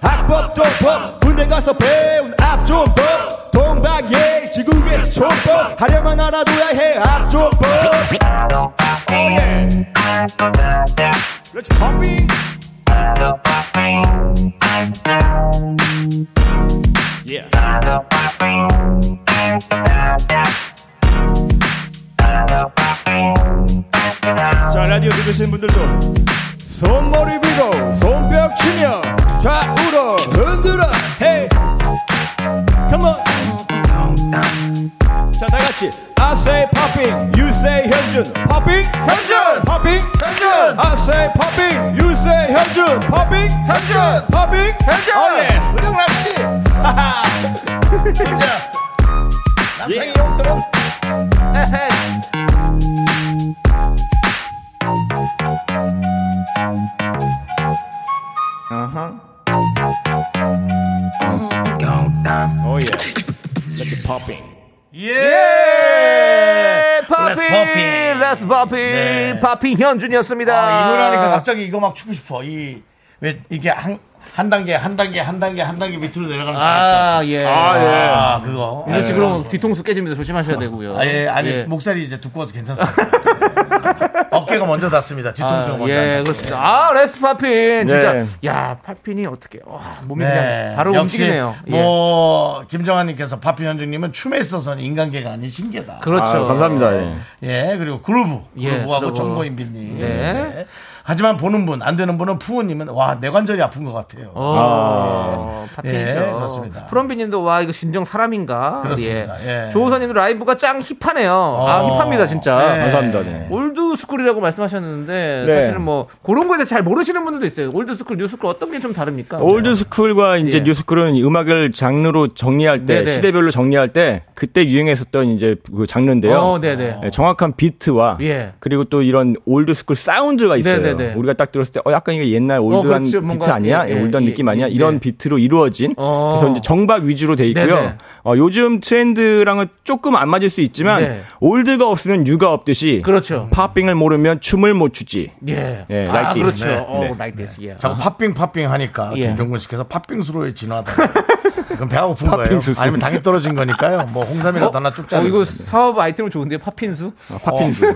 [SPEAKER 7] 학법 도법 군대 가서 배운 압존법 동방예 지구의 촌법 하려면 알아둬야 해 압존법 어, 오예 Let's copy 자 라디오 들으신 분들도 손머리 비고 손뼉 치며 좌우로 흔들어 헤이 컴온 자 다같이 I say popping you say 현준 popping 현준 popping 현준 I say popping you say 현준 popping 현준 popping Oh, 현준 오예 오예 Let's popping
[SPEAKER 2] 예!
[SPEAKER 8] Let's
[SPEAKER 2] 파피!
[SPEAKER 8] popping.
[SPEAKER 2] 레스 파피! 파피 현준이었습니다.
[SPEAKER 1] 네. 아, 이 노래하니까 갑자기 이거 막 추고 싶어. 이, 왜, 이게 한, 한 단계, 한 단계, 한 단계, 한 단계 밑으로 내려가는 춤 있죠.
[SPEAKER 2] 아, 예. 아, 예.
[SPEAKER 1] 아, 그거.
[SPEAKER 2] 이씨 그럼 뒤통수 깨집니다. 조심하셔야 되고요.
[SPEAKER 1] 아, 예, 아니,
[SPEAKER 2] 예.
[SPEAKER 1] 목살이 이제 두꺼워서 괜찮습니다. 예. 어깨가 먼저 닿습니다. 뒤통수가
[SPEAKER 2] 아,
[SPEAKER 1] 먼저.
[SPEAKER 2] 예,
[SPEAKER 1] 안 닿고.
[SPEAKER 2] 그렇습니다. 아, 레스 파핀. 진짜.
[SPEAKER 6] 네.
[SPEAKER 2] 야, 파핀이 어떻게, 와, 몸이
[SPEAKER 1] 네.
[SPEAKER 2] 그냥 바로
[SPEAKER 1] 역시
[SPEAKER 2] 움직이네요. 예.
[SPEAKER 1] 뭐, 김정환님께서 파피 현주님은 춤에 있어서는 인간계가 아닌 신계다.
[SPEAKER 2] 그렇죠.
[SPEAKER 6] 아, 감사합니다. 예.
[SPEAKER 1] 예, 그리고 그루브.
[SPEAKER 2] 예,
[SPEAKER 1] 그루브하고
[SPEAKER 2] 그루브.
[SPEAKER 1] 정모인빈님.
[SPEAKER 2] 예.
[SPEAKER 1] 네. 하지만 보는 분, 안 되는 분은 푸우님은, 와, 내 관절이 아픈 것 같아요.
[SPEAKER 2] 어, 파핀이죠.
[SPEAKER 1] 예, 그렇습니다.
[SPEAKER 2] 프롬비님도 와 이거 진정 사람인가?
[SPEAKER 1] 그렇습니다. 예. 어.
[SPEAKER 2] 조호사님도 라이브가 짱 힙하네요. 아 힙합니다 진짜.
[SPEAKER 1] 예.
[SPEAKER 6] 감사합니다. 네.
[SPEAKER 2] 올드 스쿨이라고 말씀하셨는데
[SPEAKER 6] 네.
[SPEAKER 2] 사실은 뭐 그런 거에 대해 잘 모르시는 분들도 있어요. 올드 스쿨, 뉴 스쿨 어떤 게 좀 다릅니까?
[SPEAKER 1] 네.
[SPEAKER 6] 올드 스쿨과 이제
[SPEAKER 2] 예.
[SPEAKER 6] 뉴 스쿨은 음악을 장르로 정리할 때
[SPEAKER 2] 네네.
[SPEAKER 6] 시대별로 정리할 때 그때 유행했었던 이제 그 장르인데요.
[SPEAKER 2] 어, 네네.
[SPEAKER 6] 예, 정확한 비트와
[SPEAKER 2] 예.
[SPEAKER 6] 그리고 또 이런 올드 스쿨 사운드가 있어요.
[SPEAKER 2] 네네네.
[SPEAKER 6] 우리가 딱 들었을 때 어 약간 이거 옛날 올드한
[SPEAKER 2] 그렇죠.
[SPEAKER 6] 비트
[SPEAKER 2] 뭔가,
[SPEAKER 6] 아니야?
[SPEAKER 2] 예, 예,
[SPEAKER 6] 올드한
[SPEAKER 2] 예,
[SPEAKER 6] 느낌
[SPEAKER 2] 예,
[SPEAKER 6] 아니야?
[SPEAKER 2] 예.
[SPEAKER 6] 이런 비트로 이루어진
[SPEAKER 2] 어.
[SPEAKER 6] 그래서 이제 정박 위주로 돼 있고요.
[SPEAKER 2] 네네.
[SPEAKER 6] 어, 요즘 트렌드랑은 조금 안 맞을 수 있지만
[SPEAKER 2] 네.
[SPEAKER 6] 올드가 없으면 유가 없듯이
[SPEAKER 2] 그렇죠.
[SPEAKER 6] 팝빙을 모르면 춤을 못 추지.
[SPEAKER 2] 예.
[SPEAKER 6] 예,
[SPEAKER 2] 아,
[SPEAKER 6] like this.
[SPEAKER 2] 그렇죠.
[SPEAKER 6] 네.
[SPEAKER 2] 어,
[SPEAKER 6] 네.
[SPEAKER 2] like this. 예.
[SPEAKER 1] 자꾸 팥빙 팥빙 하니까
[SPEAKER 2] 예.
[SPEAKER 1] 김종근 씨께서 팥빙수로의 진화다. 그럼 배가 고픈 거예요.
[SPEAKER 6] 팥빙수수.
[SPEAKER 1] 아니면 당이 떨어진 거니까요. 뭐 홍삼이라도 하나 쭉
[SPEAKER 2] 어,
[SPEAKER 1] 짜는.
[SPEAKER 2] 이거 사업 아이템은 좋은데 팝핀수?
[SPEAKER 6] 아, 팝빙수.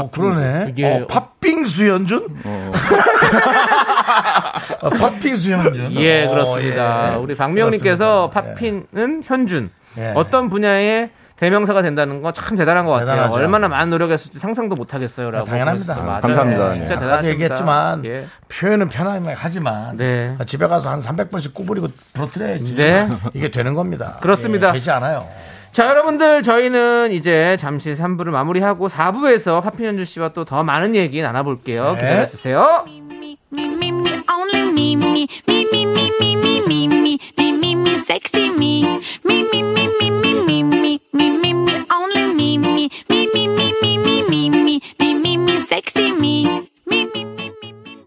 [SPEAKER 1] 어, 그러네.
[SPEAKER 2] 이게-
[SPEAKER 1] 어, 팥빙수 연준? 어, 팥빙수 연준.
[SPEAKER 2] 예,
[SPEAKER 1] 어,
[SPEAKER 2] 그렇습니다.
[SPEAKER 1] 예.
[SPEAKER 2] 우리 박명님께서 팝핀은 현준
[SPEAKER 1] 예.
[SPEAKER 2] 어떤 분야의 대명사가 된다는 건 참 대단한 것 같아요.
[SPEAKER 1] 대단하죠.
[SPEAKER 2] 얼마나 많은 노력했을지 상상도 못하겠어요라고.
[SPEAKER 1] 당연합니다.
[SPEAKER 2] 보내주셨어요. 맞아요.
[SPEAKER 6] 감사합니다.
[SPEAKER 2] 뭐 진짜
[SPEAKER 6] 네.
[SPEAKER 1] 아까
[SPEAKER 2] 대단하십니다.
[SPEAKER 1] 얘기했지만
[SPEAKER 2] 예.
[SPEAKER 1] 표현은 편하게 하지만
[SPEAKER 2] 네.
[SPEAKER 1] 집에 가서 한 300번씩 구부리고 부러뜨려야지
[SPEAKER 2] 네.
[SPEAKER 1] 이게 되는 겁니다.
[SPEAKER 2] 그렇습니다.
[SPEAKER 1] 예, 되지 않아요.
[SPEAKER 2] 자, 여러분들 저희는 이제 잠시 3부를 마무리하고 4부에서 파핀 현준 씨와 또 더 많은 얘기 나눠볼게요.
[SPEAKER 1] 네.
[SPEAKER 2] 기다려 주세요.
[SPEAKER 3] me, me, me, me, only me, me, me, me, me, me, me, me, me, me, me, me, sexy me, me, me, me, me, me, me, me, me, me, me, only me, me, me, me, me, me, me, me, me, me, me, me, sexy me, me, me, me, me, me.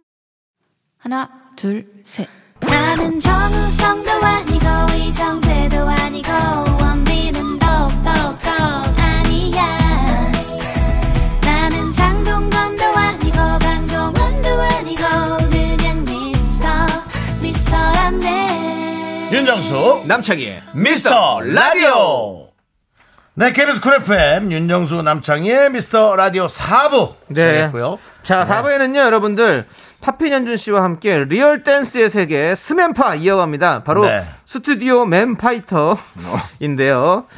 [SPEAKER 9] 하나, 둘, 셋.
[SPEAKER 3] 나는 정우성도 아니고 이정재도 아니고 원빈은 더욱더 아니야 나는 장동건도 아니고 강동원도 아니고 그냥 미스터 미스터란데
[SPEAKER 1] 윤정수
[SPEAKER 2] 남창희의
[SPEAKER 1] 미스터 라디오. 네, KBS 쿨 FM 윤정수 남창희의 미스터 라디오 4부
[SPEAKER 2] 네.
[SPEAKER 1] 시작했고요.
[SPEAKER 2] 자, 4부에는요, 여러분들. 파핀 현준 씨와 함께 리얼 댄스의 세계 스맨파 이어갑니다. 바로
[SPEAKER 1] 네.
[SPEAKER 2] 스튜디오 맨파이터인데요.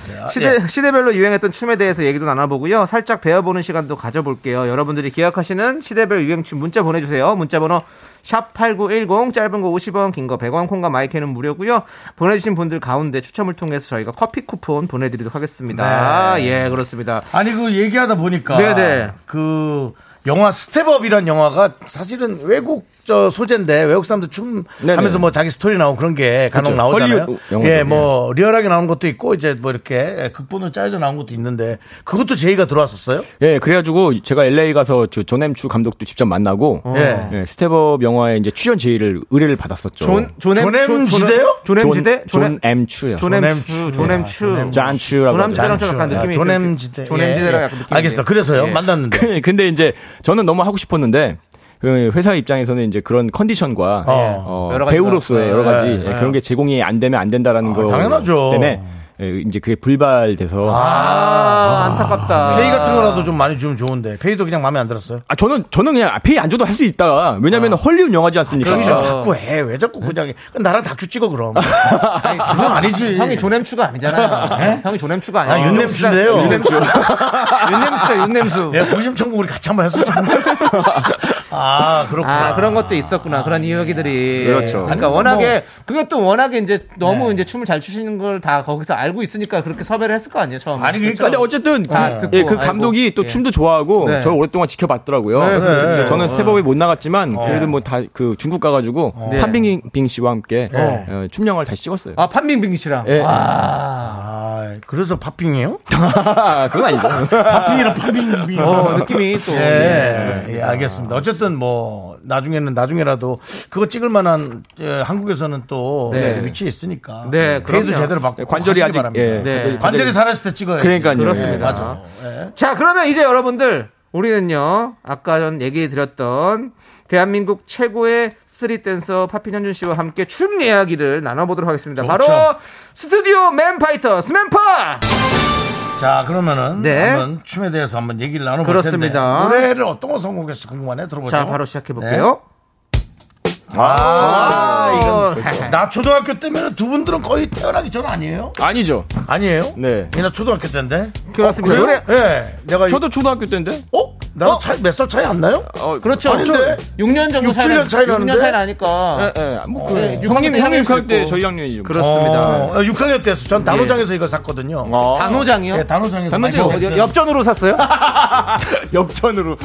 [SPEAKER 1] 네. 아,
[SPEAKER 2] 시대,
[SPEAKER 1] 예.
[SPEAKER 2] 시대별로 유행했던 춤에 대해서 얘기도 나눠보고요. 살짝 배워보는 시간도 가져볼게요. 여러분들이 기억하시는 시대별 유행춤 문자 보내주세요. 문자번호 샵8910 짧은 거 50원 긴 거 100원 콩과 마이크는 무료고요. 보내주신 분들 가운데 추첨을 통해서 저희가 커피 쿠폰 보내드리도록 하겠습니다.
[SPEAKER 1] 네.
[SPEAKER 2] 예 그렇습니다.
[SPEAKER 1] 아니 그 얘기하다 보니까
[SPEAKER 2] 네네.
[SPEAKER 1] 그 영화 스텝업이란 영화가 사실은 외국 저 소재인데 외국 사람들 춤
[SPEAKER 6] 네네.
[SPEAKER 1] 하면서 뭐 자기 스토리 나오고 그런 게 간혹
[SPEAKER 6] 그렇죠.
[SPEAKER 1] 나오잖아요.
[SPEAKER 6] 헐리우드 영화죠.
[SPEAKER 1] 예, 뭐 리얼하게 나오는 것도 있고 이제 뭐 이렇게 극본으로 짜여져 나온 것도 있는데 그것도 제의가 들어왔었어요?
[SPEAKER 6] 예, 그래가지고 제가 LA 가서 저존 햄추 감독도 직접 만나고
[SPEAKER 2] 어.
[SPEAKER 1] 예.
[SPEAKER 6] 예, 스텝업 영화에 이제 출연 제의를 의뢰를 받았었죠.
[SPEAKER 2] 존, 존,
[SPEAKER 1] 존
[SPEAKER 2] 엠-
[SPEAKER 1] M
[SPEAKER 2] 존-
[SPEAKER 1] 지대요?
[SPEAKER 2] 존 엠지대?
[SPEAKER 6] 존 엠추요.
[SPEAKER 2] 존 엠추. 존 엠추.
[SPEAKER 6] 잔추라고
[SPEAKER 2] 존 엠지대랑 좀 약간
[SPEAKER 1] 아,
[SPEAKER 2] 느낌이.
[SPEAKER 1] 존
[SPEAKER 2] 좀-
[SPEAKER 1] M 지대.
[SPEAKER 2] 존
[SPEAKER 1] 예,
[SPEAKER 2] 엠지대랑
[SPEAKER 1] 예.
[SPEAKER 2] 약간 느낌이.
[SPEAKER 1] 알겠습니다. 그래서요.
[SPEAKER 2] 예.
[SPEAKER 1] 만났는데.
[SPEAKER 6] 근데 이제 저는 너무 하고 싶었는데 그 회사 입장에서는 이제 그런 컨디션과 어,
[SPEAKER 2] 예. 여러 가지 네.
[SPEAKER 6] 배우로서의 여러 가지 예, 그런 게 제공이 안 되면 안 된다라는
[SPEAKER 2] 아,
[SPEAKER 6] 거
[SPEAKER 1] 당연하죠.
[SPEAKER 6] 때문에 예, 이제 그게 불발돼서
[SPEAKER 2] 아, 안타깝다.
[SPEAKER 1] 페이 같은 거라도 좀 많이 주면 좋은데 페이도 그냥 마음에 안 들었어요.
[SPEAKER 6] 아 저는 저는 그냥 페이 안 줘도 할 수 있다.
[SPEAKER 2] 아.
[SPEAKER 6] 왜냐면 헐리우드 영화지 않습니까?
[SPEAKER 1] 여기 좀 바꾸 해. 왜 자꾸 그냥 해. 그럼 나랑 다큐 찍어 그럼. 아니, 그건 아니지.
[SPEAKER 2] 형이 존 엠추가 아니잖아. 예? 형이 존 엠추가 아니야.
[SPEAKER 1] 아, 윤냄수인데요. 예,
[SPEAKER 2] 윤냄수. 윤냄수야, 윤냄수.
[SPEAKER 1] 내가 고심천국 우리 같이 한번 했었잖아. 아, 그렇구나.
[SPEAKER 2] 아, 그런 것도 있었구나. 그런 이야기들이.
[SPEAKER 6] 그렇죠.
[SPEAKER 1] 뭐
[SPEAKER 2] 그러니까 워낙에, 그게 또 워낙에 이제 너무
[SPEAKER 1] 네.
[SPEAKER 2] 이제 춤을 잘 추시는 걸 다 거기서 알고 있으니까 그렇게 섭외를 했을 거 아니에요, 처음에.
[SPEAKER 1] 아니, 그러니까
[SPEAKER 6] 근데 어쨌든 그,
[SPEAKER 2] 아, 듣고,
[SPEAKER 6] 예, 그
[SPEAKER 2] 아이고.
[SPEAKER 6] 감독이 또
[SPEAKER 2] 예.
[SPEAKER 6] 춤도 좋아하고
[SPEAKER 2] 네.
[SPEAKER 6] 저를 오랫동안 지켜봤더라고요.
[SPEAKER 2] 네, 그렇죠.
[SPEAKER 6] 저는 스텝업에 못 나갔지만 그래도 뭐 다 그 중국 가가지고 판빙빙 씨와 함께 어, 춤 영화를 다시 찍었어요.
[SPEAKER 2] 아, 판빙빙 씨랑.
[SPEAKER 6] 예.
[SPEAKER 1] 아, 그래서 팝핑이에요?
[SPEAKER 6] 아, 그건 아니죠.
[SPEAKER 1] 팝핑이랑 팝핑이.
[SPEAKER 2] 어, 느낌이 또.
[SPEAKER 1] 예, 예, 알겠습니다. 어쨌든 뭐 나중에는 나중에라도 그거 찍을 만한 예, 한국에서는 또
[SPEAKER 2] 네.
[SPEAKER 1] 위치에 있으니까
[SPEAKER 2] 네,
[SPEAKER 1] 페이도
[SPEAKER 2] 그럼요.
[SPEAKER 1] 제대로 받고
[SPEAKER 6] 관절이
[SPEAKER 1] 하시기
[SPEAKER 6] 아직
[SPEAKER 1] 바랍니다.
[SPEAKER 6] 예,
[SPEAKER 2] 네.
[SPEAKER 6] 관절이-
[SPEAKER 1] 관절이 살았을 때 찍어야지.
[SPEAKER 6] 그러니까요.
[SPEAKER 2] 그렇습니다.
[SPEAKER 6] 예.
[SPEAKER 1] 맞아.
[SPEAKER 2] 자, 그러면 이제 여러분들 우리는요 아까 전 얘기해 드렸던 대한민국 최고의 스트릿 댄서 파핀현준 씨와 함께 춤 이야기를 나눠보도록 하겠습니다. 바로 스튜디오 맨파이터 스맨파.
[SPEAKER 1] 자, 그러면은
[SPEAKER 2] 네.
[SPEAKER 1] 한번 춤에 대해서 한번 얘기를 나눠볼
[SPEAKER 2] 그렇습니다.
[SPEAKER 1] 텐데 노래를 어떤 거 선곡했을지 궁금하네. 들어보죠.
[SPEAKER 2] 자, 바로 시작해 볼게요.
[SPEAKER 1] 아, 이건 나 초등학교 때면 두 분들은 거의 태어나기 전 아니에요?
[SPEAKER 6] 아니죠.
[SPEAKER 1] 아니에요?
[SPEAKER 6] 네.
[SPEAKER 1] 얘나 초등학교 때인데.
[SPEAKER 2] 그렇습니다.
[SPEAKER 1] 그래요? 예. 내가
[SPEAKER 6] 저도 초등학교 때인데.
[SPEAKER 1] 어? 나랑 차이 몇 살 차이 안 나요?
[SPEAKER 6] 어,
[SPEAKER 2] 그렇죠.
[SPEAKER 1] 아닌데?
[SPEAKER 2] 6년 정도
[SPEAKER 1] 6, 7년 차이 나는데?
[SPEAKER 2] 6년 차이 나니까.
[SPEAKER 6] 예, 예. 뭐 그-
[SPEAKER 2] 네, 육학년
[SPEAKER 6] 형님
[SPEAKER 2] 때
[SPEAKER 6] 형님
[SPEAKER 2] 형일
[SPEAKER 6] 그때
[SPEAKER 2] 수도 있고.
[SPEAKER 6] 저희 학년이죠.
[SPEAKER 2] 그렇습니다. 예.
[SPEAKER 1] 어, 6학년 때였어. 전 단호장에서 이걸 샀거든요.
[SPEAKER 2] 어. 단호장이요? 어,
[SPEAKER 1] 예, 단호장에서.
[SPEAKER 6] 단호장
[SPEAKER 1] 마이클 잭슨.
[SPEAKER 2] 옆전으로 샀어요?
[SPEAKER 6] 역전으로.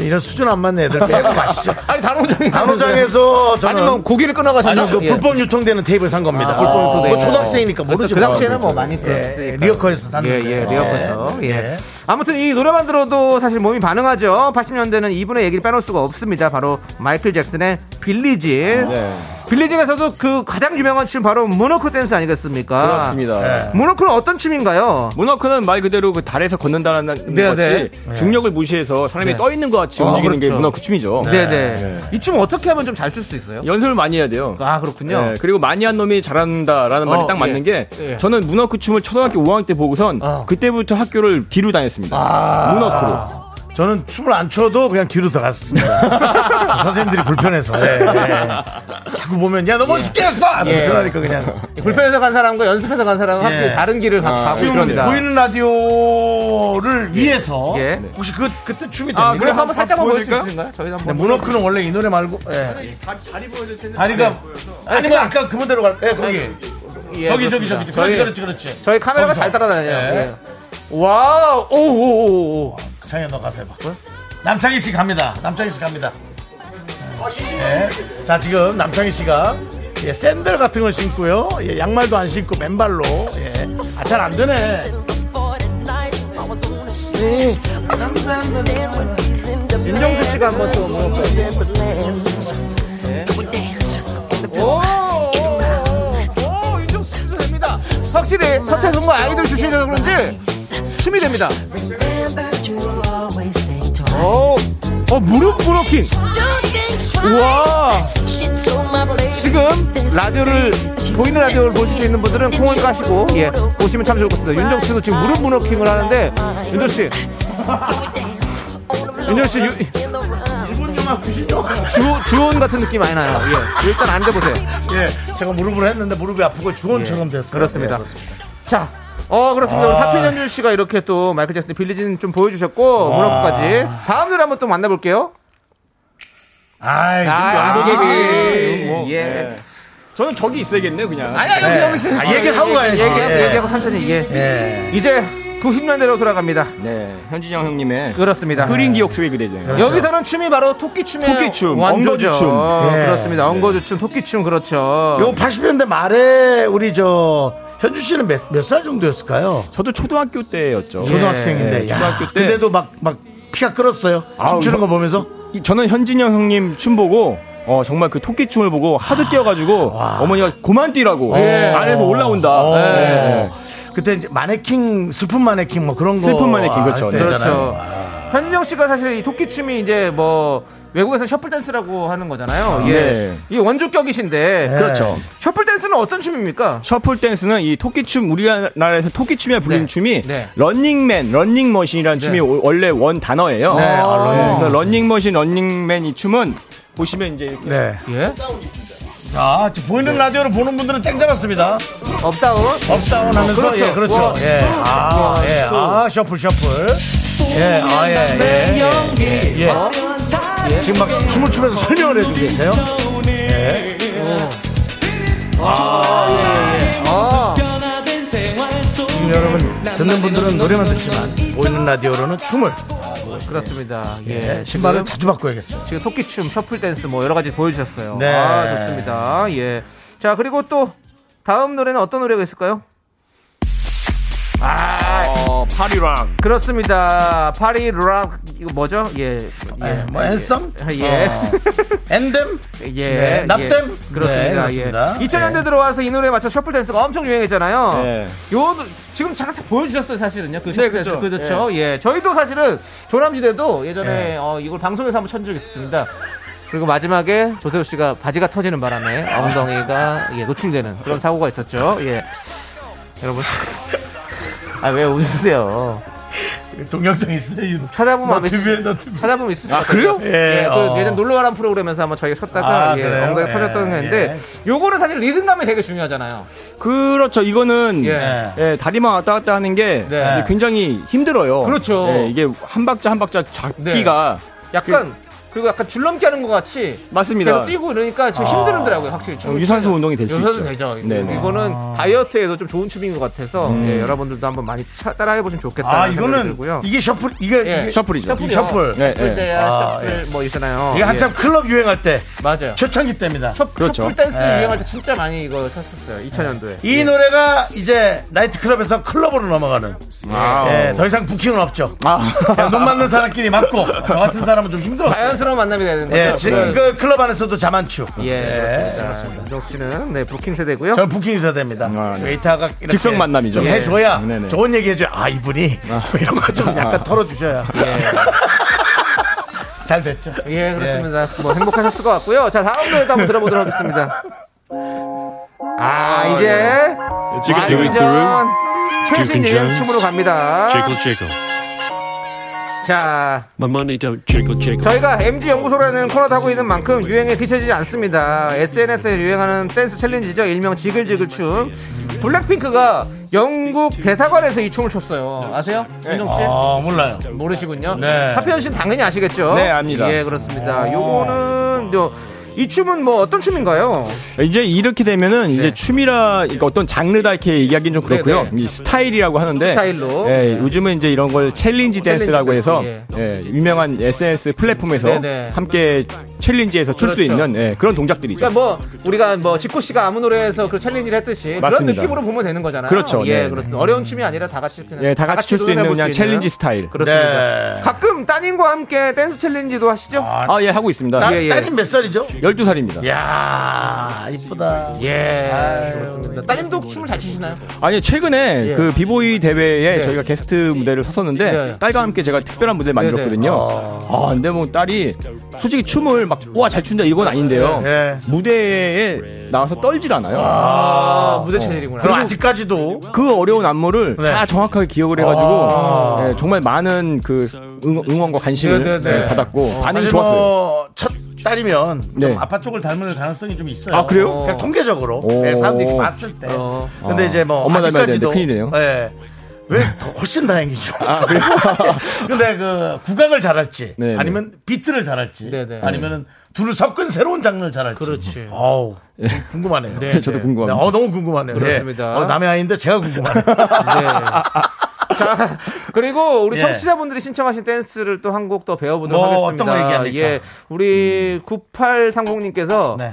[SPEAKER 1] 이런 수준 안 맞는 애들 빼고 마시죠.
[SPEAKER 2] 아니 단호장
[SPEAKER 1] 단호장에서 저는
[SPEAKER 2] 아니면 예. 고기를
[SPEAKER 1] 아니요,
[SPEAKER 2] 끊어가지고 뭐
[SPEAKER 1] 그 불법 유통되는 테이블 산 겁니다.
[SPEAKER 2] 아, 불법 유통되는
[SPEAKER 1] 뭐 초등학생이니까 모르죠.
[SPEAKER 2] 그 당시에는 뭐 많이
[SPEAKER 1] 예,
[SPEAKER 2] 그랬으니까.
[SPEAKER 1] 리어커에서 샀는데.
[SPEAKER 2] 예, 예, 리어커에서. 예.
[SPEAKER 1] 예.
[SPEAKER 2] 아무튼 이 노래만 들어도 사실 몸이 반응하죠. 80년대는 이분의 얘기를 빼놓을 수가 없습니다. 바로 마이클 잭슨의 빌리진. 빌리진에서도 그 가장 유명한 춤 바로 모노크 댄스 아니겠습니까?
[SPEAKER 6] 그렇습니다.
[SPEAKER 2] 모노크는 어떤 춤인가요?
[SPEAKER 6] 문어크는 말 그대로 그 달에서 걷는다는
[SPEAKER 2] 네,
[SPEAKER 6] 거지 중력을 무시해서 사람이 떠 있는 것 같이 움직이는 게 네. 문어크 그렇죠. 춤이죠.
[SPEAKER 2] 네네. 이 춤 어떻게 하면 좀 잘 출 수 있어요?
[SPEAKER 6] 연습을 많이 해야 돼요.
[SPEAKER 2] 아 그렇군요.
[SPEAKER 6] 예, 그리고 많이 한 놈이 잘한다라는 말이
[SPEAKER 2] 어,
[SPEAKER 6] 딱 맞는
[SPEAKER 2] 예.
[SPEAKER 6] 게
[SPEAKER 2] 예.
[SPEAKER 6] 저는 문어크 춤을 초등학교 5학년 때 보고선 그때부터 학교를 뒤로 다녔습니다. 문어크로.
[SPEAKER 1] 저는 춤을 안 춰도 그냥 뒤로 들어갔습니다. 선생님들이 불편해서. 예, 예. 자꾸 보면, 야, 너 멋있겠어!
[SPEAKER 2] 예.
[SPEAKER 1] 그러니까 그냥.
[SPEAKER 2] 불편해서 간 사람과 연습해서 간 사람은 확실히
[SPEAKER 1] 예.
[SPEAKER 2] 다른 길을 가- 가고
[SPEAKER 6] 지금
[SPEAKER 2] 있습니다.
[SPEAKER 1] 보이는 라디오를 위해서.
[SPEAKER 2] 네, 예.
[SPEAKER 1] 혹시 그, 그때 춤이 됩니까?
[SPEAKER 6] 아,
[SPEAKER 2] 그럼 한번
[SPEAKER 6] 한번
[SPEAKER 2] 살짝만 보여줄 수
[SPEAKER 6] 보여드릴까요?
[SPEAKER 2] 있으신가요? 저희도
[SPEAKER 1] 네,
[SPEAKER 2] 한번.
[SPEAKER 1] 문어크는 원래 이 노래 말고, 예. 다리, 가 아니면 아까 그분대로 갈, 예, 거기.
[SPEAKER 2] 예,
[SPEAKER 1] 저기, 저기,
[SPEAKER 2] 그렇습니다.
[SPEAKER 1] 저기. 그렇지,
[SPEAKER 2] 저희-
[SPEAKER 1] 그렇지, 그렇지.
[SPEAKER 2] 저희 카메라가
[SPEAKER 1] 거기서.
[SPEAKER 2] 잘 따라다녀요.
[SPEAKER 1] 예.
[SPEAKER 2] 예. 와우, 오, 오, 오, 오.
[SPEAKER 1] 창현 너 가서 해봐. 남창희 씨 갑니다. 남창희 씨 갑니다. 네. 자 지금 남창희 씨가 예, 샌들 같은 걸 신고요. 예, 양말도 안 신고 맨발로. 예. 아 잘 안 되네.
[SPEAKER 2] 윤정수 씨가 한번 또 뭐. 오, 오, 윤정수 씨도 됩니다. 확실히 서태성과 아이돌 출신이라서 그런지 춤이 됩니다. 오, 어 무릎 브로킹. 와, 지금 라디오를 보이는 라디오를 보실 수 있는 분들은 콩을 까시고 예 보시면 참 좋을 것 같습니다. 윤정수 씨도 지금 무릎 브로킹을 하는데 윤정수 씨 윤현 씨, 유- 주, 주온 같은 느낌 많이 나요. 예. 일단 앉아보세요.
[SPEAKER 1] 예, 제가 무릎을 했는데 무릎이 아프고 주원처럼 됐어요.
[SPEAKER 2] 그렇습니다.
[SPEAKER 1] 예, 그렇습니다.
[SPEAKER 2] 자. 어, 그렇습니다.
[SPEAKER 6] 아.
[SPEAKER 2] 오늘 하필 현준 씨가 이렇게 또 마이클 잭슨 빌리진 좀
[SPEAKER 6] 아.
[SPEAKER 2] 보여주셨고, 문어까지. 다음 노래 한번 또 만나볼게요.
[SPEAKER 1] 아이,
[SPEAKER 2] 연극이지. 예.
[SPEAKER 6] 뭐, 네. 저는 저기 있어야겠네 그냥.
[SPEAKER 2] 아니, 아니, 여기, 여기.
[SPEAKER 6] 네.
[SPEAKER 1] 아, 얘기를 하고 가야지.
[SPEAKER 2] 얘기하고,
[SPEAKER 1] 예.
[SPEAKER 2] 얘기하고 천천히, 예.
[SPEAKER 1] 예.
[SPEAKER 2] 이제 90년대로 돌아갑니다.
[SPEAKER 6] 네, 현진영 형님의
[SPEAKER 2] 그렇습니다.
[SPEAKER 6] 흐린 기억 속의 그대죠.
[SPEAKER 2] 여기서는 춤이 바로 토끼춤의
[SPEAKER 6] 토끼춤,
[SPEAKER 2] 완조죠.
[SPEAKER 6] 엉거주춤. 네.
[SPEAKER 2] 어,
[SPEAKER 1] 예.
[SPEAKER 2] 그렇습니다. 엉거주춤, 토끼춤 그렇죠.
[SPEAKER 6] 어.
[SPEAKER 1] 요 80년대 말에 우리 저 현주 씨는 몇 몇 살 정도였을까요?
[SPEAKER 6] 저도 초등학교 때였죠.
[SPEAKER 1] 초등학생인데.
[SPEAKER 6] 예,
[SPEAKER 1] 야,
[SPEAKER 6] 초등학교 때.
[SPEAKER 1] 근데도 막 막 피가 끓었어요.
[SPEAKER 6] 아우,
[SPEAKER 1] 춤추는
[SPEAKER 6] 뭐-
[SPEAKER 1] 거 보면서
[SPEAKER 6] 이- 저는 현진영 형님 춤 보고 어, 정말 그 토끼 춤을 보고 하도
[SPEAKER 2] 아,
[SPEAKER 6] 뛰어가지고 어머니가 고만 뛰라고 안에서 올라온다. 예.
[SPEAKER 1] 어. 그때 이제 마네킹 슬픈 마네킹 뭐 그런 거
[SPEAKER 6] 슬픈 마네킹,
[SPEAKER 1] 할
[SPEAKER 6] 그렇죠.
[SPEAKER 1] 때잖아요.
[SPEAKER 2] 그렇죠. 현진영 씨가 사실 이 토끼춤이 이제 뭐 외국에서 셔플 댄스라고 하는 거잖아요. 예.
[SPEAKER 6] 네.
[SPEAKER 2] 이게 원조격이신데
[SPEAKER 6] 그렇죠.
[SPEAKER 2] 셔플 댄스는 어떤 춤입니까?
[SPEAKER 6] 셔플 댄스는 이 토끼춤 우리나라에서 토끼춤이라 불리는
[SPEAKER 2] 네.
[SPEAKER 6] 춤이
[SPEAKER 2] 네.
[SPEAKER 6] 런닝맨, 런닝머신이라는 춤이 오- 원래 원 단어예요. 네, 그래서 런닝머신, 런닝맨 이 춤은 보시면 이제 이렇게
[SPEAKER 1] 네.
[SPEAKER 2] 예.
[SPEAKER 1] 자, 지금 아,
[SPEAKER 2] 네.
[SPEAKER 1] 보이는 라디오로 보는 분들은 땡 잡았습니다.
[SPEAKER 2] 업다운.
[SPEAKER 1] 업다운 하면서
[SPEAKER 2] 그렇죠.
[SPEAKER 1] 예, 그렇죠.
[SPEAKER 2] 와,
[SPEAKER 1] 예. 아, 예. 아, 셔플 셔플. 예. 아, 예.
[SPEAKER 2] 네.
[SPEAKER 1] 예. 예. 예. 예. 지금 막 춤을 추면서 설명을 해주고 계세요. 예. 어.
[SPEAKER 2] 아,
[SPEAKER 1] 예. 지금 여러분 듣는 분들은 노래만 듣지만 보이는 라디오로는 춤을
[SPEAKER 2] 그렇습니다. 예.
[SPEAKER 1] 예. 신발을 자주 바꿔야겠어요.
[SPEAKER 2] 지금 토끼춤, 셔플 댄스 뭐 여러 가지 보여주셨어요.
[SPEAKER 1] 네.
[SPEAKER 2] 아, 좋습니다. 예. 자, 그리고 또 다음 노래는 어떤 노래가 있을까요? 아,
[SPEAKER 6] 어, 파리락.
[SPEAKER 2] 그렇습니다. 파리 락 이거 뭐죠? 예.
[SPEAKER 1] 예. 뭐 앤썸?
[SPEAKER 2] 예. 예.
[SPEAKER 1] 앤뎀?
[SPEAKER 2] 예.
[SPEAKER 1] 네,
[SPEAKER 2] 예.
[SPEAKER 1] 납땜? 네,
[SPEAKER 2] 그렇습니다. 예.
[SPEAKER 1] 그렇습니다.
[SPEAKER 2] 2000년대 들어와서 이 노래에 맞춰 셔플 댄스가 엄청 유행했잖아요.
[SPEAKER 6] 네.
[SPEAKER 2] 요 지금 잠깐 보여주셨어요, 사실은요. 그 셔플 댄스.
[SPEAKER 6] 그죠.
[SPEAKER 2] 그렇죠. 예. 저희도 사실은 조남지대도 예전에 어, 이걸 방송에서 한번 천 적이 있습니다. 그리고 마지막에 조세호 씨가 바지가 터지는 바람에 엉덩이가 예, 노출되는 그런 사고가 있었죠. 예. 여러분. 아 왜 웃으세요?
[SPEAKER 1] 동영상 있어요. 유튜브.
[SPEAKER 2] 찾아보면 네.
[SPEAKER 1] 너
[SPEAKER 2] 아마 있을
[SPEAKER 1] TV에 너 TV.
[SPEAKER 2] 찾아보면 있을 수 있어요.
[SPEAKER 6] 그래요?
[SPEAKER 2] 예,
[SPEAKER 1] 예,
[SPEAKER 2] 그
[SPEAKER 1] 어.
[SPEAKER 2] 예전 놀러가란 프로그램에서 한번 저희가 쳤다가
[SPEAKER 1] 아,
[SPEAKER 2] 예,
[SPEAKER 1] 그래요?
[SPEAKER 2] 엉덩이
[SPEAKER 1] 예,
[SPEAKER 2] 터졌던 건데 요거는 사실 리듬감이 되게 중요하잖아요.
[SPEAKER 6] 그렇죠. 이거는
[SPEAKER 2] 예.
[SPEAKER 6] 예, 다리만 왔다 갔다 하는 게
[SPEAKER 2] 네.
[SPEAKER 1] 예.
[SPEAKER 6] 이게 굉장히 힘들어요.
[SPEAKER 2] 그렇죠.
[SPEAKER 6] 예, 이게 한 박자 한 박자 잡기가
[SPEAKER 2] 약간 그, 리고 약간 줄넘기 하는 것 같이
[SPEAKER 6] 맞습니다.
[SPEAKER 2] 계속 뛰고 이러니까
[SPEAKER 1] 아.
[SPEAKER 2] 좀 힘들더라고요 확실히.
[SPEAKER 6] 어, 유산소 운동이 될 수 있죠.
[SPEAKER 2] 요사도 되죠.
[SPEAKER 6] 네, 네.
[SPEAKER 2] 이거는
[SPEAKER 1] 아.
[SPEAKER 2] 다이어트에도 좀 좋은 춤인 것 같아서 예, 여러분들도 한번 많이 차- 따라해보시면 좋겠다.
[SPEAKER 1] 음. 아, 이거는
[SPEAKER 2] 들고요.
[SPEAKER 1] 이게 셔플 이게
[SPEAKER 2] 예.
[SPEAKER 1] 이게,
[SPEAKER 6] 셔플이죠.
[SPEAKER 2] 셔플이요.
[SPEAKER 1] 셔플.
[SPEAKER 6] 예,
[SPEAKER 2] 셔플
[SPEAKER 6] 예.
[SPEAKER 2] 때
[SPEAKER 1] 아,
[SPEAKER 2] 셔플 뭐 있잖아요.
[SPEAKER 1] 이게 한참 클럽 유행할 때
[SPEAKER 2] 예, 맞아요.
[SPEAKER 1] 초창기 때입니다.
[SPEAKER 2] 셔,
[SPEAKER 6] 그렇죠.
[SPEAKER 2] 플 댄스
[SPEAKER 1] 예.
[SPEAKER 2] 유행할 때 진짜 많이 이거 샀었어요. 2000년도에.
[SPEAKER 1] 이 노래가 이제 나이트클럽에서 클럽으로 넘어가는.
[SPEAKER 2] 아.
[SPEAKER 1] 예, 더 이상 부킹은 없죠.
[SPEAKER 6] 아.
[SPEAKER 1] 그냥 눈 맞는 사람끼리 맞고 저 같은 사람은 좀 힘들어.
[SPEAKER 2] 자연스러운 만남이 되는 거죠.
[SPEAKER 1] 예, 지금 그 클럽 안에서도 자만추.
[SPEAKER 2] 네. 예,
[SPEAKER 1] 예,
[SPEAKER 2] 그렇습니다. 윤정 씨는 네 부킹 세대고요.
[SPEAKER 1] 저는 부킹 의사됩니다.
[SPEAKER 6] 아, 네.
[SPEAKER 1] 웨이터가 이렇게
[SPEAKER 6] 직성 만남이죠.
[SPEAKER 1] 좀 해줘야
[SPEAKER 6] 네. 네네.
[SPEAKER 1] 좋은 얘기 해줘야 아 이분이 뭐 이런 거 좀
[SPEAKER 2] 아.
[SPEAKER 1] 약간 털어주셔야 잘 됐죠.
[SPEAKER 2] 예, 그렇습니다. 뭐 행복하셨을 것 같고요. 자, 다음 노래도 한번 들어보도록 하겠습니다. 아, 예. 이제
[SPEAKER 10] 지금
[SPEAKER 2] 완전 최신
[SPEAKER 10] Duke and
[SPEAKER 2] 유행
[SPEAKER 10] Jones.
[SPEAKER 2] 춤으로 갑니다.
[SPEAKER 10] 지글
[SPEAKER 2] 자,
[SPEAKER 10] My money don't jiggle jiggle
[SPEAKER 2] 저희가 MG 연구소라는 코너도 하고 있는 만큼 유행에 뒤처지지 않습니다. SNS에 유행하는 댄스 챌린지죠. 일명 지글지글 춤. 블랙핑크가 영국 대사관에서 이 춤을 췄어요. 아세요?
[SPEAKER 6] 네.
[SPEAKER 2] 윤정 씨?
[SPEAKER 1] 아 몰라요.
[SPEAKER 2] 모르시군요.
[SPEAKER 1] 네.
[SPEAKER 2] 하피현 씨는 당연히 아시겠죠?
[SPEAKER 6] 네, 압니다. 어.
[SPEAKER 2] 예, 그렇습니다. 요거는 요- 이 춤은 뭐 어떤 춤인가요?
[SPEAKER 6] 이제 이렇게 되면은 이제 춤이라 그러니까 어떤 장르다 이렇게 얘기하긴 좀 그렇고요.
[SPEAKER 2] 네, 네.
[SPEAKER 6] 이 스타일이라고 하는데
[SPEAKER 2] 스타일로.
[SPEAKER 6] 예,
[SPEAKER 2] 네. 어,
[SPEAKER 6] 요즘은 이제 이런 걸 챌린지 댄스라고
[SPEAKER 2] 댄스,
[SPEAKER 6] 해서
[SPEAKER 2] 예.
[SPEAKER 6] 예, 유명한 SNS 플랫폼에서
[SPEAKER 2] 네, 네.
[SPEAKER 6] 함께 챌린지에서 출 수
[SPEAKER 2] 그렇죠.
[SPEAKER 6] 있는 예, 그런 동작들이죠.
[SPEAKER 2] 그러니까 뭐 우리가 뭐 지코 씨가 아무 노래에서 그 챌린지를 했듯이 그런
[SPEAKER 6] 맞습니다.
[SPEAKER 2] 느낌으로 보면 되는 거잖아요.
[SPEAKER 6] 그렇죠.
[SPEAKER 2] 예,
[SPEAKER 6] 네.
[SPEAKER 2] 그렇습니다. 어려운 춤이 아니라 다뭐 같이 그냥
[SPEAKER 6] 예, 다 같이 출 수 있는
[SPEAKER 2] 도전해볼
[SPEAKER 6] 그냥 챌린지 스타일.
[SPEAKER 1] 네.
[SPEAKER 6] 네.
[SPEAKER 2] 그렇습니다. 네. 가끔 따님과 함께 댄스 챌린지도 하시죠?
[SPEAKER 6] 아, 예, 하고 있습니다.
[SPEAKER 2] 예, 예.
[SPEAKER 1] 딸이 몇 살이죠?
[SPEAKER 6] 12살입니다. 아,
[SPEAKER 1] 야 이쁘다.
[SPEAKER 2] 예, 그렇습니다. 따님도 춤을 잘 추시나요?
[SPEAKER 6] 아니, 최근에
[SPEAKER 2] 예.
[SPEAKER 6] 그 비보이 대회에
[SPEAKER 2] 네.
[SPEAKER 6] 저희가 게스트 무대를 섰었는데
[SPEAKER 2] 네.
[SPEAKER 6] 딸과 함께 제가 특별한 무대를 만들었거든요. 아, 근데 뭐 딸이 솔직히 춤을 막, 와, 잘 춘다 이건 아닌데요.
[SPEAKER 1] 네.
[SPEAKER 6] 무대에 나와서 떨질 않아요.
[SPEAKER 2] 아, 무대 체질이구나.
[SPEAKER 1] 그럼 아직까지도
[SPEAKER 6] 그 어려운 안무를
[SPEAKER 1] 네.
[SPEAKER 6] 다 정확하게 기억을 해가지고 예, 정말 많은 그 응, 원과 관심을
[SPEAKER 2] 아. 네, 네, 네.
[SPEAKER 6] 예, 받았고 반응이
[SPEAKER 1] 사실
[SPEAKER 6] 좋았어요.
[SPEAKER 1] 뭐첫 딸이면 좀
[SPEAKER 6] 네.
[SPEAKER 1] 아빠 쪽을 닮을 가능성이 좀 있어요.
[SPEAKER 6] 아, 그래요?
[SPEAKER 1] 그냥 통계적으로
[SPEAKER 6] 오.
[SPEAKER 1] 네, 사람들이 봤을 때.
[SPEAKER 2] 어.
[SPEAKER 1] 근데
[SPEAKER 6] 아.
[SPEAKER 1] 이제 뭐
[SPEAKER 6] 엄마 닮아야 되는데
[SPEAKER 1] 아직까지도
[SPEAKER 6] 큰일이네요.
[SPEAKER 1] 예. 왜 더- 훨씬 다행이죠.
[SPEAKER 6] 아, 그래요?
[SPEAKER 1] 근데 그 구강을 잘할지
[SPEAKER 6] 네, 네.
[SPEAKER 1] 아니면 비트를 잘할지
[SPEAKER 2] 네, 네.
[SPEAKER 1] 아니면은 둘을 섞은 새로운 장르를 잘할지.
[SPEAKER 2] 그렇지.
[SPEAKER 1] 어우 궁금하네요.
[SPEAKER 6] 저도 궁금합니다.
[SPEAKER 1] 어 너무 궁금하네요.
[SPEAKER 2] 그렇습니다.
[SPEAKER 1] 예. 어, 남의 아이인데 제가 궁금하네요.
[SPEAKER 2] 네. 자, 그리고 우리
[SPEAKER 1] 예.
[SPEAKER 2] 청취자분들이 신청하신 댄스를 또 한 곡 더 배워보도록
[SPEAKER 1] 뭐,
[SPEAKER 2] 하겠습니다.
[SPEAKER 1] 어떤 거 얘기합니까?
[SPEAKER 2] 예, 우리 9830님께서
[SPEAKER 1] 네.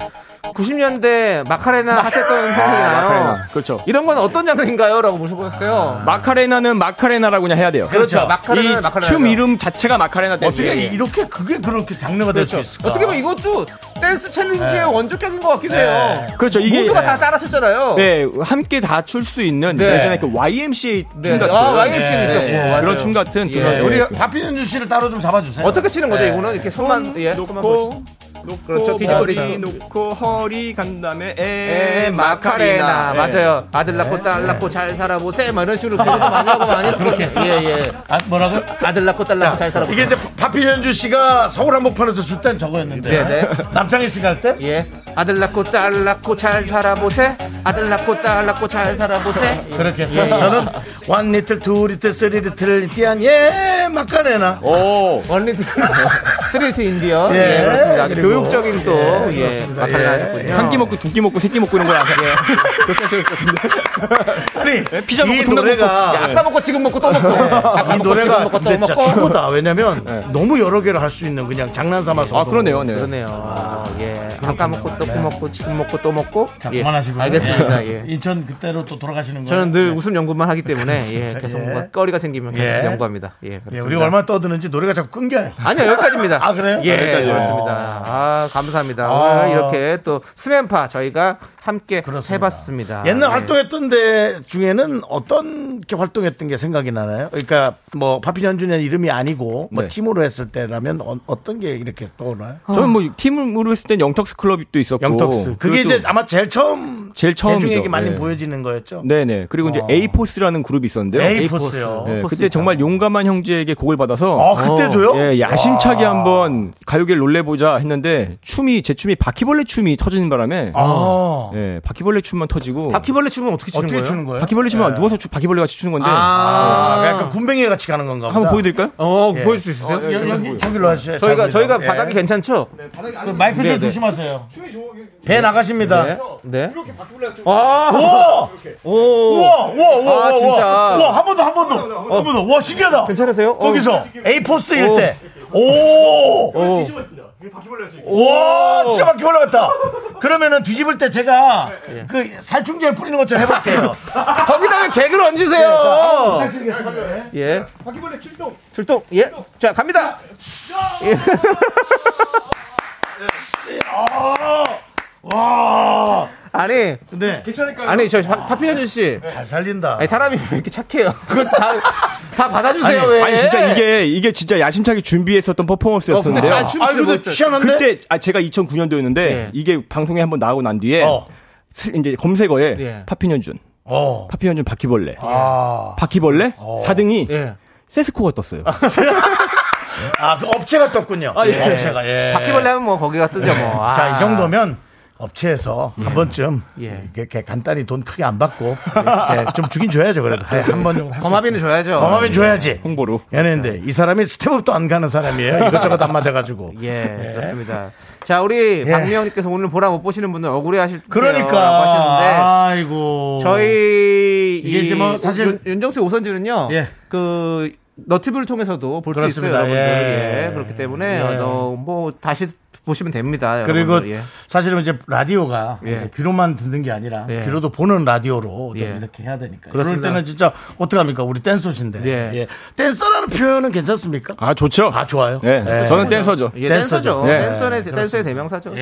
[SPEAKER 2] 90년대 마카레나 핫했던 생각이 나요.
[SPEAKER 6] 마카레나. 그렇죠.
[SPEAKER 2] 이런 건 어떤 장르인가요? 라고 물어보셨어요.
[SPEAKER 6] 마카레나는 마카레나라고 그냥 해야 돼요.
[SPEAKER 2] 그렇죠. 마카레나
[SPEAKER 6] 이 춤 이름 자체가 마카레나 댄스.
[SPEAKER 1] 어떻게 이렇게 그게 예, 그렇게 장르가 될 수 있을까?
[SPEAKER 2] 어떻게 보면 이것도 댄스 챌린지의 원조격인 것 같기도 해요.
[SPEAKER 6] 그렇죠. 이게
[SPEAKER 2] 모두가 다 따라쳤잖아요.
[SPEAKER 6] 네, 함께 다 출 수 있는
[SPEAKER 2] 네.
[SPEAKER 6] 예전에 그 YMCA
[SPEAKER 2] 네.
[SPEAKER 6] 춤 같은
[SPEAKER 2] 아, YMCA는
[SPEAKER 6] 예,
[SPEAKER 2] 있었고,
[SPEAKER 6] 예,
[SPEAKER 2] 맞아요.
[SPEAKER 6] 그런 춤 같은
[SPEAKER 2] 예.
[SPEAKER 6] 그런
[SPEAKER 1] 우리 박빈현 씨를 따로 좀 잡아주세요.
[SPEAKER 2] 어떻게 치는 거죠? 이거는 이렇게 손만 예, 손만 보시고.
[SPEAKER 6] 놓고 놓고
[SPEAKER 2] 그렇죠,
[SPEAKER 6] 머리
[SPEAKER 2] 뒤집어리죠.
[SPEAKER 6] 놓고 허리 간 다음에
[SPEAKER 2] 에
[SPEAKER 6] 에
[SPEAKER 2] 예, 마카레나 맞아요 아들 낳고 딸 낳고 잘 살아보세 막 이런 식으로 되게 많이 하고 많이 했었거든요 예예
[SPEAKER 1] 아, 뭐라고?
[SPEAKER 2] 아들 낳고 딸 낳고 잘 살아보세
[SPEAKER 1] 이게 이제 박빈현주 씨가 서울 한복판에서 줄 땐 저거였는데
[SPEAKER 2] 네, 네.
[SPEAKER 1] 남창희 씨가 할 때?
[SPEAKER 2] 예 아들 낳고 딸 낳고 잘 살아보세 아들 낳고 딸 낳고 잘 살아보세
[SPEAKER 1] 그렇게 해서
[SPEAKER 2] 예,
[SPEAKER 1] 저는 원 리틀, 투 리틀, 쓰리 리틀, 띠안 예 마카레나
[SPEAKER 2] 어?
[SPEAKER 6] 오
[SPEAKER 2] 원리트 스트리트 인디언
[SPEAKER 1] 예,
[SPEAKER 2] 예, 그렇습니다 아주
[SPEAKER 1] 그리고-
[SPEAKER 2] 교육적인 또
[SPEAKER 1] 예,
[SPEAKER 2] 예,
[SPEAKER 1] 그렇습니다.
[SPEAKER 2] 마카레나
[SPEAKER 1] 예.
[SPEAKER 2] 하셨군요
[SPEAKER 6] 한 끼 먹고 두 끼 먹고 세 끼 먹고 이런 거야.
[SPEAKER 2] 예.
[SPEAKER 6] 그렇게 하실 것 같은데.
[SPEAKER 1] 아니
[SPEAKER 6] 피자 먹고
[SPEAKER 2] 뭐
[SPEAKER 1] 이
[SPEAKER 6] 통닭
[SPEAKER 1] 노래가
[SPEAKER 2] 야, 아까 먹고 지금 먹고 또 먹고 아까
[SPEAKER 1] 이
[SPEAKER 2] 먹고 지금
[SPEAKER 1] 노래가
[SPEAKER 2] 먹고
[SPEAKER 1] 근데
[SPEAKER 2] 또
[SPEAKER 1] 진짜
[SPEAKER 2] 먹고 예.
[SPEAKER 1] 최고다 왜냐면 너무 여러 개를 할 수 있는 그냥 장난 삼아서
[SPEAKER 6] 아 그러네요, 네.
[SPEAKER 2] 그러네요 예 아까 먹고 또 먹고 지금 먹고 또 먹고
[SPEAKER 1] 자
[SPEAKER 2] 예,
[SPEAKER 1] 그만하시고요
[SPEAKER 2] 알겠습니다
[SPEAKER 1] 예.
[SPEAKER 2] 예
[SPEAKER 1] 인천 그때로 또 돌아가시는 거예요
[SPEAKER 2] 저는 늘 웃음 연구만 하기 때문에 예, 계속
[SPEAKER 1] 예.
[SPEAKER 2] 뭔가 거리가 생기면 계속
[SPEAKER 1] 예.
[SPEAKER 2] 연구합니다. 예,
[SPEAKER 1] 예,
[SPEAKER 2] 그렇습니다.
[SPEAKER 1] 우리 얼마나 떠드는지 노래가 자꾸 끊겨요
[SPEAKER 2] 아니요 여기까지입니다.
[SPEAKER 1] 아, 그래요?
[SPEAKER 2] 예,
[SPEAKER 1] 여기까지요.
[SPEAKER 2] 그렇습니다. 아 감사합니다.
[SPEAKER 1] 아.
[SPEAKER 2] 오늘 이렇게 또 스맨파 저희가 함께
[SPEAKER 1] 그렇습니다.
[SPEAKER 2] 해봤습니다.
[SPEAKER 1] 옛날
[SPEAKER 2] 예.
[SPEAKER 1] 활동했던 데 중에는 어떤 게 활동했던 게 생각이 나나요? 그러니까 뭐 파피현준의 이름이 아니고 뭐
[SPEAKER 6] 네.
[SPEAKER 1] 팀으로 했을 때라면 어, 떤게 이렇게 떠오르나요?
[SPEAKER 6] 저는 뭐 팀으로 했을 땐 영턱스 클럽도 있었고
[SPEAKER 1] 어. 영턱스 그게
[SPEAKER 6] 그리고
[SPEAKER 1] 이제 아마 제일 처음
[SPEAKER 6] 제일 처음이죠.
[SPEAKER 1] 대중에게 많이
[SPEAKER 2] 예.
[SPEAKER 6] 네.
[SPEAKER 1] 보여지는 거였죠.
[SPEAKER 6] 네네 그리고 이제
[SPEAKER 1] 어.
[SPEAKER 6] 에이포스라는 그룹이 있었는데요.
[SPEAKER 1] 에이포스요.
[SPEAKER 6] 네, 그때 정말 용감한 형제에게 곡을 받아서
[SPEAKER 2] 어,
[SPEAKER 1] 아 그때도요?
[SPEAKER 6] 예, 야심차게 한번 가요계를 놀래보자 했는데 춤이 제 춤이 바퀴벌레 춤이 터지는 바람에
[SPEAKER 1] 아.
[SPEAKER 6] 예, 바퀴벌레 춤만 터지고
[SPEAKER 2] 바퀴벌레 춤은 어떻게 추는
[SPEAKER 1] 어떻게
[SPEAKER 2] 거예요?
[SPEAKER 1] 추는 거예요?
[SPEAKER 6] 바퀴벌레 춤은 누워서 추- 바퀴벌레 같이 추는 건데
[SPEAKER 2] 아,
[SPEAKER 1] 네. 아, 네. 약간 군뱅이 같이 가는 건가 보다.
[SPEAKER 6] 한번 보여드릴까요?
[SPEAKER 2] 어 보여줄 수 있으세요?
[SPEAKER 1] 여, 기 저기로 하세요. 예.
[SPEAKER 2] 저희가 저희가 바닥이 괜찮죠?
[SPEAKER 1] 마이크 좀
[SPEAKER 2] 네, 네.
[SPEAKER 1] 조심하세요. 배 나가십니다.
[SPEAKER 2] 네. 아,
[SPEAKER 1] 오!
[SPEAKER 2] 오
[SPEAKER 1] 어? 우와, 우와, 우와,
[SPEAKER 2] 아,
[SPEAKER 1] 우와,
[SPEAKER 2] 진짜.
[SPEAKER 1] 우와, 우와, 한 번 더, 한 번 더, 한 번 더. 와, 신기하다.
[SPEAKER 2] 괜찮으세요? 어. 어.
[SPEAKER 1] 거기서 에이포스 일 때. 오!
[SPEAKER 2] 오.
[SPEAKER 1] 와,
[SPEAKER 2] 어.
[SPEAKER 1] 진짜 바퀴 올라갔다. 그러면은 뒤집을 때 제가
[SPEAKER 2] 예.
[SPEAKER 1] 그 살충제를 뿌리는 것처럼 해볼게요.
[SPEAKER 2] 거기다 왜 개그를 얹으세요? 어. 예. 바퀴벌레 출동. 출동. 예. 자, 갑니다.
[SPEAKER 1] 와,
[SPEAKER 2] 예. 아니,
[SPEAKER 1] 네.
[SPEAKER 2] 아니, 저 파- 파피현준 씨.
[SPEAKER 1] 잘 살린다.
[SPEAKER 2] 아니, 사람이 왜 이렇게 착해요? 그거 다, 다 받아주세요, 왜?
[SPEAKER 1] 네.
[SPEAKER 6] 아니 진짜 이게 이게 진짜 야심차게 준비했었던
[SPEAKER 2] 어, 근데
[SPEAKER 6] 퍼포먼스였었는데요.
[SPEAKER 2] 잘
[SPEAKER 1] 아,
[SPEAKER 2] 춤추고
[SPEAKER 1] 근데
[SPEAKER 2] 있어요.
[SPEAKER 1] 희한한데? 네.
[SPEAKER 6] 그때 아, 제가 2009년도였는데
[SPEAKER 2] 예.
[SPEAKER 6] 이게 방송에 한번 나오고 난 뒤에
[SPEAKER 1] 어.
[SPEAKER 6] 슬- 이제 검색어에
[SPEAKER 2] 예.
[SPEAKER 6] 파피현준,
[SPEAKER 1] 어.
[SPEAKER 6] 파피현준 바퀴벌레,
[SPEAKER 1] 아,
[SPEAKER 6] 바퀴벌레 4등이
[SPEAKER 2] 예.
[SPEAKER 6] 세스코가 떴어요.
[SPEAKER 1] 아, 그 업체가 떴군요.
[SPEAKER 6] 예.
[SPEAKER 1] 업체가, 예.
[SPEAKER 2] 바퀴벌레 하면 뭐 거기가 뜨죠, 뭐. 아.
[SPEAKER 1] 자, 이 정도면 업체에서 한 번쯤
[SPEAKER 2] 예.
[SPEAKER 1] 이렇게 간단히 돈 크게 안 받고 예, 좀 주긴 줘야죠 그래도
[SPEAKER 2] 아, 예.
[SPEAKER 1] 한번 정도 할수
[SPEAKER 2] 범합인을 줘야죠.
[SPEAKER 1] 있어요. 범합인 줘야지.
[SPEAKER 6] 홍보로.
[SPEAKER 1] 얘네인데 이 사람이 스텝업도 안 가는 사람이에요. 이것저것 안 맞아가지고.
[SPEAKER 2] 예, 그렇습니다. 자, 우리 박미영님께서 오늘 보라 못 보시는 분은 억울해하실 텐데.
[SPEAKER 1] 예. 그러니까
[SPEAKER 2] 라고 하셨는데.
[SPEAKER 1] 아이고
[SPEAKER 2] 저희
[SPEAKER 1] 이게
[SPEAKER 2] 이
[SPEAKER 1] 이제 뭐 사실-
[SPEAKER 2] 윤, 윤정수의 오선지는요.
[SPEAKER 1] 예.
[SPEAKER 2] 그 너튜브를 통해서도 볼 수 있어요,
[SPEAKER 1] 그렇습니다.
[SPEAKER 2] 여러분들.
[SPEAKER 1] 예.
[SPEAKER 2] 예. 그렇기 때문에
[SPEAKER 1] 예.
[SPEAKER 2] 어, 뭐 다시 보시면 됩니다.
[SPEAKER 1] 그리고
[SPEAKER 2] 여러분들. 예.
[SPEAKER 1] 사실은 이제 라디오가
[SPEAKER 2] 예.
[SPEAKER 1] 이제 귀로만 듣는 게 아니라
[SPEAKER 2] 예.
[SPEAKER 1] 귀로도 보는 라디오로 좀
[SPEAKER 2] 예.
[SPEAKER 1] 이렇게 해야 되니까. 그럴
[SPEAKER 2] 그렇습니다.
[SPEAKER 1] 때는 진짜 어떡합니까? 우리 댄서신데.
[SPEAKER 2] 예.
[SPEAKER 1] 예. 댄서라는 표현은 괜찮습니까?
[SPEAKER 6] 아 좋죠.
[SPEAKER 1] 아, 좋아요.
[SPEAKER 6] 네,
[SPEAKER 1] 예.
[SPEAKER 6] 저는 댄서죠.
[SPEAKER 2] 예,
[SPEAKER 1] 댄서죠.
[SPEAKER 2] 댄서죠.
[SPEAKER 6] 예.
[SPEAKER 2] 댄서의, 댄서의 대명사죠. 진짜.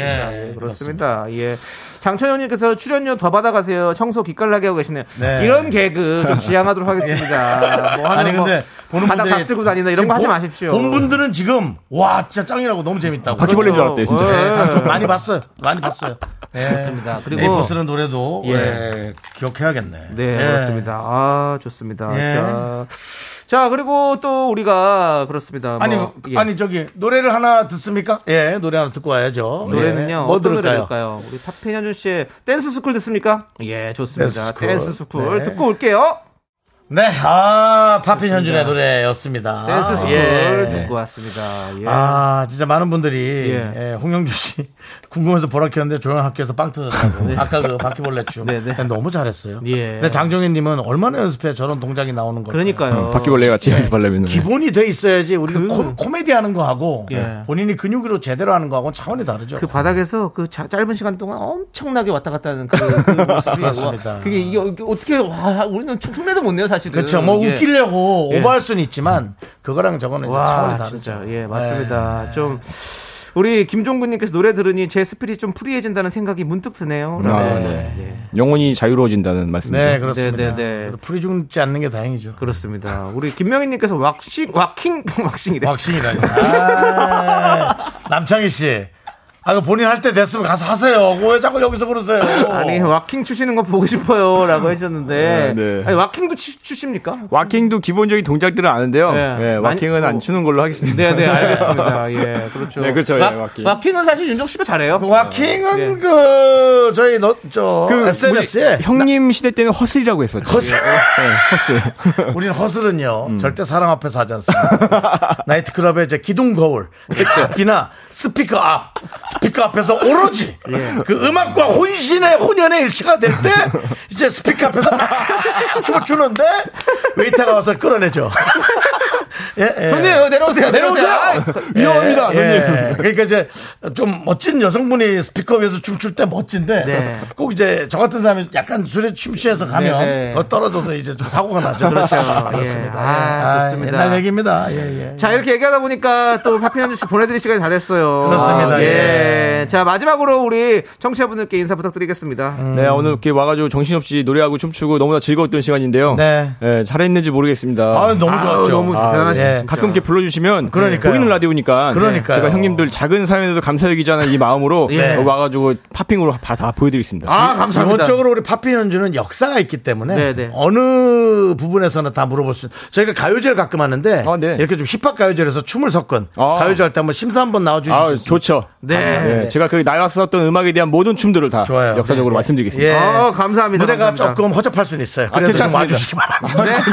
[SPEAKER 2] 예, 그렇습니다. 예. 장천현님께서 출연료 더 받아가세요. 청소 기깔나게 하고 계시네요.
[SPEAKER 1] 네. 예.
[SPEAKER 2] 이런 개그 좀 지양하도록 하겠습니다. 뭐 하는
[SPEAKER 1] 아니 근데
[SPEAKER 2] 뭐
[SPEAKER 1] 보는
[SPEAKER 2] 바닥 다
[SPEAKER 1] 분들이
[SPEAKER 2] 쓰고 다니나 이런
[SPEAKER 1] 지금
[SPEAKER 2] 거 하지
[SPEAKER 1] 본-
[SPEAKER 2] 마십시오. 아, 그렇죠.
[SPEAKER 1] 본 분들은 지금 와 진짜 짱이라고 너무 재밌다고.
[SPEAKER 6] 바퀴벌레인 줄 알았대요, 진짜.
[SPEAKER 1] 예,
[SPEAKER 2] 예.
[SPEAKER 1] 다좀 많이 봤어요. 많이 봤어요.
[SPEAKER 2] 네, 그렇습니다. 그리고
[SPEAKER 1] 네이버스는 노래도
[SPEAKER 2] 예.
[SPEAKER 1] 예, 기억해야겠네.
[SPEAKER 2] 네,
[SPEAKER 1] 예.
[SPEAKER 2] 그렇습니다. 아, 좋습니다.
[SPEAKER 1] 예.
[SPEAKER 2] 자. 자, 그리고 또 우리가 그렇습니다.
[SPEAKER 1] 아니
[SPEAKER 2] 뭐, 예.
[SPEAKER 1] 아니 저기 노래를 하나 듣습니까? 예 노래 하나 듣고 와야죠.
[SPEAKER 2] 노래는요.
[SPEAKER 1] 예. 뭐
[SPEAKER 2] 네. 어떤 노래
[SPEAKER 1] 들을까요?
[SPEAKER 2] 들을까요? 우리 파피현준 씨의 댄스 스쿨 듣습니까? 예, 좋습니다.
[SPEAKER 1] 댄스 스쿨.
[SPEAKER 2] 댄스 스쿨,
[SPEAKER 1] 네.
[SPEAKER 2] 듣고 올게요.
[SPEAKER 1] 네, 아, 파핀 현준의 노래였습니다.
[SPEAKER 2] 아, 댄스 스쿨
[SPEAKER 1] 예.
[SPEAKER 2] 듣고 왔습니다. 예.
[SPEAKER 1] 아, 진짜 많은 분들이
[SPEAKER 2] 예.
[SPEAKER 1] 예, 홍영주 씨 궁금해서 보라 켰는데 조용 학교에서 빵 터졌다고. 아까 그 바퀴벌레 춤.
[SPEAKER 2] 네, 네.
[SPEAKER 1] 너무 잘했어요.
[SPEAKER 2] 예.
[SPEAKER 1] 근데 장정현 님은 얼마나 연습해 저런 동작이 나오는 거예요.
[SPEAKER 2] 그러니까요.
[SPEAKER 6] 바퀴벌레 같이 발라면
[SPEAKER 1] 기본이 돼 있어야지 우리가 코, 코미디 하는 거하고
[SPEAKER 2] 그 예.
[SPEAKER 1] 본인이 근육으로 제대로 하는 거하고는 차원이 다르죠.
[SPEAKER 2] 그 바닥에서 그 자- 짧은 시간 동안 엄청나게 왔다 갔다 하는 그, 그 모습이
[SPEAKER 1] 맞습니다.
[SPEAKER 2] 와, 그게 이게 어떻게- 어떻게 와 우리는 춤- 흉내도 못 내요 사실은.
[SPEAKER 1] 그렇죠. 뭐
[SPEAKER 2] 예.
[SPEAKER 1] 웃기려고
[SPEAKER 2] 예.
[SPEAKER 1] 오버할 수는 있지만 그거랑 저거는 이제 차원이
[SPEAKER 2] 와
[SPEAKER 1] 다르죠. 네.
[SPEAKER 2] 진짜 예 맞습니다. 좀 우리 김종근님께서 노래 들으니 제 스피릿 좀 프리해진다는 생각이 문득 드네요. 예,
[SPEAKER 6] 아, 네. 영혼이 자유로워진다는 말씀이죠.
[SPEAKER 1] 네, 그렇습니다.
[SPEAKER 2] 네, 네, 네.
[SPEAKER 1] 그래도 풀이 죽지 않는 게 다행이죠.
[SPEAKER 2] 그렇습니다. 우리 김명희님께서 왁싱 왁킹 왁싱이래.
[SPEAKER 1] 왁싱이라니. 아, 남창희 씨. 아, 그 본인 할 때 됐으면 가서 하세요. 그거 왜 자꾸 여기서 그러세요?
[SPEAKER 2] 아니 왁킹 추시는 거 보고 싶어요라고 하셨는데
[SPEAKER 6] 네, 네.
[SPEAKER 2] 아니 왁킹도 치- 추십니까?
[SPEAKER 6] 와킹도 기본적인 동작들은 아는데요.
[SPEAKER 2] 네.
[SPEAKER 6] 네, 와킹은
[SPEAKER 2] 많이-
[SPEAKER 6] 안 추는 걸로 하겠습니다.
[SPEAKER 2] 네, 네, 알겠습니다. 예, 그렇죠.
[SPEAKER 6] 네, 그렇죠. 예, 왁킹.
[SPEAKER 2] 은 사실 윤정 씨가 잘해요.
[SPEAKER 1] 왁킹은
[SPEAKER 2] 예.
[SPEAKER 1] 그, 저희, 너, 저,
[SPEAKER 6] 그
[SPEAKER 1] SNS에.
[SPEAKER 6] 뭐지? 형님 시대 때는 허슬이라고 했었죠.
[SPEAKER 1] 허슬.
[SPEAKER 6] 네, 허슬.
[SPEAKER 1] 우리는 허슬은요, 절대 사람 앞에서 하지 않습니다. 나이트클럽에 이제 기둥 거울, 앞이나 스피커 앞, 스피커 앞에서 오로지 그 음악과 혼신의 혼연의 일치가 될 때, 이제 스피커 앞에서 막 춤을 추는데, 웨이터가 와서 끌어내죠. 예, 예.
[SPEAKER 2] 형님, 내려오세요.
[SPEAKER 1] 내려오세요!
[SPEAKER 2] 내려오세요.
[SPEAKER 1] 위험합니다, 예, 그러니까 이제 좀 멋진 여성분이 스피커 위에서 춤출 때 멋진데
[SPEAKER 2] 네.
[SPEAKER 1] 꼭 이제 저 같은 사람이 약간 술에 침취해서 가면
[SPEAKER 2] 네, 네.
[SPEAKER 1] 그거 떨어져서 이제 좀 사고가 나죠.
[SPEAKER 2] 그렇죠.
[SPEAKER 1] 그렇습니다.
[SPEAKER 2] 예. 아, 좋습니다.
[SPEAKER 1] 옛날 얘기입니다. 예, 예.
[SPEAKER 2] 자, 이렇게 얘기하다 보니까 또 파피한 뉴스 보내드릴 시간이 다 됐어요.
[SPEAKER 1] 그렇습니다.
[SPEAKER 2] 아, 예.
[SPEAKER 1] 예.
[SPEAKER 2] 자, 마지막으로 우리 청취자분들께 인사 부탁드리겠습니다.
[SPEAKER 1] 음,
[SPEAKER 6] 네, 오늘 이렇게 와가지고 정신없이 노래하고 춤추고 너무나 즐거웠던 시간인데요.
[SPEAKER 1] 네.
[SPEAKER 6] 잘했는지 모르겠습니다.
[SPEAKER 1] 아, 너무 좋았죠.
[SPEAKER 2] 아우, 너무
[SPEAKER 1] 아, 예.
[SPEAKER 2] 대단하시죠.
[SPEAKER 6] 가끔 이렇게 불러주시면
[SPEAKER 1] 그러니까요.
[SPEAKER 6] 보이는 라디오니까
[SPEAKER 1] 그러니까요.
[SPEAKER 6] 제가 형님들 작은 사연에도 감사드리자는 이 마음으로 어,
[SPEAKER 1] 네.
[SPEAKER 6] 와가지고 팝핑으로 다, 다 보여드리겠습니다.
[SPEAKER 2] 아, 감사합니다.
[SPEAKER 1] 기본적으로 우리 파피 현주는 역사가 있기 때문에
[SPEAKER 2] 네, 네.
[SPEAKER 1] 어느 부분에서는 다 물어볼 수 있는 저희가 가요제를 가끔 하는데
[SPEAKER 6] 아, 네.
[SPEAKER 1] 이렇게 좀 힙합 가요제에서 춤을 섞은
[SPEAKER 6] 아.
[SPEAKER 1] 가요제 할 때 한번 심사 한번 나와주시죠.
[SPEAKER 6] 아, 좋죠.
[SPEAKER 2] 네.
[SPEAKER 6] 네, 제가 그 나갔었던 음악에 대한 모든 춤들을 다
[SPEAKER 1] 좋아요.
[SPEAKER 6] 역사적으로
[SPEAKER 1] 네.
[SPEAKER 6] 말씀드리겠습니다.
[SPEAKER 1] 예.
[SPEAKER 2] 어, 감사합니다.
[SPEAKER 1] 무대가
[SPEAKER 2] 감사합니다.
[SPEAKER 1] 조금 허접할 수는 있어요. 그래도 좀
[SPEAKER 6] 아, 괜찮습니다.
[SPEAKER 1] 와주시기 바랍니다.
[SPEAKER 2] 네.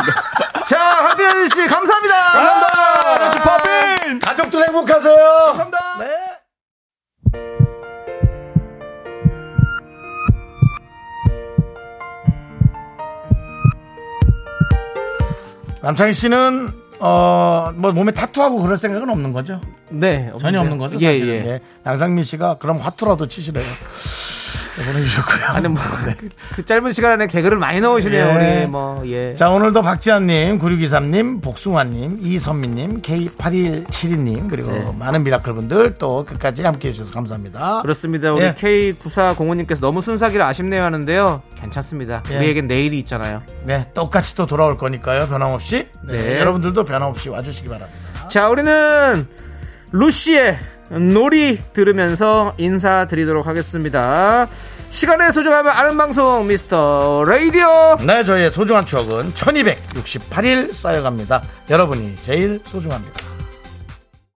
[SPEAKER 2] 자, 하빈 씨, 감사합니다.
[SPEAKER 1] 아! 예.
[SPEAKER 6] 팝핑!
[SPEAKER 1] 가족들 행복하세요. 감사합니다. 네. 남창희 씨는 어, 뭐 몸에 타투하고 그럴 생각은 없는 거죠?
[SPEAKER 2] 네.
[SPEAKER 1] 전혀 없는 거죠,
[SPEAKER 2] 예,
[SPEAKER 1] 사실은.
[SPEAKER 2] 예.
[SPEAKER 1] 예. 양상민 씨가 그럼 화투라도 치시래요. 보내주셨고요.
[SPEAKER 2] 아니, 뭐, 그, 그 짧은 시간 안에 개그를 많이 넣으시네요,
[SPEAKER 1] 예.
[SPEAKER 2] 우리. 뭐, 예.
[SPEAKER 1] 자, 오늘도 박지한님, 9623님, 복숭아님, 이선미님, K8172님, 그리고 많은 미라클 분들 또 끝까지 함께 해주셔서 감사합니다.
[SPEAKER 2] 네. 그렇습니다. 우리
[SPEAKER 1] 예.
[SPEAKER 2] K9405님께서 너무 순삭이라 아쉽네요 하는데요. 괜찮습니다.
[SPEAKER 1] 예.
[SPEAKER 2] 우리에겐 내일이 있잖아요.
[SPEAKER 1] 네, 똑같이 또 돌아올 거니까요. 변함없이. 네,
[SPEAKER 2] 네.
[SPEAKER 1] 여러분들도 변함없이 와주시기 바랍니다.
[SPEAKER 2] 자, 우리는 루시의 놀이 들으면서 인사드리도록 하겠습니다. 시간의 소중함을 아는 방송 미스터 라디오.
[SPEAKER 1] 네, 저희의 소중한 추억은 1268일 쌓여갑니다. 여러분이 제일 소중합니다.